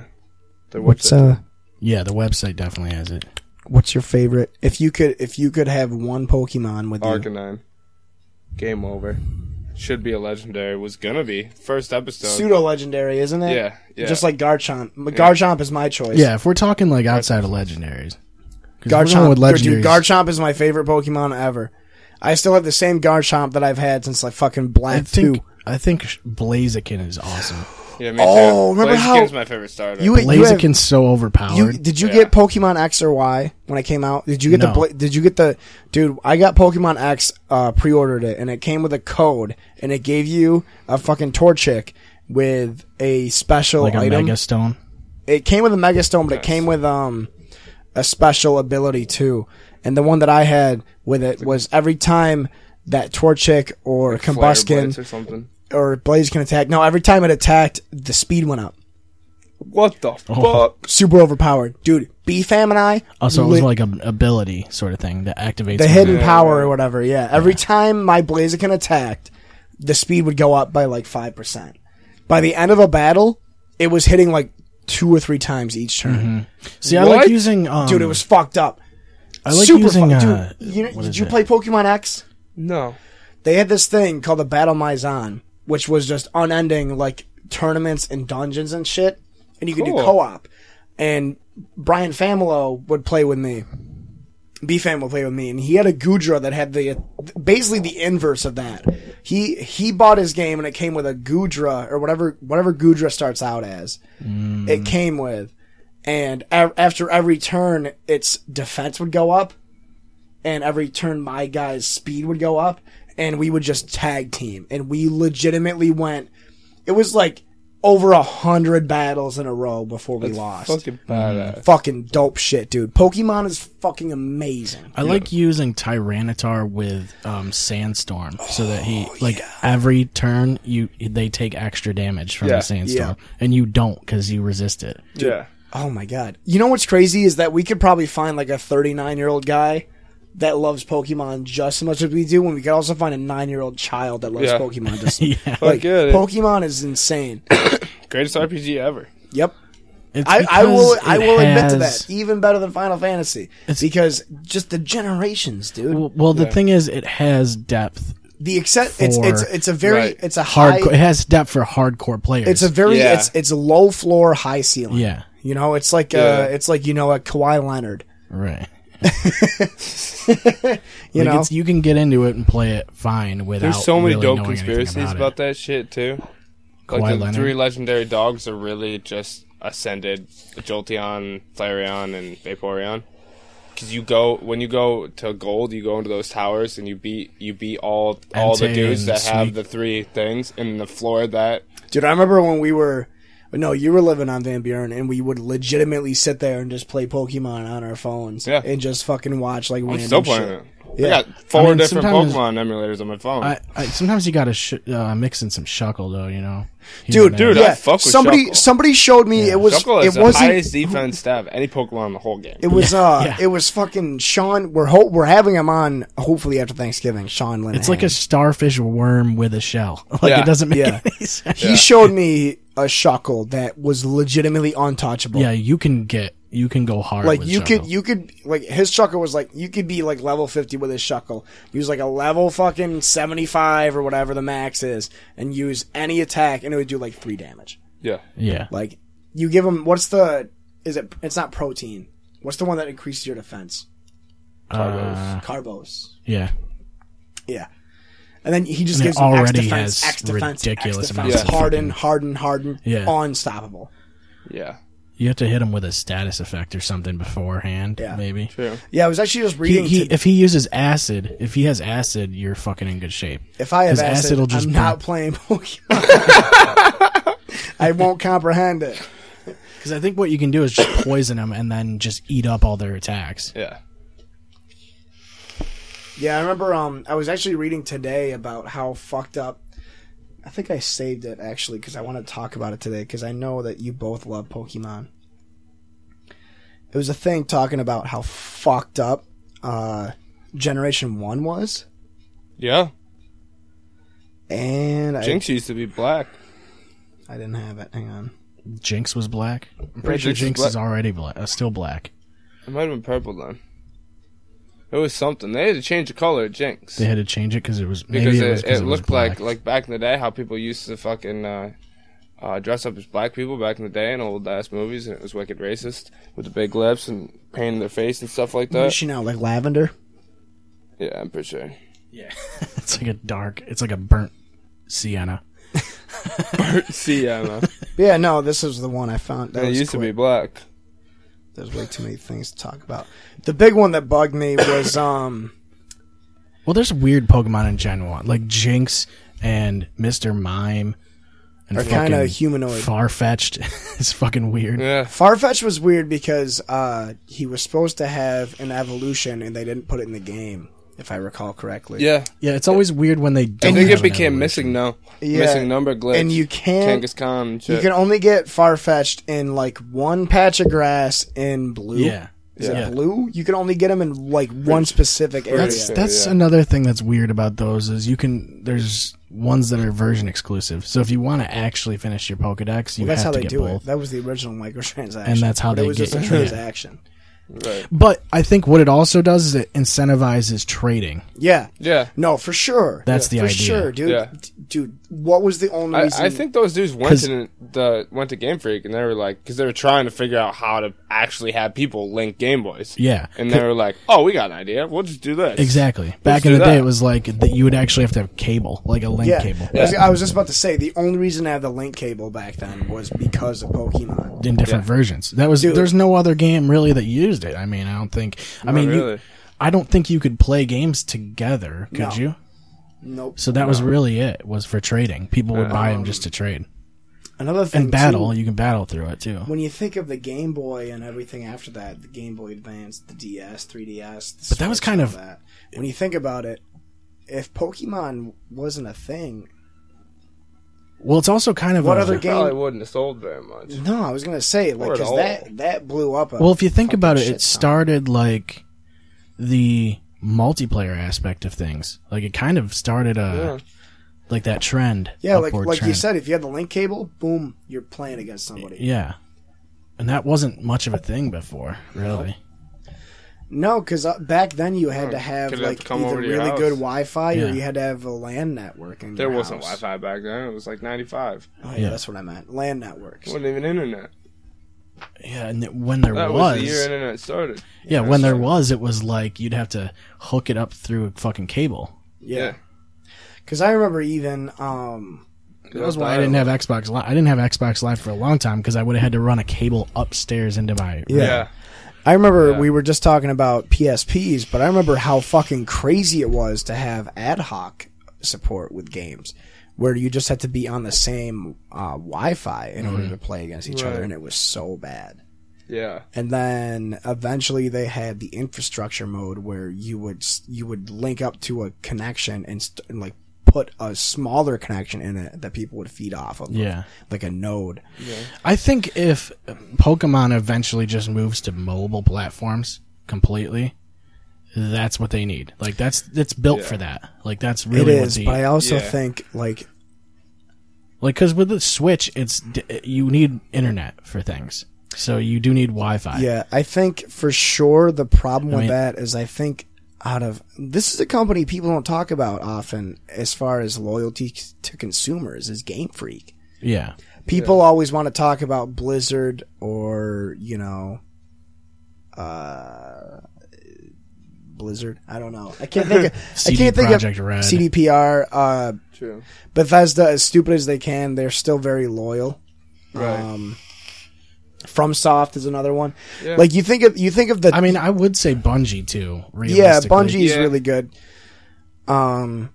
Speaker 4: the
Speaker 3: What's
Speaker 4: website.
Speaker 3: uh,
Speaker 1: Yeah, the website definitely has it.
Speaker 3: what's your favorite? If you could, if you could have one Pokemon with you,
Speaker 4: Arcanine. Game over. Should be a legendary. Was gonna be first episode.
Speaker 3: pseudo legendary, isn't it?
Speaker 4: Yeah, yeah.
Speaker 3: Just like Garchomp. M- Garchomp is my choice.
Speaker 1: Yeah, if we're talking like outside of legendaries, 'Cause if we're going
Speaker 3: Garchomp.
Speaker 1: with
Speaker 3: Dude,
Speaker 1: legendaries.
Speaker 3: dude, Garchomp is my favorite Pokemon ever. I still have the same Garchomp that I've had since like fucking
Speaker 1: I
Speaker 3: Black
Speaker 1: think
Speaker 3: Two.
Speaker 1: I think Blaziken is awesome.
Speaker 4: yeah, me
Speaker 3: Oh,
Speaker 4: too.
Speaker 3: remember
Speaker 4: Blaziken's
Speaker 3: how-
Speaker 4: my favorite starter.
Speaker 3: You- you have-
Speaker 1: Blaziken's so
Speaker 3: You,
Speaker 1: overpowered.
Speaker 3: did you
Speaker 4: Yeah.
Speaker 3: get Pokemon X or Y when it came out? Did you get the
Speaker 1: No.
Speaker 3: the did you get the dude? I got Pokemon X, uh, pre-ordered it, and it came with a code, and it gave you a fucking Torchic with a special
Speaker 1: like a
Speaker 3: item.
Speaker 1: Mega Stone.
Speaker 3: it came with a Mega Stone, but it came with um a special ability too. And the one that I had with it was every time that Torchic or
Speaker 4: Flare Blitz
Speaker 3: Combuskin
Speaker 4: or something.
Speaker 3: or Blaze can attack. No, every time it attacked, the speed went up.
Speaker 4: What the
Speaker 3: Oh.
Speaker 4: fuck?
Speaker 3: Super overpowered, dude. B Fam and I.
Speaker 1: Also, Oh, it was
Speaker 3: lit-
Speaker 1: like an ability sort of thing that activates
Speaker 3: the
Speaker 1: when
Speaker 3: hidden
Speaker 1: you-
Speaker 3: power or whatever. Yeah, every time my Blaziken attacked, the speed would go up by like five percent. By the end of a battle, it was hitting like two or three times each turn.
Speaker 1: See, I like
Speaker 4: Mm-hmm. What?
Speaker 1: using um,
Speaker 3: Dude, it was fucked up.
Speaker 1: I like
Speaker 3: Super
Speaker 1: using
Speaker 3: fucked.
Speaker 1: uh,
Speaker 3: dude, you,
Speaker 1: what
Speaker 3: did
Speaker 1: is
Speaker 3: you
Speaker 1: it?
Speaker 3: play Pokemon X?
Speaker 4: No.
Speaker 3: They had this thing called the Battle Mizan, which was just unending, like tournaments and dungeons and shit, and you could do
Speaker 4: Cool.
Speaker 3: co-op. And Brian Familo would play with me. B fan will play with me, and he had a Gudra that had the basically the inverse of that. He he bought his game, and it came with a Gudra or whatever whatever Gudra starts out as.
Speaker 1: Hmm.
Speaker 3: It came with, and a- after every turn, its defense would go up, and every turn, my guy's speed would go up, and we would just tag team, and we legitimately went. It was like over a hundred battles in a row before we lost.
Speaker 4: Fucking badass.
Speaker 3: Fucking dope shit, dude. Pokemon is fucking amazing.
Speaker 1: I like using Tyranitar with um, Sandstorm so that he
Speaker 3: Oh,
Speaker 1: like every turn you they take extra damage from
Speaker 4: Yeah,
Speaker 1: the Sandstorm and you don't because you resist it.
Speaker 4: Yeah.
Speaker 3: Oh my god. You know what's crazy is that we could probably find like a 39 year old guy that loves Pokemon just as much as we do, and we could also find a nine year old child that loves
Speaker 4: Yeah.
Speaker 3: Pokemon just
Speaker 1: Yeah.
Speaker 3: like
Speaker 4: yeah, dude.
Speaker 3: Pokemon is insane.
Speaker 4: Greatest RPG ever.
Speaker 3: yep.
Speaker 1: It's
Speaker 3: I, I will
Speaker 1: because
Speaker 3: I
Speaker 1: it
Speaker 3: will admit to
Speaker 1: has-
Speaker 3: that. Even better than Final Fantasy.
Speaker 1: It's-
Speaker 3: because just the generations, dude.
Speaker 1: Well, well, the thing is, it has depth.
Speaker 3: the except it's
Speaker 1: for-
Speaker 3: it's it's a very
Speaker 4: Right.
Speaker 3: it's a high
Speaker 1: Hardcore. It has depth for hardcore players.
Speaker 3: it's a very
Speaker 4: Yeah.
Speaker 3: it's it's low floor high ceiling.
Speaker 1: yeah,
Speaker 3: You know, it's like uh,
Speaker 4: Yeah.
Speaker 3: it's like you know a Kawhi Leonard.
Speaker 1: right.
Speaker 3: You
Speaker 1: Like,
Speaker 3: know,
Speaker 1: it's, you can get into it and play it fine without.
Speaker 4: There's so many
Speaker 1: really
Speaker 4: dope
Speaker 1: knowing anything
Speaker 4: conspiracies about,
Speaker 1: about, it.
Speaker 4: that shit too.
Speaker 1: Kawhi
Speaker 4: Like the
Speaker 1: Leonard.
Speaker 4: three legendary dogs are really just ascended: Jolteon, Flareon, and Vaporeon. Because you go when you go to gold, you go into those towers and you beat you beat all all the
Speaker 1: Entei
Speaker 4: dudes
Speaker 1: and
Speaker 4: that have
Speaker 1: Sneak. Oh,
Speaker 4: the three things and the floor that
Speaker 3: Dude, I remember when we were no, you were living on Van Buren, and we would legitimately sit there and just play Pokemon on our phones,
Speaker 4: Yeah.
Speaker 3: and just fucking watch like
Speaker 4: I'm
Speaker 3: random
Speaker 4: still playing.
Speaker 3: shit.
Speaker 4: It.
Speaker 3: Yeah.
Speaker 4: I got four
Speaker 1: I mean,
Speaker 4: different
Speaker 1: sometimes-
Speaker 4: Pokemon emulators on my phone.
Speaker 1: I, I, sometimes you gotta sh- uh, mix in some shuckle though, you know. Here
Speaker 3: Dude,
Speaker 1: and there.
Speaker 4: Dude, I
Speaker 3: yeah,
Speaker 4: fuck with
Speaker 3: somebody
Speaker 4: Shuckle.
Speaker 3: somebody showed me it was
Speaker 4: Shuckle
Speaker 3: it
Speaker 4: is the
Speaker 3: wasn't
Speaker 4: highest defense to have any Pokemon in the whole game.
Speaker 3: it was uh
Speaker 1: yeah.
Speaker 3: it was fucking Sean. We're ho- we're having him on hopefully after Thanksgiving. Sean Linehan.
Speaker 1: It's like a starfish worm with a shell. Like
Speaker 4: Yeah.
Speaker 1: it doesn't make
Speaker 3: Yeah.
Speaker 1: any sense.
Speaker 3: he showed me a Shuckle that was legitimately untouchable.
Speaker 1: Yeah, you can get you can go hard.
Speaker 3: Like
Speaker 1: with
Speaker 3: you could,
Speaker 1: Shuckle.
Speaker 3: you could, like his shuckle was like you could be like level fifty with his shuckle. Use like a level fucking seventy five or whatever the max is, and use any attack, and it would do like three damage.
Speaker 4: yeah,
Speaker 1: yeah.
Speaker 3: Like you give him what's the is it? It's not protein. What's the one that increases your defense?
Speaker 1: Uh,
Speaker 3: Carbos.
Speaker 1: yeah.
Speaker 3: Yeah. And then he just
Speaker 1: And it
Speaker 3: gives him X
Speaker 1: already
Speaker 3: defense,
Speaker 1: has
Speaker 3: X defense,
Speaker 1: ridiculous
Speaker 3: X defense.
Speaker 1: amounts of
Speaker 3: Harden,
Speaker 1: fucking-
Speaker 3: Harden, Harden,
Speaker 1: Yeah.
Speaker 3: unstoppable.
Speaker 4: Yeah.
Speaker 1: You have to hit him with a status effect or something beforehand,
Speaker 3: Yeah.
Speaker 1: maybe.
Speaker 4: True.
Speaker 3: Yeah, I was actually just
Speaker 1: He,
Speaker 3: reading.
Speaker 1: he,
Speaker 3: to-
Speaker 1: if he uses acid, if he has acid, you're fucking in good shape.
Speaker 3: if I have
Speaker 1: 'cause
Speaker 3: acid,
Speaker 1: acid will just
Speaker 3: I'm
Speaker 1: burn.
Speaker 3: not playing Pokemon. I won't comprehend it.
Speaker 1: Because I think what you can do is just poison them and then just eat up all their attacks.
Speaker 4: Yeah.
Speaker 3: Yeah, I remember. Um, I was actually reading today about how fucked up. I think I saved it actually because I want to talk about it today because I know that you both love Pokemon. It was a thing talking about how fucked up uh, Generation One was,
Speaker 4: Yeah.
Speaker 3: and I,
Speaker 4: Jinx used to be black.
Speaker 3: I didn't have it. Hang on,
Speaker 1: Jinx was black. I'm pretty
Speaker 4: Yeah,
Speaker 1: sure
Speaker 4: Jinx is
Speaker 1: Jinx
Speaker 4: black.
Speaker 1: is already black. Uh, still black.
Speaker 4: It might have been purple then. It was something. They had to change the color of Jinx.
Speaker 1: They had to change it because it was maybe
Speaker 4: because
Speaker 1: it, was
Speaker 4: it,
Speaker 1: 'cause
Speaker 4: it
Speaker 1: was
Speaker 4: looked
Speaker 1: black.
Speaker 4: like like back in the day how people used to fucking uh, uh, dress up as black people back in the day in old ass movies and it was wicked racist with the big lips and painting their face and stuff like
Speaker 3: What is
Speaker 4: that.
Speaker 3: she now like lavender?
Speaker 4: Yeah, I'm pretty sure.
Speaker 1: it's like a dark. It's like a burnt sienna.
Speaker 4: See, yeah, man.
Speaker 3: Yeah, no, this is the one I found. That
Speaker 4: it
Speaker 3: was
Speaker 4: used to
Speaker 3: quick.
Speaker 4: be black.
Speaker 3: There's way too many things to talk about. The big one that bugged me was um.
Speaker 1: Well, there's weird Pokemon in Gen One, like Jinx and Mister Mime, and
Speaker 3: Are kinda humanoid.
Speaker 1: far fetched. it's fucking weird.
Speaker 4: Yeah,
Speaker 3: Farfetch was weird because uh, he was supposed to have an evolution and they didn't put it in the game, if I recall correctly.
Speaker 4: yeah.
Speaker 1: Yeah, it's always weird when they.
Speaker 4: I
Speaker 1: Don't
Speaker 4: think
Speaker 1: have
Speaker 4: it
Speaker 1: an
Speaker 4: became
Speaker 1: evolution.
Speaker 4: missing now.
Speaker 3: Yeah.
Speaker 4: Missing number glitch.
Speaker 3: And you can't-
Speaker 4: Kangaskhan and
Speaker 3: You
Speaker 4: shit.
Speaker 3: can only get Farfetch'd in like one patch of grass in blue.
Speaker 1: Yeah,
Speaker 3: Is
Speaker 1: Yeah.
Speaker 3: it blue? You can only get them in like one specific area.
Speaker 1: That's
Speaker 4: Yeah.
Speaker 1: that's
Speaker 4: Yeah.
Speaker 1: another thing that's weird about those is you can there's ones that are version exclusive. So if you want to actually finish your Pokédex, you
Speaker 3: Well, that's how
Speaker 1: have to
Speaker 3: they
Speaker 1: get
Speaker 3: do
Speaker 1: both.
Speaker 3: it. That was the original microtransaction.
Speaker 1: And that's how
Speaker 3: but
Speaker 1: they
Speaker 3: it was
Speaker 1: get-
Speaker 3: just a
Speaker 1: yeah.
Speaker 3: transaction.
Speaker 4: right.
Speaker 1: But I think what it also does is it incentivizes trading.
Speaker 3: Yeah.
Speaker 4: Yeah.
Speaker 3: No, for sure.
Speaker 1: That's the
Speaker 3: for
Speaker 1: idea.
Speaker 3: sure, dude.
Speaker 4: Yeah.
Speaker 3: D- Dude, what was the only
Speaker 4: I,
Speaker 3: reason?
Speaker 4: I think those dudes went
Speaker 1: 'Cause-
Speaker 4: to the went to Game Freak and they were like, because they were trying to figure out how to actually have people link Game Boys.
Speaker 1: Yeah.
Speaker 4: and they were like, oh, we got an idea. We'll just do this.
Speaker 1: Exactly. Back in
Speaker 4: do
Speaker 1: the day,
Speaker 4: that.
Speaker 1: it was like that you would actually have to have cable, like a link
Speaker 3: yeah.
Speaker 1: cable,
Speaker 3: I was- I was just about to say the only reason I had the link cable back then was because of Pokemon.
Speaker 1: in different versions. That was
Speaker 3: Dude.
Speaker 1: there's no other game really that used it. I mean, I don't think. I mean, you-
Speaker 4: Oh, really.
Speaker 1: I don't think you could play games together, could
Speaker 3: No.
Speaker 1: you?
Speaker 3: Nope.
Speaker 1: So that was really it. Was for trading. People would buy them just
Speaker 3: Um,
Speaker 1: to trade
Speaker 3: Another thing,
Speaker 1: and battle.
Speaker 3: too,
Speaker 1: You can battle through it too.
Speaker 3: when you think of the Game Boy and everything after that, the Game Boy Advance, the DS, 3DS, the
Speaker 1: But that was
Speaker 3: Switch,
Speaker 1: kind
Speaker 3: all
Speaker 1: of-
Speaker 3: that. When you think about it, if Pokemon wasn't a thing,
Speaker 1: Well, it's also kind of
Speaker 3: what
Speaker 1: a-
Speaker 3: other
Speaker 4: Probably
Speaker 3: game?
Speaker 4: wouldn't have sold very much.
Speaker 3: No, I was gonna say like
Speaker 4: Or at
Speaker 3: because
Speaker 4: all.
Speaker 3: that that blew up. A
Speaker 1: Well, if you think
Speaker 3: fucking
Speaker 1: about it,
Speaker 3: shit
Speaker 1: it
Speaker 3: ton.
Speaker 1: started like the multiplayer aspect of things. Like it kind of started a like that trend.
Speaker 3: Yeah, like
Speaker 1: upward
Speaker 3: like you
Speaker 1: trend.
Speaker 3: said, if you had the link cable, boom, you're playing against somebody.
Speaker 1: Yeah. And that wasn't much of a thing before, really.
Speaker 3: No, because uh, back then you
Speaker 4: Oh,
Speaker 3: had to have
Speaker 4: Could've
Speaker 3: like
Speaker 4: come
Speaker 3: either
Speaker 4: over to your
Speaker 3: really
Speaker 4: house.
Speaker 3: good Wi-Fi or
Speaker 1: Yeah.
Speaker 3: you had to have a LAN network. In
Speaker 4: There
Speaker 3: your
Speaker 4: wasn't
Speaker 3: house.
Speaker 4: Wi-Fi back then. It was like 95.
Speaker 3: Oh yeah,
Speaker 1: Yeah.
Speaker 3: that's what I meant. LAN networks.
Speaker 4: It wasn't even internet.
Speaker 1: Yeah, and th- when there
Speaker 4: That was,
Speaker 1: was,
Speaker 4: the year internet started.
Speaker 1: yeah, when there
Speaker 4: so-
Speaker 1: was, it was like you'd have to hook it up through a fucking cable.
Speaker 3: Yeah. Because I remember even um,
Speaker 1: That was why I didn't have Xbox Live. I didn't have Xbox Live for a long time because I would have had to run a cable upstairs into my room.
Speaker 4: Yeah.
Speaker 3: I remember
Speaker 4: Yeah.
Speaker 3: we were just talking about PSPs, but I remember how fucking crazy it was to have ad hoc support with games, where you just had to be on the same uh, Wi-Fi in order to play against each other,
Speaker 4: Right.
Speaker 3: and it was so bad.
Speaker 4: Yeah.
Speaker 3: And then eventually they had the infrastructure mode where you would s- you would link up to a connection and, st- and like put a smaller connection in it that people would feed off of,
Speaker 1: Yeah.
Speaker 3: like a node.
Speaker 1: I think if Pokemon eventually just moves to mobile platforms completely, that's what they need. Like that's it's built for that. Like that's
Speaker 3: It
Speaker 1: really what
Speaker 3: is,
Speaker 1: the
Speaker 3: but I also
Speaker 4: yeah.
Speaker 3: think like
Speaker 1: like because with the Switch, it's d- you need internet for things, so you do need Wi-Fi.
Speaker 3: Yeah, I think for sure the problem with
Speaker 1: mean-
Speaker 3: that is I think out of this is a company people don't talk about often as far as loyalty c- to consumers is Game Freak.
Speaker 1: yeah,
Speaker 3: People always want to talk about Blizzard or you know, uh, Blizzard. I don't know. I can't think. Of, I can't think
Speaker 1: Projekt
Speaker 3: of
Speaker 1: Red.
Speaker 3: CDPR. Uh,
Speaker 4: True.
Speaker 3: Bethesda, as stupid as they can, they're still very loyal.
Speaker 4: Right.
Speaker 3: Um, FromSoft is another one.
Speaker 4: Yeah.
Speaker 3: Like you think of you think of the
Speaker 1: I mean, I would say Bungie too.
Speaker 3: yeah,
Speaker 1: Realistically.
Speaker 3: Bungie is
Speaker 4: Yeah.
Speaker 3: really good. Um,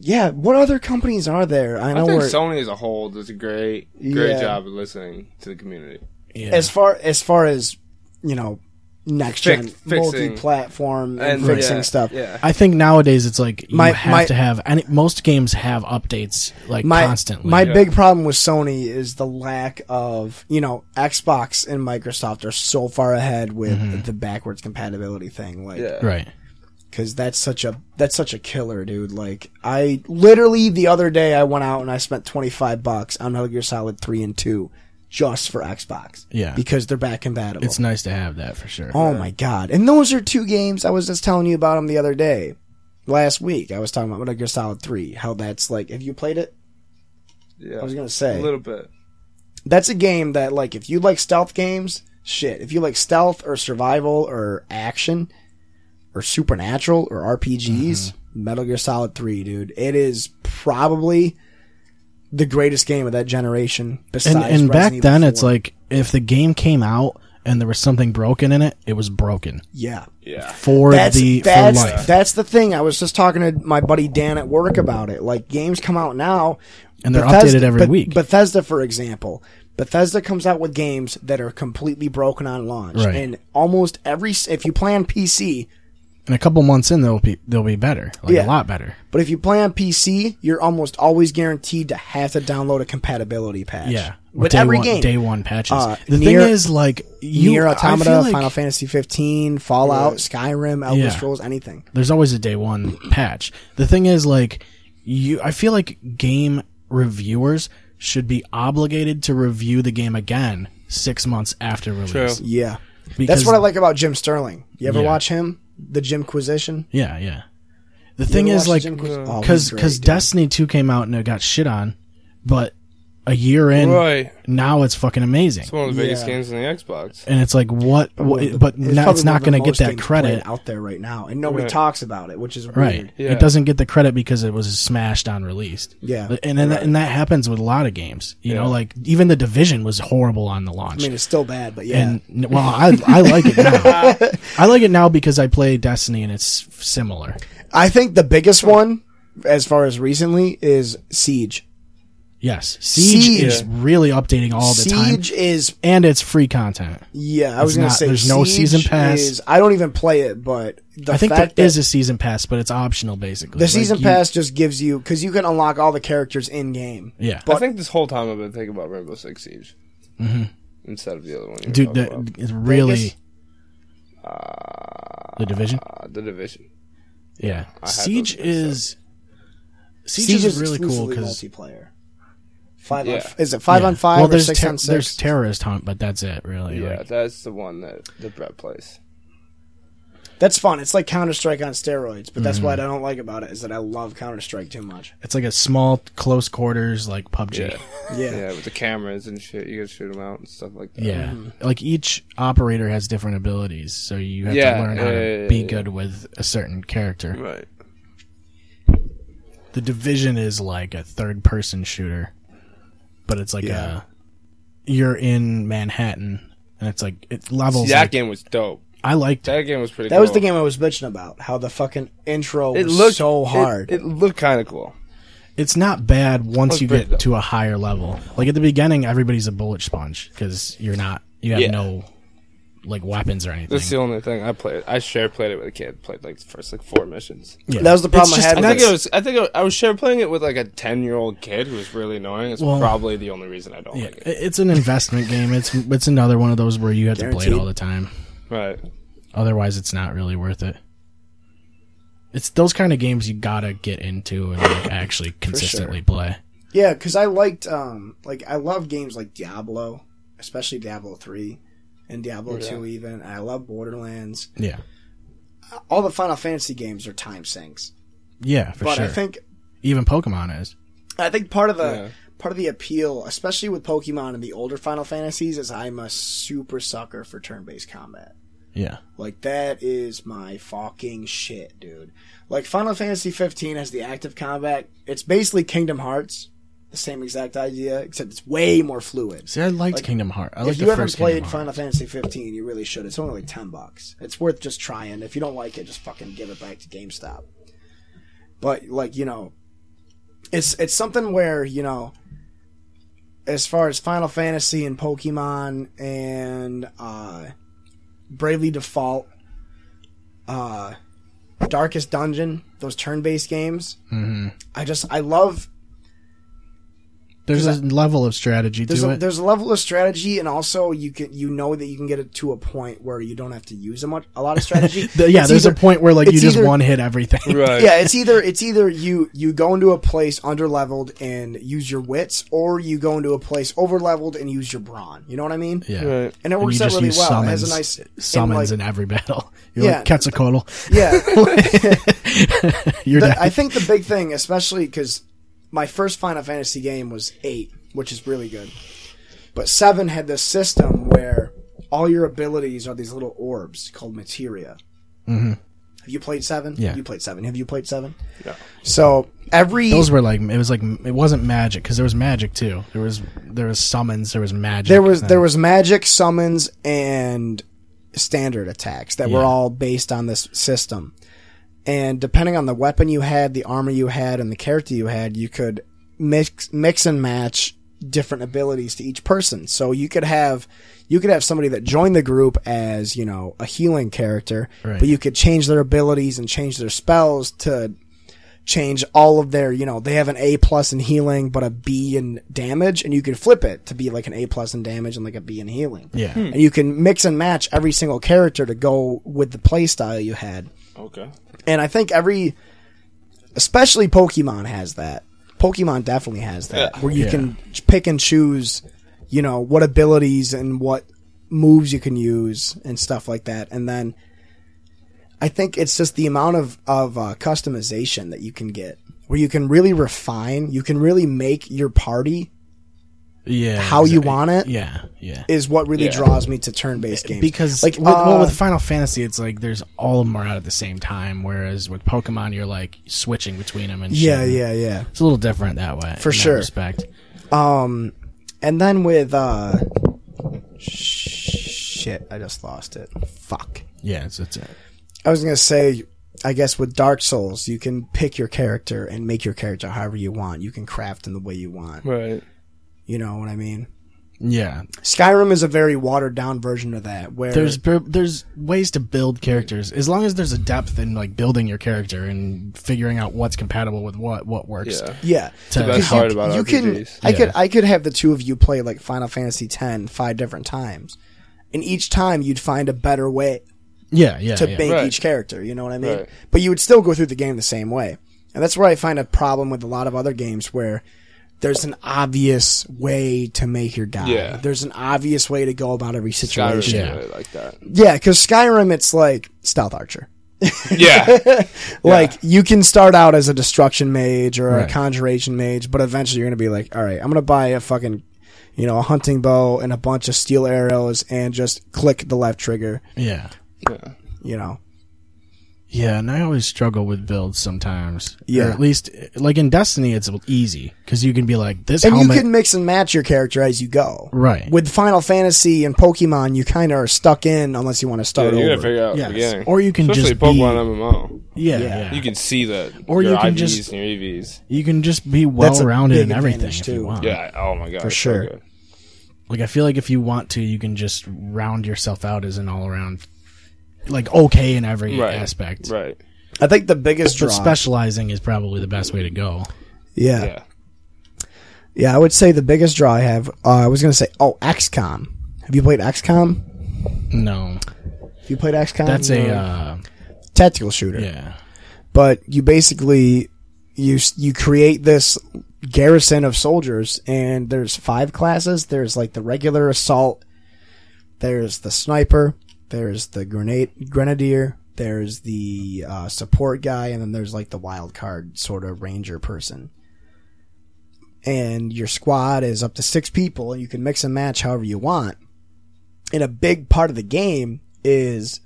Speaker 3: yeah. What other companies are there? I
Speaker 4: I
Speaker 3: know
Speaker 4: think
Speaker 3: we're
Speaker 4: Sony as a whole does a great, great
Speaker 3: Yeah.
Speaker 4: job of listening to the community.
Speaker 1: Yeah.
Speaker 3: as far as far as you know, next gen
Speaker 4: Fix- fixing.
Speaker 3: multi-platform and, fixing
Speaker 4: yeah,
Speaker 3: stuff.
Speaker 4: Yeah.
Speaker 1: I think nowadays it's like you
Speaker 3: My-
Speaker 1: have
Speaker 3: my-
Speaker 1: to have and most games have updates like
Speaker 3: my
Speaker 1: constantly.
Speaker 3: my big problem with Sony is the lack of you know Xbox and Microsoft are so far ahead with
Speaker 1: Mm-hmm.
Speaker 3: the backwards compatibility thing like
Speaker 4: Yeah.
Speaker 1: right.
Speaker 3: because that's such a that's such a killer dude like I literally the other day I went out and I spent twenty five bucks on Metal Gear Solid three and two just for Xbox
Speaker 1: Yeah.
Speaker 3: because they're back compatible
Speaker 1: It's nice to have that for sure.
Speaker 3: Oh my god! And those are two games I was just telling you about them the other day, last week. I was talking about Metal Gear Solid Three. How that's like. Have you played it?
Speaker 4: Yeah.
Speaker 3: I was gonna say
Speaker 4: a little bit.
Speaker 3: that's a game that like if you like stealth games, shit. If you like stealth or survival or action or supernatural or RPGs,
Speaker 1: Mm-hmm.
Speaker 3: Metal Gear Solid 3, dude. It is probably the greatest game of that generation besides
Speaker 1: and and
Speaker 3: Resident
Speaker 1: back
Speaker 3: Evil
Speaker 1: then it's
Speaker 3: 4.
Speaker 1: like if the game came out and there was something broken in it, it was broken
Speaker 3: yeah.
Speaker 4: Yeah.
Speaker 1: for
Speaker 3: that's,
Speaker 1: the
Speaker 3: that's,
Speaker 1: for life.
Speaker 3: That's the thing. I was just talking to my buddy Dan at work about it. Like games come out now,
Speaker 1: And they're updated every
Speaker 3: Beth-
Speaker 1: week.
Speaker 3: Bethesda, for example, Bethesda comes out with games that are completely broken on launch,
Speaker 1: Right.
Speaker 3: and almost every s- if you play on PC,
Speaker 1: and a couple months in they'll be they'll be better. Like
Speaker 3: Yeah.
Speaker 1: a lot better.
Speaker 3: but if you play on PC, you're almost always guaranteed to have to download a compatibility patch.
Speaker 1: Yeah.
Speaker 3: with
Speaker 1: day
Speaker 3: every
Speaker 1: one,
Speaker 3: game.
Speaker 1: day one patches.
Speaker 3: Uh,
Speaker 1: the
Speaker 3: Nier-
Speaker 1: thing is like you
Speaker 3: Nier
Speaker 1: I
Speaker 3: Automata,
Speaker 1: feel like
Speaker 3: Final Fantasy 15, Fallout, Skyrim, Elder
Speaker 1: Yeah.
Speaker 3: Scrolls, anything.
Speaker 1: there's always a day one patch. The thing is, like, you, I feel like game reviewers should be obligated to review the game again six months after release.
Speaker 4: True.
Speaker 3: Yeah,
Speaker 1: Because-
Speaker 3: that's what I like about Jim Sterling. You ever
Speaker 1: Yeah.
Speaker 3: watch him? The Jimquisition.
Speaker 1: Yeah, yeah. The thing is, like, because
Speaker 3: because
Speaker 1: because Destiny two came out and it got shit on, but a year in,
Speaker 4: Right.
Speaker 1: now it's fucking amazing.
Speaker 4: It's one of the biggest
Speaker 3: Yeah.
Speaker 4: games on the Xbox.
Speaker 1: And it's like what, what but now it's not going to get that credit.
Speaker 3: out there right now, and nobody
Speaker 4: Right.
Speaker 3: talks about it, which is
Speaker 1: Right.
Speaker 3: weird.
Speaker 4: Yeah.
Speaker 1: It doesn't get the credit because it was smashed on released.
Speaker 3: Yeah.
Speaker 1: And and, that, and that happens with a lot of games. You know, like even the division was horrible on the launch.
Speaker 3: I mean, it's still bad, but yeah,
Speaker 1: and well, I I like it now. I like it now because I play Destiny and it's similar.
Speaker 3: I think the biggest one, as far as recently, is Siege.
Speaker 1: Yes, Siege,
Speaker 3: Siege.
Speaker 1: is really updating all the time,
Speaker 3: Siege is
Speaker 1: and it's free content.
Speaker 3: yeah. I was gonna
Speaker 1: not-
Speaker 3: say
Speaker 1: there's no
Speaker 3: Siege
Speaker 1: season pass.
Speaker 3: Is, I don't even play it, but the
Speaker 1: I think there
Speaker 3: fact that
Speaker 1: is a season pass, but it's optional basically.
Speaker 3: the
Speaker 1: Like,
Speaker 3: season
Speaker 1: you-
Speaker 3: pass just gives you because you can unlock all the characters in game.
Speaker 1: Yeah,
Speaker 4: I think this whole time I've been thinking about Rainbow Six Siege
Speaker 3: Mm-hmm.
Speaker 4: instead of the other one. you were
Speaker 1: dude,
Speaker 4: talking
Speaker 1: that
Speaker 4: about.
Speaker 1: is really
Speaker 3: Vegas?
Speaker 4: Uh,
Speaker 1: the division.
Speaker 4: uh, the division.
Speaker 1: Yeah,
Speaker 4: had
Speaker 1: Siege
Speaker 4: those mixed
Speaker 1: is Siege,
Speaker 3: Siege
Speaker 1: is
Speaker 3: is
Speaker 1: really cool
Speaker 3: exclusively
Speaker 1: because
Speaker 3: multiplayer. Five on
Speaker 4: Yeah.
Speaker 3: f- is it five
Speaker 1: Yeah.
Speaker 3: on five
Speaker 1: Well,
Speaker 3: or
Speaker 1: there's
Speaker 3: six
Speaker 1: ter-
Speaker 3: on
Speaker 1: there's
Speaker 3: six?
Speaker 1: terrorist hunt, but that's it really.
Speaker 4: Yeah,
Speaker 1: like-
Speaker 4: that's the one that that Brett plays.
Speaker 3: That's fun. It's like Counter Strike on steroids, but that's
Speaker 4: Mm-hmm.
Speaker 3: what I don't like about it is that I love Counter Strike too much.
Speaker 1: it's like a small close quarters like PUBG.
Speaker 4: Yeah.
Speaker 3: Yeah.
Speaker 4: Yeah, with the cameras and shit, you gotta shoot them out and stuff like that.
Speaker 1: Yeah.
Speaker 3: Mm-hmm.
Speaker 1: Like each operator has different abilities, so you have
Speaker 4: Yeah,
Speaker 1: to learn how
Speaker 4: yeah,
Speaker 1: to
Speaker 4: yeah, yeah,
Speaker 1: be
Speaker 4: yeah.
Speaker 1: good with a certain character.
Speaker 4: Right.
Speaker 1: The division is like a third person shooter. But it's like
Speaker 3: Yeah.
Speaker 1: a you're in Manhattan and it's like it levels
Speaker 4: that
Speaker 1: like-
Speaker 4: game was dope.
Speaker 1: I liked it.
Speaker 4: That game was pretty.
Speaker 3: That
Speaker 4: cool.
Speaker 3: was the game I was bitching about. How the fucking intro was so
Speaker 4: it-
Speaker 3: hard.
Speaker 4: It, looked kind of cool.
Speaker 1: It's not bad once
Speaker 4: was
Speaker 1: you
Speaker 4: pretty
Speaker 1: get
Speaker 4: dope.
Speaker 1: to a higher level. Like at the beginning everybody's a bullet sponge cuz you're not you have
Speaker 4: Yeah.
Speaker 1: no like weapons or anything.
Speaker 4: That's the
Speaker 3: Mm-hmm.
Speaker 4: only thing I played. I share played it with a kid. Played like the first like four missions.
Speaker 1: Yeah.
Speaker 3: That was the problem
Speaker 1: It's
Speaker 3: I had
Speaker 4: I
Speaker 1: just-
Speaker 3: with
Speaker 4: think
Speaker 3: Yes.
Speaker 4: it was. I think I- I was share playing it with like a ten year old kid who was really annoying. It's
Speaker 1: Well-
Speaker 4: probably the only reason I don't
Speaker 1: Yeah,
Speaker 4: like it.
Speaker 1: it's an investment game. It's it's another one of those where you have to play
Speaker 3: Guaranteed.
Speaker 1: it all the time.
Speaker 4: Right.
Speaker 1: Otherwise, it's not really worth it. It's those kind of games you gotta get into and like, actually consistently play.
Speaker 3: yeah, because I liked, um, like, I love games like Diablo, especially Diablo 3 and Diablo 2 even. And I love Borderlands.
Speaker 1: Yeah,
Speaker 3: All the Final Fantasy games are time sinks.
Speaker 1: yeah, for
Speaker 3: But
Speaker 1: sure.
Speaker 3: I think
Speaker 1: Even Pokemon is.
Speaker 3: I think part of the
Speaker 4: Yeah.
Speaker 3: part of the appeal, especially with Pokemon and the older Final Fantasies, is I'm a super sucker for turn based combat.
Speaker 1: Yeah.
Speaker 3: Like that is my fucking shit, dude. Like Final Fantasy 15 has the active combat. It's basically Kingdom Hearts, the same exact idea, except it's way more fluid.
Speaker 1: See, I liked
Speaker 3: Like,
Speaker 1: Kingdom Heart. I
Speaker 3: if
Speaker 1: liked
Speaker 3: you
Speaker 1: the
Speaker 3: haven't
Speaker 1: first
Speaker 3: played
Speaker 1: Kingdom Heart.
Speaker 3: Final Fantasy 15, you really should. It's only like 10 bucks. It's worth just trying. If you don't like it, just fucking give it back to GameStop. But like, you know, it's it's something where, you know, as far as Final Fantasy and Pokemon and uh Bravely Default, uh Darkest Dungeon, those turn-based games. Mm-hmm. I just I love
Speaker 1: There's a level of strategy
Speaker 3: there's
Speaker 1: to
Speaker 3: a,
Speaker 1: it.
Speaker 3: there's a level of strategy, and also you can you know that you can get it to a point where you don't have to use a much a lot of strategy.
Speaker 1: The- yeah,
Speaker 3: It's
Speaker 1: there's
Speaker 3: either-
Speaker 1: a point where like you
Speaker 3: it's
Speaker 1: just
Speaker 3: either-
Speaker 1: one hit everything.
Speaker 4: Right.
Speaker 3: Yeah, it's either it's either you you go into a place under leveled and use your wits, or you go into a place over leveled and use your brawn. You know what I mean?
Speaker 1: Yeah.
Speaker 4: Right.
Speaker 3: and it
Speaker 1: And
Speaker 3: works
Speaker 1: you
Speaker 3: out
Speaker 1: just
Speaker 3: really
Speaker 1: use
Speaker 3: well.
Speaker 1: summons,
Speaker 3: it has a nice and,
Speaker 1: summons
Speaker 3: like-
Speaker 1: in every battle. You're like
Speaker 3: Yeah.
Speaker 1: Quetzalcoatl.
Speaker 3: yeah.
Speaker 1: You're
Speaker 3: The-
Speaker 1: dead.
Speaker 3: I think the big thing, especially because my first Final Fantasy game was eight, which is really good. But seven had this system where all your abilities are these little orbs called materia. Mm-hmm. Have you played seven?
Speaker 1: Yeah.
Speaker 3: You played seven. Have you played seven? Yeah. So every
Speaker 1: Those were like it was like it wasn't magic because there was magic too. There was there was summons. There was magic. Uh,
Speaker 3: there was
Speaker 1: and
Speaker 3: there was magic summons and standard attacks that were
Speaker 1: Yeah.
Speaker 3: all based on this system and depending on the weapon you had the armor you had and the character you had you could mix mix and match different abilities to each person so you could have you could have somebody that joined the group as you know a healing character
Speaker 1: Right.
Speaker 3: but you could change their abilities and change their spells to change all of their, you know, they have an A plus in healing, but a B in damage, and you can flip it to be like an A plus in damage and like a B in healing.
Speaker 1: Yeah. Hmm.
Speaker 3: And you can mix and match every single character to go with the play style you had.
Speaker 4: Okay.
Speaker 3: And I think every, especially Pokemon has that. Pokemon definitely has that, where you can pick and choose, you know, what abilities and what moves you can use and stuff like that. And then I think it's just the amount of of uh, customization that you can get, where you can really refine, you can really make your party
Speaker 1: yeah
Speaker 3: how you
Speaker 1: exactly.
Speaker 3: want it.
Speaker 1: Yeah, yeah.
Speaker 3: Is what really draws me to turn based games
Speaker 1: because
Speaker 3: like
Speaker 1: like with, well,
Speaker 3: uh,
Speaker 1: with Final Fantasy, it's like there's all of them are out at the same time. Whereas with Pokemon, you're like switching between them and
Speaker 3: yeah,
Speaker 1: shit.
Speaker 3: yeah, yeah.
Speaker 1: It's a little different that way for
Speaker 3: sure.
Speaker 1: respect.
Speaker 3: And then with uh shit, I just lost it. Fuck.
Speaker 1: Yeah, it's, uh, it's it.
Speaker 3: I was gonna say, I guess with Dark Souls, you can pick your character and make your character however you want. You can craft in the way you want.
Speaker 4: Right.
Speaker 3: You know what I mean?
Speaker 1: yeah.
Speaker 3: Skyrim is a very watered down version of that. Where
Speaker 1: There's per- there's ways to build characters as long as there's a depth in like building your character and figuring out what's compatible with what what works.
Speaker 4: Yeah.
Speaker 3: yeah,
Speaker 1: To-
Speaker 4: best
Speaker 1: Because you-
Speaker 4: part about
Speaker 3: you can.
Speaker 4: RPGs.
Speaker 3: I could
Speaker 1: Yeah.
Speaker 3: I could have the two of you play like Final Fantasy X five different times, and each time you'd find a better way
Speaker 1: yeah, yeah,
Speaker 3: to
Speaker 1: yeah.
Speaker 3: bank
Speaker 4: Right.
Speaker 3: each character. You know what I mean?
Speaker 4: Right.
Speaker 3: But you would still go through the game the same way. And that's where I find a problem with a lot of other games where there's an obvious way to make your guy.
Speaker 4: Yeah.
Speaker 3: The's an obvious way to go about every
Speaker 4: Skyrim
Speaker 3: situation.
Speaker 1: Yeah.
Speaker 4: really like that.
Speaker 3: Yeah, because Skyrim, it's like Stealth Archer.
Speaker 4: Yeah.
Speaker 3: Like you can start out as a destruction mage or
Speaker 1: Right.
Speaker 3: a conjuration mage, but eventually you're gonna be like, all right, I'm gonna buy a fucking, you know, a hunting bow and a bunch of steel arrows and just click the left trigger.
Speaker 1: yeah.
Speaker 3: You know,
Speaker 1: Yeah, and I always struggle with builds sometimes.
Speaker 3: Yeah.
Speaker 1: or at least like in Destiny, it's easy because you can be like this
Speaker 3: and
Speaker 1: helmet.
Speaker 3: you can mix and match your character as you go.
Speaker 1: Right.
Speaker 3: With Final Fantasy and Pokemon, you kind of are stuck in unless you want to
Speaker 4: yeah
Speaker 3: start
Speaker 4: you gotta
Speaker 3: over.
Speaker 4: figure out
Speaker 1: Yes.
Speaker 4: the beginning.
Speaker 1: Or you can
Speaker 4: Especially
Speaker 1: just be-
Speaker 4: Pokemon MMO.
Speaker 1: yeah,
Speaker 3: yeah.
Speaker 1: yeah,
Speaker 4: You can see that.
Speaker 1: Or
Speaker 4: your
Speaker 1: you can
Speaker 4: IVs
Speaker 1: just-
Speaker 4: and your E EVs.
Speaker 1: You can just be
Speaker 3: That's a
Speaker 1: well rounded
Speaker 3: big
Speaker 1: in everything
Speaker 3: advantage,
Speaker 1: if you
Speaker 3: too.
Speaker 1: want.
Speaker 4: Yeah. Oh my god.
Speaker 3: For
Speaker 4: so
Speaker 3: sure.
Speaker 4: good.
Speaker 1: Like I feel like if you want to, you can just round yourself out as an all around, like okay in every
Speaker 4: Right.
Speaker 1: aspect.
Speaker 4: Right.
Speaker 3: I think the biggest draw.
Speaker 1: But specializing is probably the best way to go.
Speaker 3: yeah. yeah,
Speaker 4: Yeah.
Speaker 3: I would say the biggest draw I have. Uh, I was gonna say, oh, XCOM. Have you played XCOM?
Speaker 1: No,
Speaker 3: Have you played XCOM?
Speaker 1: that's a
Speaker 3: No.
Speaker 1: uh,
Speaker 3: tactical shooter.
Speaker 1: yeah,
Speaker 3: But you basically you s- you create this garrison of soldiers, and there's five classes. There's like the regular assault. There's the sniper. There's the grenade grenadier. There's the uh, support guy, and then there's like the wild card sort of ranger person. And your squad is up to six people, and you can mix and match however you want. And a big part of the game is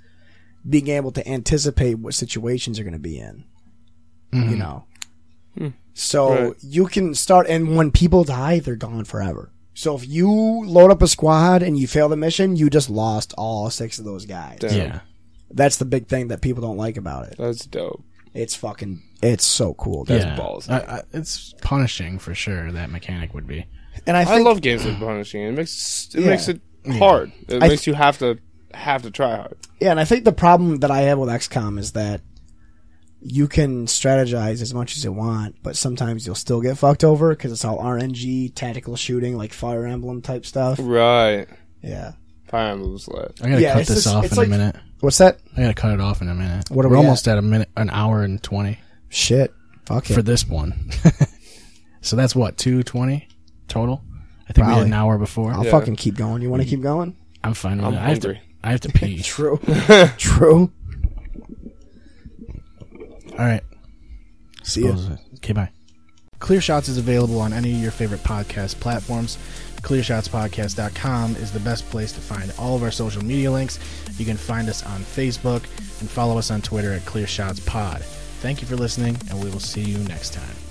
Speaker 3: being able to anticipate what situations you're going to be in. You know, Hmm. so
Speaker 4: Right.
Speaker 3: you can start. And when people die, they're gone forever. So if you load up a squad and you fail the mission, you just lost all six of those guys.
Speaker 4: Damn.
Speaker 1: Yeah.
Speaker 3: That's the big thing that people don't like about it.
Speaker 4: That's dope.
Speaker 3: It's fucking, it's so cool. dude.
Speaker 1: yeah.
Speaker 4: balls.
Speaker 1: I, I, it's punishing for sure. That mechanic would be.
Speaker 3: And I
Speaker 4: I,
Speaker 3: think
Speaker 4: love games that are punishing. It makes it
Speaker 3: Yeah.
Speaker 4: makes it hard. It
Speaker 3: I
Speaker 4: makes you have to have to try hard.
Speaker 3: Yeah, and I think the problem that I have with XCOM is that you can strategize as much as you want, but sometimes you'll still get fucked over because it's all RNG, tactical shooting, like Fire Emblem type stuff.
Speaker 4: Right.
Speaker 3: Yeah.
Speaker 4: Fire Emblem's lit.
Speaker 1: I gotta
Speaker 3: Yeah,
Speaker 1: cut
Speaker 3: it's
Speaker 1: this
Speaker 3: just-
Speaker 1: off
Speaker 3: it's
Speaker 1: in
Speaker 3: like-
Speaker 1: a minute.
Speaker 3: What's that?
Speaker 1: I gotta cut it off in a minute.
Speaker 3: What are
Speaker 1: We're
Speaker 3: we
Speaker 1: almost at? a minute, an hour and twenty
Speaker 3: Shit. Fuck it.
Speaker 1: for this one. so that's what two twenty total. I think we
Speaker 3: Probably.
Speaker 1: had an hour before.
Speaker 3: I'll
Speaker 1: i
Speaker 3: fucking keep going. You want to keep going?
Speaker 1: am fine with
Speaker 4: I'm
Speaker 1: it. I have to.
Speaker 4: hungry.
Speaker 1: I have to pee.
Speaker 3: Mm-hmm. True. True.
Speaker 1: All right.
Speaker 3: See ya.
Speaker 1: Okay, bye. Clear Shots is available on any of your favorite podcast platforms. ClearShotsPodcast.com is the best place to find all of our social media links. You can find us on Facebook and follow us on Twitter at Clear Shots Pod. Thank you for listening, and we will see you next time.